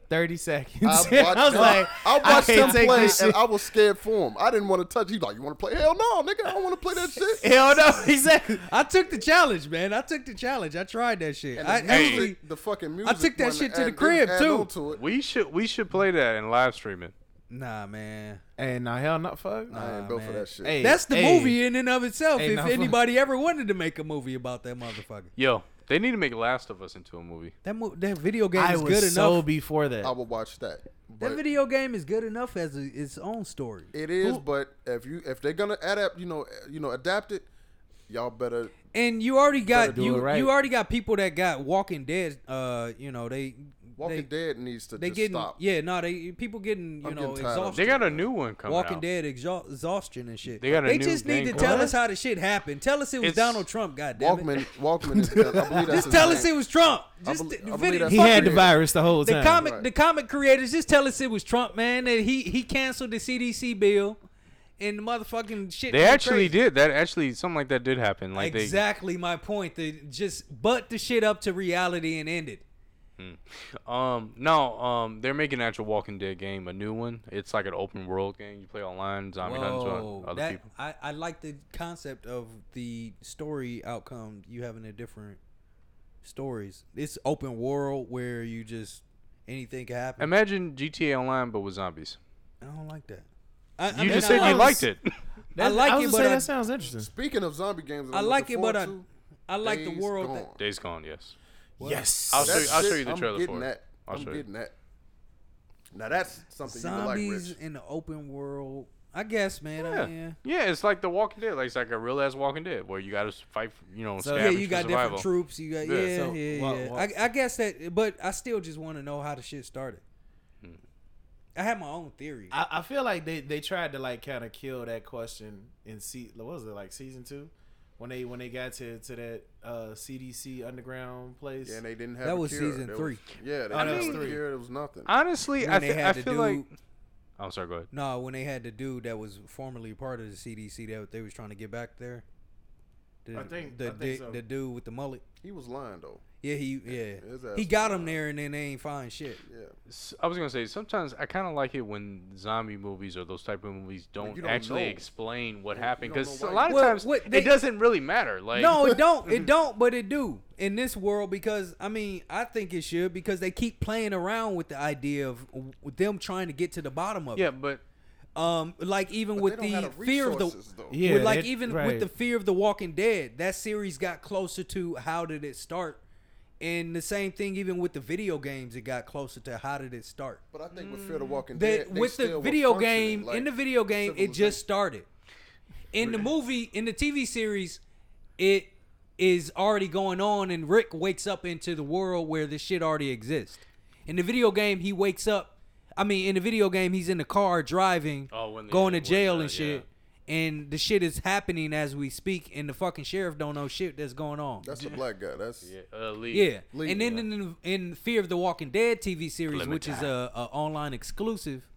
S4: thirty seconds. I, was
S3: him-
S4: like,
S3: I
S4: can't
S3: watched him
S4: take
S3: play,
S4: this
S3: and
S4: shit.
S3: I was scared for him. I didn't want to touch. He's like, "You want to play? Hell no, nigga, I don't want to play that shit."
S4: Hell no, exactly.
S2: I took the challenge, man. I took the challenge. I tried that shit.
S3: And
S2: I
S3: the,
S5: Hey.
S2: actually,
S3: music, the fucking music.
S2: took that
S3: wanted
S2: shit to the
S3: add-
S2: crib,
S3: add
S2: too.
S3: on To it.
S5: we should we should play that and live stream it.
S2: nah, man.
S4: Hey, no, hell no, fuck.
S3: I
S2: Nah,
S3: ain't built for
S2: man.
S3: that shit.
S4: Hey,
S2: That's the
S4: hey,
S2: movie in and of itself.
S4: Hey,
S2: if
S4: nah, fuck.
S2: anybody ever wanted to make a movie about that motherfucker,
S5: Yo, they need to make Last of Us into a movie.
S2: that mo- that video game
S4: I
S2: is
S4: was
S2: good
S4: so
S2: enough.
S4: before that.
S3: I would watch that.
S2: that
S3: But
S2: video game is good enough as a, its own story.
S3: it is, but if you if they're gonna adapt, you know, eh, you know, adapt it, y'all better.
S2: And you already got
S4: do
S2: you
S4: it right.
S2: you already got people that got Walking Dead. Uh, you know they
S3: Walking
S2: they,
S3: Dead needs to
S2: They
S3: just
S2: getting
S3: stop.
S2: yeah no they people getting you
S3: I'm
S2: know
S3: getting tired of
S2: exhausted.
S5: They got a new one coming
S2: Walking
S5: out.
S2: Dead exha- exhaustion and shit.
S5: They got a new
S2: just need to
S5: game
S2: tell
S5: called-
S2: us how the shit happened. Tell us it was
S5: It's-
S2: Donald Trump. Goddamn it.
S3: Walkman, Walkman is. I believe that's
S2: Just
S3: his
S2: tell
S3: name.
S2: us it was Trump.
S3: I
S2: Just the
S3: belie- I believe
S2: video.
S3: that's
S4: he
S2: fuck
S4: had the
S3: Fucking-
S4: virus the whole
S2: the
S4: time.
S2: comic.
S3: Right.
S2: The comic creators just tell us it was Trump, man. That he he canceled the CDC bill, and the motherfucking shit.
S5: They
S2: went
S5: actually
S2: crazy.
S5: did that. Actually, something like that did happen. Like they
S2: exactly my point. They just butt the shit up to reality and end it.
S5: Um, no, um, they're making an actual Walking Dead game, a new one. It's like an open world game. You play online, zombie hunts
S2: Whoa,
S5: with other
S2: that
S5: people.
S2: I, I like the concept of the story outcome. You having a different stories. It's open world where you just anything can happen.
S5: Imagine GTA Online but with zombies.
S2: I don't like that. I, I
S5: You
S2: mean,
S5: just
S2: I
S5: said
S2: like-
S5: you liked it.
S2: I like
S4: I
S2: it,
S4: was
S2: but
S4: saying
S2: I-
S4: that sounds interesting.
S3: Speaking of zombie games, that
S2: I
S3: I'm
S2: like
S3: looking
S2: it, but I
S3: forward
S2: I
S3: to,
S2: like the
S3: Days
S2: world.
S3: Gone.
S2: That,
S5: Days Gone, yes.
S4: Yes.
S5: I'll show
S3: That
S5: you, I'll show
S3: shit,
S5: you the
S3: I'm
S5: trailer
S3: getting
S5: for it.
S3: that.
S5: I'll
S3: I'm
S5: show you.
S3: getting that. Now that's something you would
S2: zombies
S3: like, Rich.
S2: in the open world. I guess, man. I
S5: Yeah.
S2: mean,
S5: yeah, it's like the Walking Dead. Like it's like a real ass Walking Dead where you got to fight, for- you know,
S4: So-
S5: scavenge
S2: yeah, you
S5: for
S2: got
S5: survival.
S2: different troops. You got yeah,
S5: Yeah.
S2: yeah,
S4: So,
S2: yeah.
S4: what- what-
S2: I, I guess that, but I still just want to know how the shit started. I have my own theory.
S4: I, I feel like they, they tried to like kind of kill that question in se- what was it like season two, when they when they got to to that uh, CDC underground place.
S3: Yeah, and they didn't have
S2: That
S3: a
S2: was
S3: cure.
S2: season
S3: There
S2: three.
S3: Was, yeah, they
S4: Oh, that
S3: didn't
S4: was
S3: have a
S4: three.
S3: cure. There was nothing.
S5: Honestly,
S2: When
S5: I,
S2: they
S5: th-
S2: had
S5: I
S2: the
S5: feel
S2: dude-
S5: like. I'm sorry. Go ahead.
S2: No, when they had the dude that was formerly part of the CDC that they was trying to get back there. The,
S4: I think-
S2: the,
S4: I think
S2: di-
S4: so.
S2: the dude with the mullet.
S3: He was lying though.
S2: Yeah, he yeah.
S3: his ass
S2: He
S3: was
S2: got him
S3: lying.
S2: there and then they ain't find shit.
S3: Yeah,
S5: S- I was gonna say sometimes I kind of like it when zombie movies or those type of movies don't,
S3: you don't
S5: actually
S3: know.
S5: explain what
S3: You-
S5: happened
S3: you don't
S5: because
S3: know
S5: a
S3: why
S5: lot
S2: you-
S5: of
S2: Well,
S5: times
S2: what they-
S5: it doesn't really matter. Like
S2: No, it don't. It don't, but it do in this world because I mean, I think it should because they keep playing around with the idea of w- them trying to get to the bottom of
S5: yeah, but
S2: it. Um like even
S3: But
S2: with
S3: they don't
S2: the
S3: have
S2: fear of the
S3: resources, though.
S4: Yeah,
S2: with, like
S4: that-
S2: even
S4: right.
S2: with the fear of the Walking Dead, that series got closer to how did it start, and the same thing even with the video games, it got closer to how did it start.
S3: But I think with Fear the Walking
S2: That
S3: Dead, they
S2: with the
S3: still were
S2: video
S3: functioning
S2: game
S3: like
S2: in the video game, it just
S3: civilization.
S2: started. In the movie, in the TV series, it is already going on, and Rick wakes up into the world where this shit already exists. In the video game, he wakes up. I mean, in the video game, he's in the car driving,
S5: Oh, when they-
S2: going to
S5: when,
S2: jail
S5: uh,
S2: and shit.
S5: yeah.
S2: And the shit is happening as we speak, and the fucking sheriff don't know shit that's going on.
S3: That's the black guy. That's
S5: yeah, uh, Lee.
S2: Yeah,
S3: Leave
S2: and
S3: it,
S2: then in, in Fear of the Walking Dead TV series,
S5: Let me
S2: which is
S5: die.
S2: a, a online exclusive,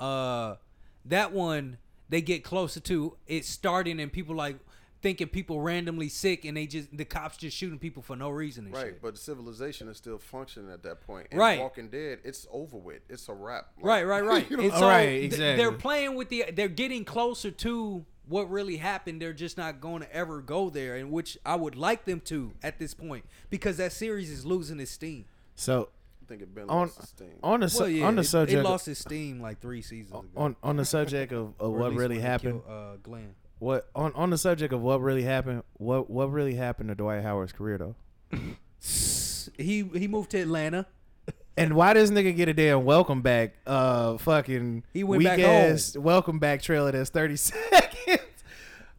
S2: uh, that one they get closer to it starting and people like thinking people randomly sick and they just the cops just shooting people for no reason and
S3: right.
S2: shit.
S3: But civilization is still functioning at that point. And
S2: Right.
S3: Walking Dead, it's over with. It's a wrap. Like,
S2: Right, right, right.
S3: you know,
S2: And so
S4: Right,
S2: th-
S4: exactly.
S2: they're playing with the they're getting closer to what really happened. They're just not going to ever go there, and which I would like them to at this point because that series is losing its steam.
S4: so
S3: I think it been
S4: on
S3: lost its steam.
S4: on the su-
S2: Well, yeah,
S4: on the
S2: it-
S4: subject Oh,
S2: it lost its steam like three seasons ago.
S4: on on the subject of, of
S2: Or at
S4: what
S2: least
S4: really
S2: when they
S4: happened.
S2: kill, uh, Glenn.
S4: What on on the subject of what really happened? What what really happened to Dwight Howard's career though?
S2: He he moved to Atlanta.
S4: And why does nigga get a damn welcome back? Uh, fucking
S2: He went back
S4: weak-ass welcome back trailer that's thirty seconds.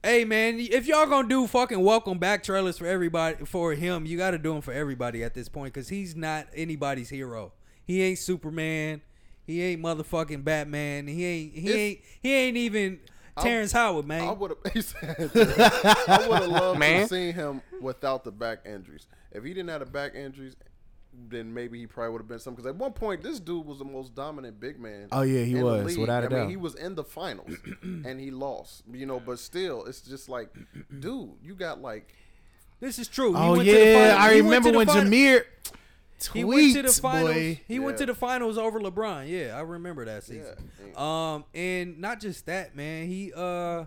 S2: Hey man, if y'all gonna do fucking welcome back trailers for everybody for him, you got to do them for everybody at this point because he's not anybody's hero. He ain't Superman. He ain't motherfucking Batman. He ain't he
S3: If-
S2: ain't he ain't even Terrence Howard, man.
S3: I would have. He said, I would have loved to
S5: Man.
S3: have seen him without the back injuries. If he didn't have the back injuries, then maybe he probably would have been something. Because at one point, this dude was the most dominant big man.
S4: Oh, yeah, he
S3: in the
S4: was,
S3: league.
S4: without a
S3: I mean,
S4: doubt.
S3: he was in the finals and he lost. You know, but still, it's just like, dude, you got like
S2: this is true. He
S4: oh
S2: went to the
S4: yeah,
S2: final-
S4: I
S2: he went
S4: remember
S2: to the
S4: when
S2: final-
S4: Jameer tweets,
S2: He went to the finals.
S4: boy.
S2: He went to
S3: Yeah.
S2: the finals over LeBron. Yeah, I remember that season. Um, and not just that, man. He uh,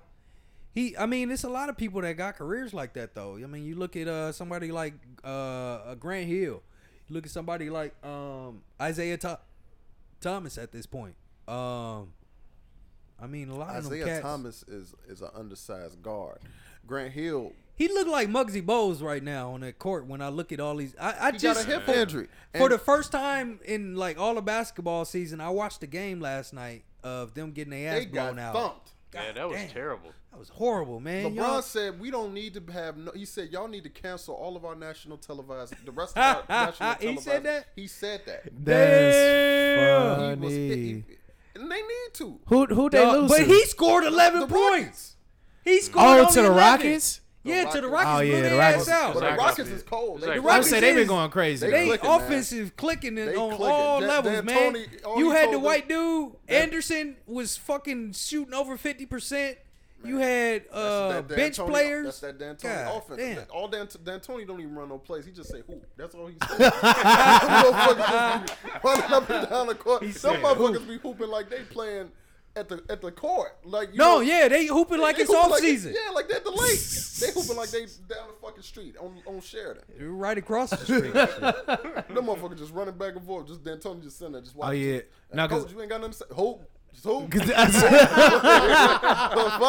S2: he. I mean, it's a lot of people that got careers like that, though. I mean, you look at uh somebody like uh, uh Grant Hill. You look at somebody like um Isaiah Tho- Thomas at this point. Um, I mean, a lot of them
S3: Isaiah
S2: cats.
S3: Thomas is is an undersized guard. Grant Hill
S2: He looked like Muggsy Bowles right now on that court. When I look at all these, I, I
S3: he
S2: just
S3: got a hip injury.
S2: for
S3: And-
S2: the first time in like all the basketball season, I watched the game last night of them getting their ass
S3: they got
S2: blown out.
S3: thumped.
S5: yeah, that was
S2: damn.
S5: terrible.
S2: That was horrible, man.
S3: LeBron
S2: Y'all-
S3: said we don't need to have. No, he said y'all need to cancel all of our national televised. The rest of our national
S2: He
S3: televised.
S2: said that?
S3: He said that.
S4: That's
S2: Damn.
S3: He was-
S4: funny.
S3: he- and they need to.
S4: who who they
S2: Dog,
S4: lose?
S2: but he scored 11
S3: The Mm.
S2: points.
S3: Rockets.
S2: He scored
S4: oh
S2: only
S4: to the
S2: 11.
S4: Rockets.
S2: yeah, to the
S3: Oh,
S2: Rockets.
S4: yeah,
S2: blew
S4: the
S2: their
S4: Rockets.
S2: ass out.
S3: But the
S5: Exactly.
S3: Rockets is cold. They-
S5: Exactly.
S2: The
S4: I would
S2: Rockets
S4: say they
S2: is-
S4: been going crazy.
S3: they
S4: though.
S2: They
S3: clicking, man.
S2: offensive clicking in-
S3: They
S2: on
S3: clicking.
S2: all
S3: Dan-
S2: levels,
S3: Dan
S2: man.
S3: Tony, all
S2: you
S3: he
S2: had
S3: told
S2: the
S3: them-
S2: white dude. Anderson was fucking shooting over fifty percent. You had uh,
S3: That's that Dan
S2: bench
S3: Tony-
S2: players.
S3: That's that D'Antoni
S2: God
S3: offense.
S2: damn.
S3: That- All Dan, D'Antoni don't even run no plays. He just say who. That's all he says. Motherfuckers just be running up and down the court. Some
S5: said,
S3: motherfuckers be hooping like they playing at the at the court. Like you
S2: No,
S3: know,
S2: yeah, they hooping like
S3: they
S2: it's
S3: hooping
S2: off
S3: like they-
S2: season.
S3: yeah, like they at the lake. they hooping like they down the fucking street on on Sheridan.
S2: Right across the street.
S3: Them motherfuckers just running back and forth. Just D'Antoni just sitting there just
S4: Oh
S3: watching.
S4: yeah, no,
S3: Coach,
S4: cause
S3: you ain't got nothing to say. Hoop. Just hoop.
S4: get
S3: Fuck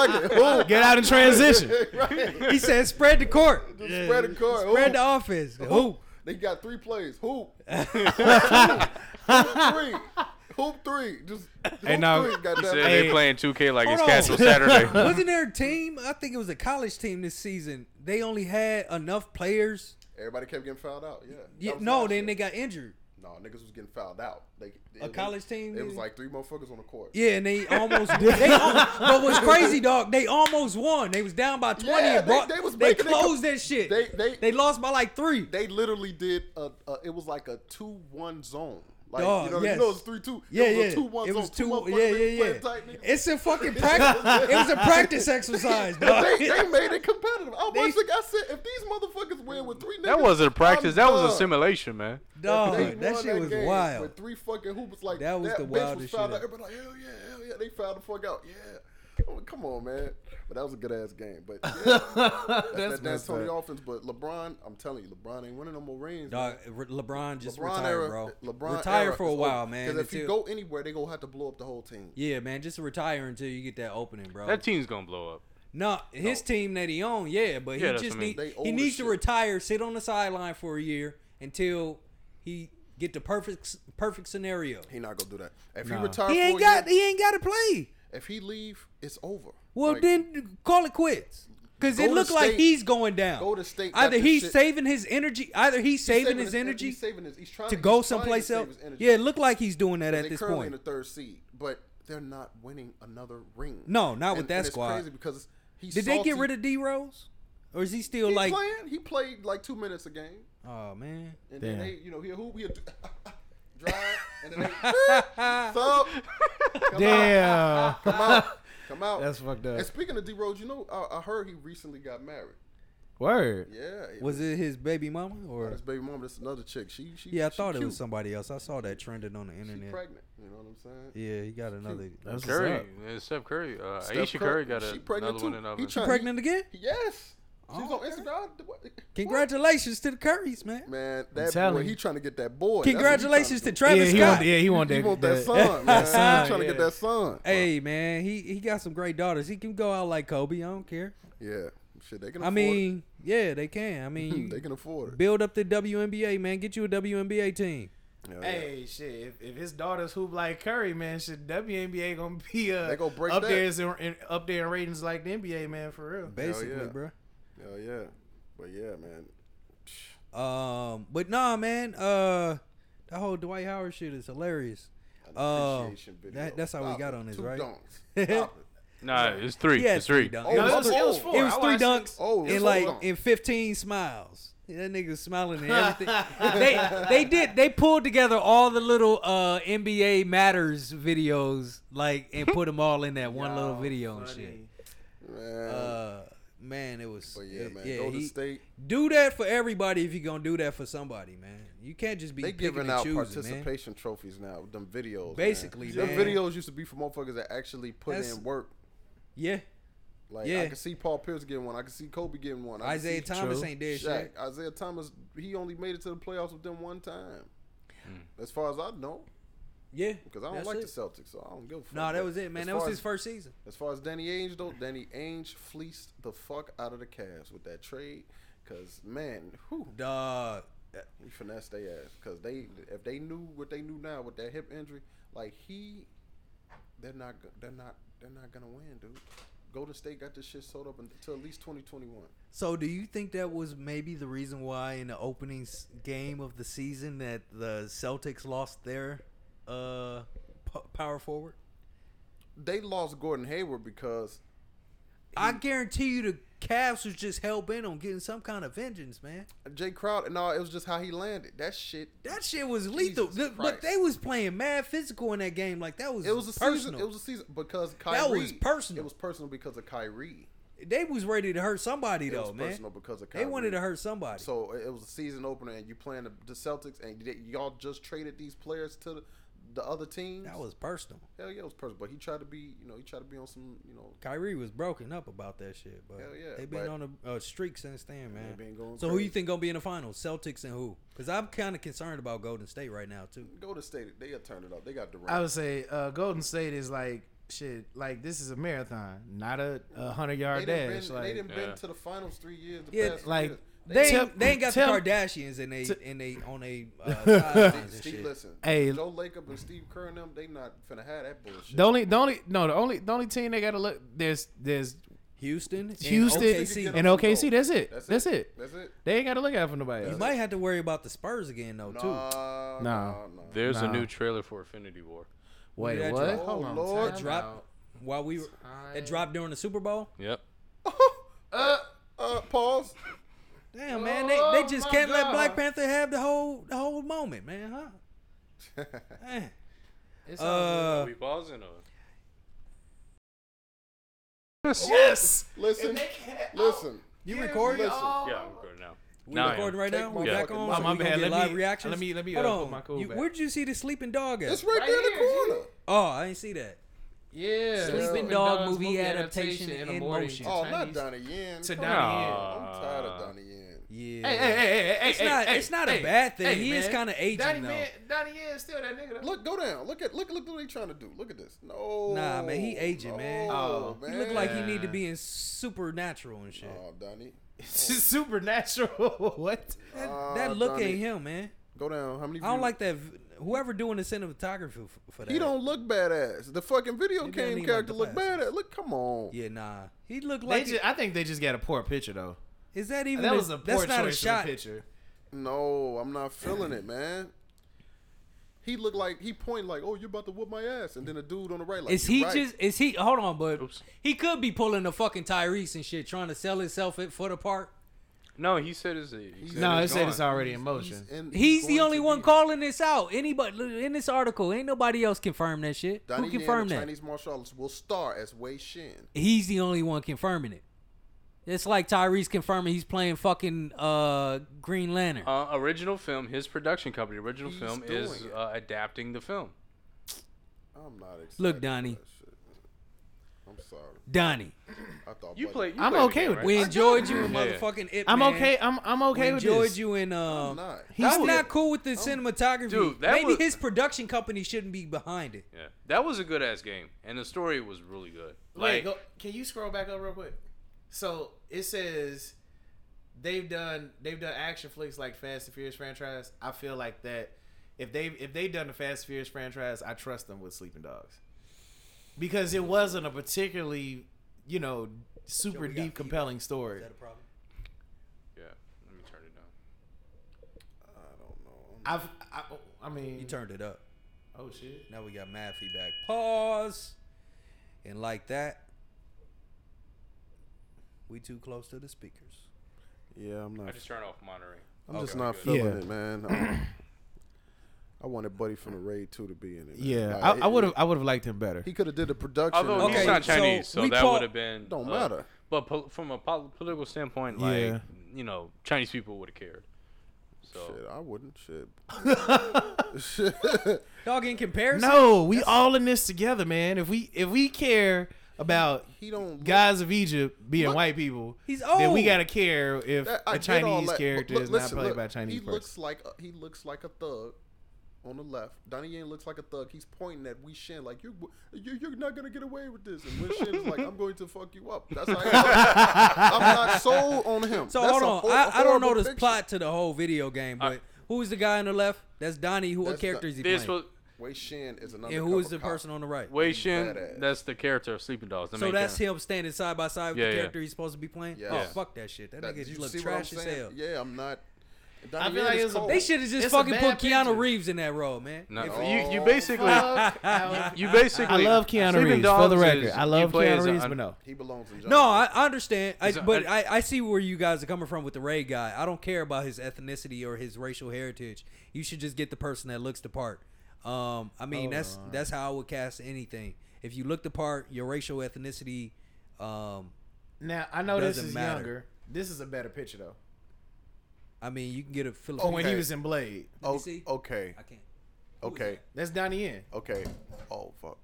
S3: it. Hoop.
S4: out in transition.
S3: right.
S2: he said, "Spread the court,
S3: Just spread the court.
S2: spread
S3: hoop.
S2: the offense." Who?
S3: They got three plays. Hoop. hoop three. Hoop three. Just hoop
S4: Hey, now-
S3: three. Got
S5: He said
S3: that.
S4: Hey.
S5: they playing 2K like
S2: Hold
S5: it's
S2: on.
S5: casual Saturday.
S2: Wasn't there a team? I think it was a college team this season. They only had enough players.
S3: Everybody kept getting fouled out. Yeah. That
S2: Yeah,
S3: was
S2: no,
S3: last
S2: then they
S3: year.
S2: got injured.
S3: No, niggas was getting fouled out. They,
S2: A
S3: it-
S2: college team?
S3: It was like three motherfuckers on the court.
S2: Yeah, and they almost. they al- but what's crazy, dog? They almost won. They was down by twenty.
S3: Yeah,
S2: and brought, they,
S3: they- they was making it
S2: closed
S3: com-
S2: that shit.
S3: They- they-
S2: lost by like three.
S3: They literally did a, a it was like a two one zone. Like
S2: Dog,
S3: you know,
S2: yes.
S3: you know it's three two.
S2: yeah,
S3: it was
S2: yeah.
S3: a two one
S2: it
S3: zone.
S2: was
S3: two,
S2: two.
S3: motherfuckers
S2: Yeah, yeah,
S3: playing
S2: yeah.
S3: tight, niggas.
S2: It's a fucking practice. it was a practice exercise, dog.
S3: they, they made it competitive. I
S2: They-
S3: watched like I said, if these motherfuckers win with three niggas,
S5: that wasn't a practice. That was a
S3: similar.
S5: simulation, man.
S3: They
S2: Dog,
S3: won
S2: that shit was
S3: game
S2: wild.
S3: With three fucking hoopers, like
S2: That
S3: that
S2: was
S3: was
S2: the
S3: bench
S2: wildest
S3: was fouled
S2: shit
S3: out. Everybody like hell yeah, hell yeah. They fouled the fuck out. Yeah. I'm like, come on, man. But that was a good ass game. But yeah, that's, that, that's
S4: messed
S3: Tony
S4: up.
S3: offense. But LeBron, I'm telling you, LeBron ain't winning no more rings.
S2: Dog,
S3: man.
S2: re- LeBron just
S3: LeBron
S2: retired,
S3: era,
S2: bro.
S3: LeBron
S2: retire
S3: era
S2: for a
S3: is
S2: while,
S3: over.
S2: man.
S3: Because if you
S2: until-
S3: go anywhere, they gonna have to blow up the whole team.
S2: yeah, man, just retire until you get that opening, bro.
S5: That team's gonna blow up.
S2: no, his team that he owned, yeah, but
S5: Yeah,
S2: he
S5: that's
S2: just
S5: what I mean.
S2: need
S3: They old
S2: he
S3: as
S2: needs to
S3: shit.
S2: retire, sit on the sideline for a year until he get the perfect s- perfect scenario.
S3: He not gonna do that. If
S4: Nah.
S3: he retire,
S2: He ain't
S3: for a year,
S2: got he ain't got to play.
S3: If he leave, it's over.
S2: Well,
S3: Like,
S2: then call it quits. Cause it
S3: Golden
S2: looked like
S3: State-
S2: he's going down.
S3: Golden State got
S2: Either
S3: the
S2: he's
S3: shit-
S2: saving his energy. Either he's
S3: he's
S2: saving, his
S3: en-
S2: energy
S3: He's saving his. He's trying
S2: to
S3: he's
S2: go
S3: trying
S2: someplace
S3: save
S2: else.
S3: his energy.
S2: Yeah, it looked like he's doing that at
S3: They're
S2: this
S3: currently
S2: point.
S3: in the third seed, but they're not winning another ring.
S2: No, not with that
S3: it's
S2: squad.
S3: Crazy because he
S2: Did they get rid of D Rose, or is he still
S3: He
S2: like?
S3: playing. He played like two minutes a game,
S2: Oh man,
S3: and
S4: Damn.
S3: then they, you know, he'll hoop, he'll do- drive, and then they thump, come out,
S4: Damn.
S3: come out, come out.
S4: That's fucked up.
S3: And speaking of D Rose, you know, I, I heard he recently got married.
S4: Word.
S3: Yeah,
S2: was it his baby mama
S3: Oh,
S2: or?
S3: That's baby mama. That's another chick. She, she.
S2: Yeah, I
S3: she
S2: thought it
S3: cute.
S2: was somebody else. I saw that trending on the
S3: She
S2: internet.
S3: pregnant. You know what I'm saying?
S2: Yeah, he got another.
S4: That's what's
S5: Curry,
S4: up.
S5: uh, Steph Curry, uh,
S3: Steph Curry-
S5: Aisha Curry got
S3: she
S5: a,
S3: pregnant
S5: another one
S3: too.
S5: in
S3: He
S5: oven.
S3: trying-
S2: Pregnant again?
S3: Yes. She was on Instagram.
S2: Congratulations to the Currys, man.
S3: Man, that boy,
S4: telling you.
S3: he trying to get that boy. That's what he trying to
S2: Congratulations to
S3: do.
S4: Yeah,
S2: Travis
S4: he
S2: Scott.
S4: want, yeah, he want that.
S3: He want
S4: that-
S3: that son, man. He's trying to get
S4: yeah.
S3: that son.
S2: Hey man, he he got some great daughters. He can go out like Kobe. I don't care.
S3: Yeah, shit, they can.
S2: I
S3: afford
S2: mean, yeah, they can. I
S3: it.
S2: mean,
S3: they can afford it.
S2: build up the WNBA, man. Get you a WNBA team.
S3: Yeah, yeah.
S4: Hey, shit! If, if his daughters hoop like Curry, man, shit, WNBA gonna be uh,
S3: They gonna break
S4: up
S3: that.
S4: there in, in, up there in ratings like the NBA, man, for real.
S2: Basically,
S3: yeah.
S2: bro.
S3: Hell yeah, but yeah, man. Psh,
S2: Um, but nah, man. Uh, that whole Dwight Howard shit is hilarious. Uh,
S3: appreciation video.
S2: that, that's how we
S3: Stop
S2: got
S3: it.
S2: on this,
S3: Two
S2: right?
S3: dunks.
S2: it
S3: Stop it.
S5: Nah, it's three.
S2: Yeah,
S5: it's three.
S2: dunks.
S3: Oh,
S2: It
S4: No, it
S2: was,
S4: was, it was
S3: Oh,
S4: four.
S2: it was
S4: I
S2: three
S4: watched it.
S2: dunks
S3: Oh,
S2: and
S3: it's
S2: like
S3: four.
S2: in fifteen smiles. That nigga was smiling and everything. they they did they pulled together all the little uh NBA matters videos like and put them all in that one little
S4: Y'all
S2: video and
S4: funny.
S2: shit.
S3: Man.
S2: Uh, man, it was
S3: but yeah,
S2: it-
S3: man. Golden
S2: he-
S3: State,
S2: do that for everybody if you're gonna do that for somebody, man. You can't just be
S3: they
S2: picking
S3: giving
S2: and
S3: out
S2: choosing, man.
S3: participation trophies now. with Them videos, man.
S2: Basically, man.
S3: them videos used to be for motherfuckers that actually put
S2: That's-
S3: in work.
S2: Yeah,
S3: Like
S2: Yeah.
S3: I can see Paul Pierce getting one. I can see Kobe getting one. I can
S2: Isaiah
S3: see
S2: Thomas
S4: True.
S2: ain't dead
S3: Shaq.
S2: shit.
S3: Isaiah Thomas, he only made it to the playoffs with them one time. As far as I know,
S2: Yeah,
S3: because I don't
S2: that's
S3: like
S2: it.
S3: the Celtics, so I don't give a fuck.
S2: No, that
S3: But
S2: was it, man.
S3: as
S2: That was
S3: far
S2: his
S3: as-
S2: first season.
S3: As far as Danny Ainge though, Danny Ainge fleeced the fuck out of the Cavs with that trade. Cause man, who
S2: Dog.
S3: he finessed their ass. Cause they if they knew what they knew now with that hip injury, like he, they're not go- they're not they're not gonna win, dude. Golden State got this shit sold up until at least twenty twenty one.
S2: So, do you think that was maybe the reason why in the opening s- game of the season that the Celtics lost their uh, p- power forward?
S3: They lost Gordon Hayward because
S2: I guarantee you, the Cavs was just hell bent on getting some kind of vengeance, man.
S3: Jay Crowder and all. It was just how he landed. That shit.
S2: That shit was lethal.
S3: Jesus
S2: Th- but
S3: Christ.
S2: they was playing mad physical in that game. Like that was
S3: It was a
S2: personal.
S3: season. It was a season because Kyrie.
S2: That was personal.
S3: It was personal because of Kyrie.
S2: they was ready to hurt somebody
S3: It
S2: though,
S3: was
S2: man.
S3: personal because of Kyrie.
S2: They wanted to hurt somebody.
S3: So it it was a season opener, and you playing the, the Celtics, and y- y'all just traded these players to the, the other teams.
S2: that was personal.
S3: hell yeah, it was personal. But he tried to be, you know, he tried to be on some, you know,
S2: Kyrie was broken up about that shit, but
S3: Hell yeah,
S2: they've been
S3: but-
S2: on a, a streak since then, man.
S3: been
S2: So
S3: going
S2: who
S3: crazy.
S2: you think gonna be in the finals? Celtics and who? Because I'm kind of concerned about Golden State right now too.
S3: go to state. They got turned it up. They got Durant.
S4: I would say uh, Golden State is like shit. Like this is a marathon, not a, a hundred
S3: they
S4: yard
S3: done
S4: dash.
S3: been,
S4: like
S3: they done been
S5: Yeah.
S3: to the finals three years. The
S2: Yeah,
S3: past three
S4: like,
S3: years.
S2: They ain't,
S4: Tell-
S2: they ain't got
S4: tell-
S2: the Kardashians in they
S4: t-
S2: in they on they uh, sidelines and
S3: Steve,
S2: shit.
S3: listen,
S4: Hey.
S3: Joe Lacob and Steve Kerr and them, they not finna have that bullshit.
S4: the only, the only, no, the only, the only team they gotta look there's there's
S2: Houston, and
S4: Houston
S2: OKC.
S4: and OKC. That's it. That's, it.
S3: That's it.
S4: They ain't gotta look out for nobody
S2: You
S4: else.
S2: might have to worry about the Spurs again though too.
S3: Nah,
S4: No.
S3: nah, nah.
S5: There's
S4: Nah.
S5: a new trailer for Infinity War.
S4: Wait,
S2: that
S4: what?
S2: drop.
S4: Hold
S3: Oh,
S4: on.
S3: Lord.
S4: time
S2: Drop
S4: out.
S2: while we were, that
S4: Time.
S2: dropped during the Super Bowl.
S5: Yep.
S3: Uh, uh, pause.
S2: Damn man, they,
S3: Oh,
S2: they just
S4: my
S2: can't let
S4: God.
S2: Black Panther have the whole the whole moment, man, huh? Man.
S4: It's all
S3: Oh,
S2: Uh,
S5: we pausing on.
S4: good. yes.
S3: Listen, listen.
S2: you recording?
S3: listen.
S5: Yeah, I'm recording now.
S2: We
S5: Now I am.
S2: recording right
S3: Take
S2: now.
S3: my
S2: We back
S3: fucking
S2: on.
S3: mic.
S2: so
S4: Oh, my
S2: we gonna
S4: bad. Let
S2: get live
S4: me-
S2: reactions.
S4: let me- let me,
S2: Hold
S4: uh,
S2: on.
S4: put my cool
S2: You-
S4: back.
S2: Where'd you see the sleeping dog at?
S3: It's right,
S4: Right
S3: there in
S4: here,
S3: the corner.
S2: Oh, I ain't see that.
S4: Yeah.
S2: Sleeping Dog movie adaptation in motion.
S3: Oh, not
S4: Chinese.
S3: Donnie Yen.
S4: To
S3: Come
S4: Donnie
S3: on.
S5: Yen.
S3: I'm tired of Donnie Yen.
S2: Yeah.
S4: Hey, hey, hey, hey, hey,
S2: It's
S4: hey,
S2: not-
S4: hey,
S2: it's not a
S4: hey,
S2: bad thing.
S4: hey,
S2: He is
S4: man.
S2: kinda aging,
S4: Donnie,
S2: though.
S4: Man, Donnie Yen is still that nigga. though.
S3: Look, go down. Look at look look at what they trying to do. Look at this. No.
S2: Nah, man, he aging, man.
S3: No,
S4: Oh.
S2: He look like he need to
S4: Yeah.
S2: be in supernatural and shit.
S3: Oh, Donnie.
S4: It's just supernatural. what?
S2: that,
S3: Oh,
S2: that look
S3: Donnie.
S2: ain't him, man.
S3: Go down. How many?
S2: I don't
S3: views?
S2: like that. v- Whoever doing the cinematography f- for that.
S3: He don't look badass. The fucking video
S2: Maybe I
S3: game
S2: need, like,
S3: character
S2: the
S3: look
S2: glasses.
S3: badass. Look, come on.
S2: Yeah, nah. He look
S4: They
S2: like.
S4: just, I think they just got a poor picture though.
S2: is that even?
S4: That was a poor
S2: that's not a
S4: choice of
S2: shot.
S4: a picture.
S3: No, I'm not feeling it, man. He looked like he point like, oh, you about to whoop my ass, and then a dude on the right like,
S2: Is
S3: "You
S2: he
S3: right."
S2: just? Is he? Hold on, bud.
S5: Oops.
S2: He could be pulling the fucking Tyrese and shit, trying to sell himself it for the part.
S5: No, he said it's. He said
S4: No, it
S5: it's
S4: said
S5: gone.
S4: it's already in motion.
S3: And
S2: He's the
S3: going
S2: only
S3: to
S2: one
S3: be-
S2: calling this out. Anybody in this article, ain't nobody else confirmed that shit.
S3: Donnie
S2: Who
S3: Yen,
S2: confirmed
S3: the
S2: that?
S3: Chinese martial artist will star as Wei Shin.
S2: He's the only one confirming it. It's like Tyrese confirming he's playing fucking uh, Green Lantern.
S5: Uh, original film. His production company, original
S3: He's
S5: film,
S3: doing
S5: is
S3: it.
S5: uh, adapting the film.
S3: I'm not excited.
S2: Look, Donnie.
S3: for that shit. I'm I'm sorry.
S2: Donnie.
S3: I thought
S5: You
S3: Buddy-
S5: play. You
S4: I'm
S5: play the
S4: okay
S5: game,
S4: with
S5: right?
S2: We
S4: I
S2: enjoyed you in
S5: Yeah.
S2: motherfucking It
S4: I'm
S2: Man.
S4: okay. I'm I'm
S2: We
S4: okay with
S2: enjoyed
S4: this.
S2: you in
S3: I'm
S2: um.
S3: not.
S4: He's
S2: He's
S4: still-
S2: not cool with the cinematography.
S5: Dude, that
S2: Maybe
S5: was-
S2: his production company shouldn't be behind it.
S5: Yeah, that was a good ass game, and the story was really good.
S4: Wait,
S5: Like,
S4: go-
S1: Can you scroll back up real quick? So it says they've done they've done action flicks like Fast and Furious franchise. I feel like that if they if they done the Fast and Furious franchise, I trust them with Sleeping Dogs because it wasn't a particularly you know
S2: Yo, we
S1: super
S2: got
S1: deep
S2: feedback.
S1: compelling story.
S2: Is that a problem?
S5: yeah, let me turn it down.
S1: I've I, I mean
S2: You turned it up.
S1: oh shit
S2: Now we got mad feedback. Pause. And like that, we too close to the speakers.
S3: Yeah, I'm
S5: I
S3: not.
S5: just turned off monitoring.
S3: I'm just
S5: Okay,
S3: not
S5: good.
S3: feeling
S4: Yeah.
S3: it, man. Um, I wanted Buddy from the Raid Two to be in it. man.
S4: yeah,
S3: Like,
S4: I,
S3: it-
S4: I would have I would have liked him better.
S3: He could have did the production.
S5: Although
S3: and
S5: he's
S2: Okay,
S3: all
S5: not
S3: that.
S2: so
S5: Chinese, so,
S2: we
S5: that
S2: call-
S5: would have been
S3: Don't
S5: uh,
S3: matter.
S5: But pol- from a pol- political standpoint, like
S4: Yeah.
S5: you know, Chinese people would have cared. So
S3: Shit, I wouldn't. Shit.
S2: Dog, in comparison,
S4: No, we all in this together, man. If we if we care about
S3: He don't.
S4: guys of Egypt being white people,
S2: He's
S4: then we
S2: old.
S4: gotta care if
S3: That- I
S4: a
S3: get all
S4: Chinese
S3: that, but
S4: character
S3: look-
S4: is not
S3: listen,
S4: played
S3: look,
S4: by a Chinese
S3: He
S4: person.
S3: looks like a, he looks like a thug on the left. Donnie Yen looks like a thug. He's pointing at Wei Shin like you you you're not gonna get away with this. And Wei Shin is like I'm going to fuck you up. That's how he looks. I'm not sold on him.
S2: So
S3: That's
S2: hold
S3: a
S2: on,
S3: hor-
S2: I
S3: a
S2: I, I don't know
S3: horrible
S2: this
S3: picture.
S2: plot to the whole video game, but who's the guy on the left? That's Donnie. Who what
S3: That's
S2: character
S3: the-
S2: is he
S5: this
S2: playing?
S5: was
S3: Wei Shin is another.
S2: and who is the person on the right?
S5: Wei
S3: He's
S5: Shin.
S3: badass.
S5: That's the character of Sleeping Dogs. The
S2: so
S5: main
S2: that's
S5: character.
S2: him standing side by side with
S5: Yeah,
S2: the
S5: yeah.
S2: character he's supposed to be playing.
S3: Yeah.
S2: Oh
S3: Yeah.
S2: fuck that shit! That, nigga
S3: you
S2: just look
S3: see what I'm
S2: trash as
S3: saying?
S2: hell.
S3: Yeah, I'm not. Donnie
S4: I feel
S3: Yen
S4: like
S3: is
S4: it's a-
S3: cold.
S2: They should have just
S4: It's a
S2: fucking
S4: bad
S2: put Keanu
S4: picture.
S2: Reeves in that role, man.
S5: No,
S2: If-
S5: you you
S3: Oh,
S5: basically you basically.
S4: I love Keanu
S5: Sleeping
S4: Reeves. For the
S5: Dogs
S4: record,
S5: is-
S4: I
S5: you
S4: love
S5: play as
S4: Keanu
S5: a-
S4: Reeves, but no.
S3: He belongs in.
S2: No, I, I understand, I,
S5: It's a-
S2: but I, I see where you guys are coming from with the Ray guy. I don't care about his ethnicity or his racial heritage. You should just get the person that looks the part. Um, I mean, that's that's how I would cast anything. If you look the part, your racial ethnicity, um,
S4: Now I know this
S2: Doesn't
S4: is
S2: matter.
S4: younger. This is a better picture though.
S2: I mean, you can get a
S4: Oh,
S2: Filipino.
S4: when he
S3: Okay.
S4: was in Blade,
S2: Let me
S3: O-
S2: see.
S3: Oh, okay,
S2: I can't.
S3: okay,
S4: that's Donnie Yen.
S3: okay. Oh fuck.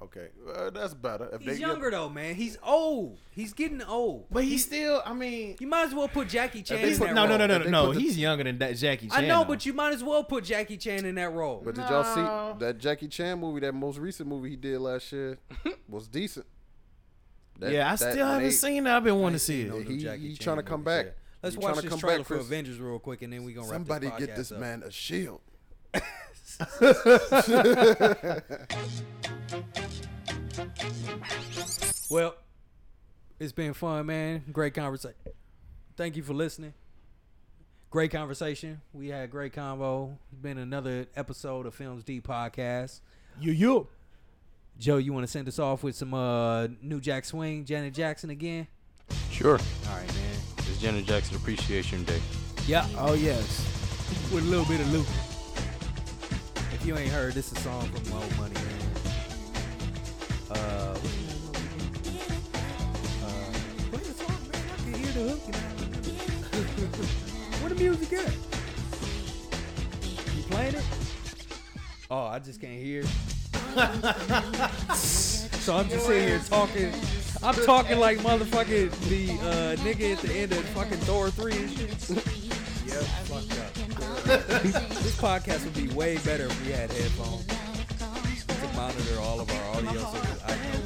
S3: Okay, Uh, that's better. If
S2: He's
S3: they-
S2: younger though, man. He's old. He's getting old.
S4: But he's still. I mean,
S2: You might as well put Jackie Chan.
S3: they
S2: in
S3: put-
S2: that
S4: no, no,
S2: role.
S4: no, no, no,
S3: If they
S4: no.
S3: put the-
S4: He's younger than that Jackie Chan.
S2: I know,
S4: though.
S2: but you might as well put Jackie Chan in that role.
S3: But did y'all
S4: No.
S3: see that Jackie Chan movie? That most recent movie he did last year was decent. That-
S4: yeah, I
S3: that-
S4: still haven't
S3: they-
S4: seen. that. I've been wanting to see
S2: No,
S4: it.
S2: no
S3: He-
S2: Jackie
S3: he
S2: Chan
S3: tryna
S2: movies
S3: come back.
S2: yet. Let's
S3: He
S2: watch
S3: tryna
S2: this
S3: come
S2: trailer
S3: back,
S2: for
S3: Chris.
S2: Avengers real quick, and then we gonna wrap
S3: Somebody
S2: this
S3: get this
S2: podcast up.
S3: man a shield.
S2: Well, it's been fun, man. Great conversation. Thank you for listening. Great conversation. We had a great convo. It's been another episode of Films D podcast.
S4: You, you.
S2: Joe, you want to send us off with some uh, New Jack Swing, Janet Jackson again?
S5: Sure,
S2: All right, man.
S5: it's Janet Jackson Appreciation Day.
S2: Yeah,
S4: Oh yes.
S2: with a little bit of Luke. If you ain't heard, this is a song from Mo Money, man. Uh, uh, play the song, man. I can hear the hook and I remember it. Where the music at? You playing it? Oh, I just can't hear. so I'm just sitting here talking. I'm talking like motherfucking the uh, nigga at the end of fucking Thor 3 and shit. This podcast would be way better if we had headphones to monitor all of our audio. So that I know uh,